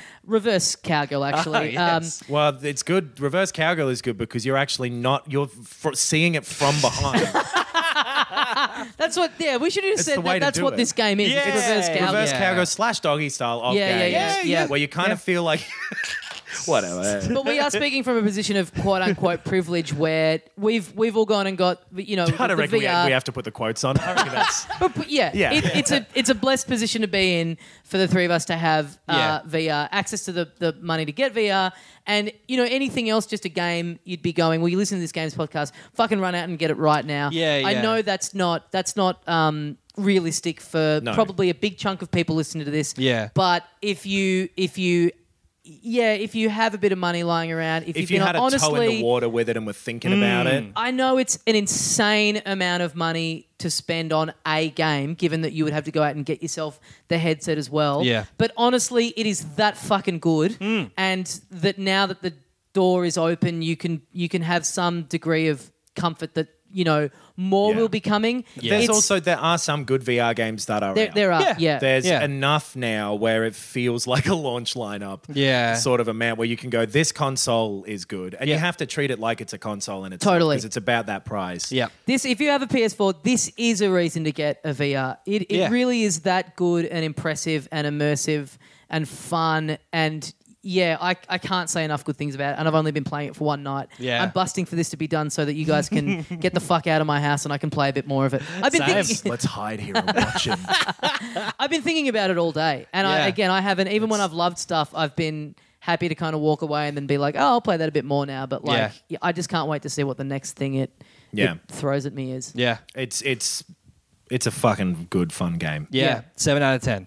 S1: reverse cowgirl actually.
S2: Oh,
S3: Ah,
S1: um,
S3: yes.
S2: Well, it's good. Reverse cowgirl is good because you're actually not you're fr- seeing it from behind.
S1: Um, that's what. Yeah, we should have
S2: It's
S1: said
S2: the
S1: that.
S2: way to
S1: That's
S2: do
S1: what
S2: it.
S1: this game is.
S3: Yeah.
S1: It's reverse cowgirl.
S2: Reverse
S3: Yeah.
S2: cowgirl slash doggy style of
S1: Yeah, yeah,
S2: games.
S1: yeah, Yeah, yeah.
S2: Where you kind of feel like whatever.
S1: But we are speaking from a position of quote unquote privilege, where we've we've all gone and got you know
S2: I
S1: the
S2: don't reckon we,
S1: VR.
S2: we have to put the quotes on. I reckon that's
S1: But, but yeah,
S2: Yeah.
S1: It, it's a it's a blessed position to be in for the three of us to have uh,
S3: Yeah.
S1: VR access to the, the money to get VR, and you know anything else, just a game, you'd be going. Well, you listen to this games podcast, fucking run out and get it right now.
S3: Yeah,
S1: I
S3: yeah.
S1: know that's not that's not um, realistic for
S2: No.
S1: probably a big chunk of people listening to this.
S3: Yeah.
S1: but if you if you yeah, if you have a bit of money lying around, if,
S2: if
S1: you
S2: you had a
S1: honestly, Mm.
S2: toe in the water with it and were thinking about it.
S1: I know it's an insane amount of money to spend on a game, given that you would have to go out and get yourself the headset as well.
S3: Yeah.
S1: But honestly, it is that fucking good,
S2: Mm.
S1: and that now that the door is open, you can you can have some degree of comfort that you know more
S2: Yeah.
S1: will be coming.
S2: There's
S1: It's-
S2: also there are some good VR games that are
S1: there,
S2: out.
S1: there are
S3: Yeah.
S1: yeah.
S2: There's
S3: Uh, Yeah.
S2: enough now where it feels like a launch lineup.
S3: Yeah.
S2: Sort of amount where you can go, this console is good. And you have to treat it like it's a console in itself.
S1: Totally.
S2: Because it's about that price.
S3: Yeah.
S1: This, if you have a PS4, this is a reason to get a VR. It, it
S3: Yeah.
S1: really is that good and impressive and immersive and fun and yeah, I, I can't say enough good things about it, and I've only been playing it for one night.
S3: Yeah.
S1: I'm busting for this to be done so that you guys can get the fuck out of my house and I can play a bit more of it. I've been,
S3: Same.
S1: thinking,
S2: Let's hide here and watch it.
S1: I've been thinking about it all day, and I,
S3: Yeah.
S1: again, I haven't. Even when I've loved stuff, I've been happy to kind of walk away and then be like, oh, I'll play that a bit more now. But like,
S3: Yeah.
S1: yeah, I just can't wait to see what the next thing it,
S2: Yeah.
S1: it throws at me is.
S3: Yeah.
S2: It's it's it's a fucking good fun game.
S3: Yeah.
S1: Yeah.
S3: Seven out of ten.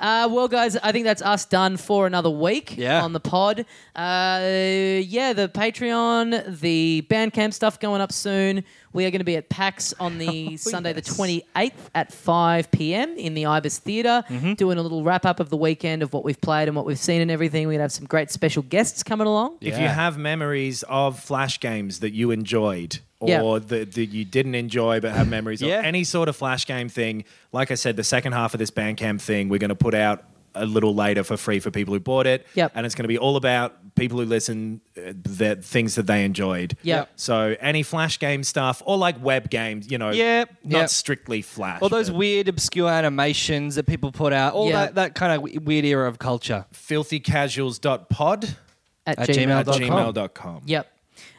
S1: Uh, well, guys, I think that's us done for another week
S3: Yeah.
S1: on the pod. Uh, yeah, the Patreon, the Bandcamp stuff going up soon. We are going to be at PAX on
S3: Oh,
S1: the Sunday, the 28th at 5 p.m. in the Ibis theater
S3: Mm-hmm.
S1: doing a little wrap up of the weekend of what we've played and what we've seen and everything. We're going to have some great special guests coming along.
S2: If you
S3: Yeah.
S2: have memories of flash games that you enjoyed or
S1: Yeah.
S2: that, that you didn't enjoy but have memories
S3: Yeah.
S2: of any sort of flash game thing, like I said, the second half of this Bandcamp thing, we're going to put out a little later for free for people who bought it.
S1: Yep.
S2: And it's going to be all about people who listen, uh, the things that they enjoyed.
S1: Yep.
S2: So any flash game stuff or like web games, you know,
S3: Yep,
S2: not
S3: yep.
S2: strictly flash.
S3: All those
S2: but
S3: weird, obscure animations that people put out. All
S1: Yeah.
S3: that, that kind of w- weird era of culture.
S2: filthycasuals.pod
S1: At,
S3: At
S2: at
S3: gmail.com.
S2: gmail.com.
S1: Yep.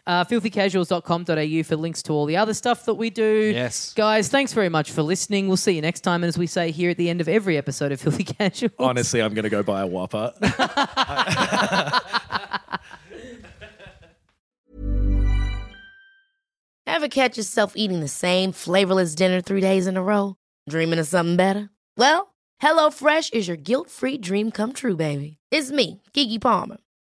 S1: Uh, filthycasuals.com.au for links to all the other stuff that we do.
S3: Yes.
S1: Guys, thanks very much for listening. We'll see you next time. And as we say here at the end of every episode of Filthy Casuals.
S2: Honestly, I'm going to go buy a Whopper.
S4: Ever catch yourself eating the same flavorless dinner three days in a row? Dreaming of something better? Well, HelloFresh is your guilt free dream come true, baby. It's me, Gigi Palmer.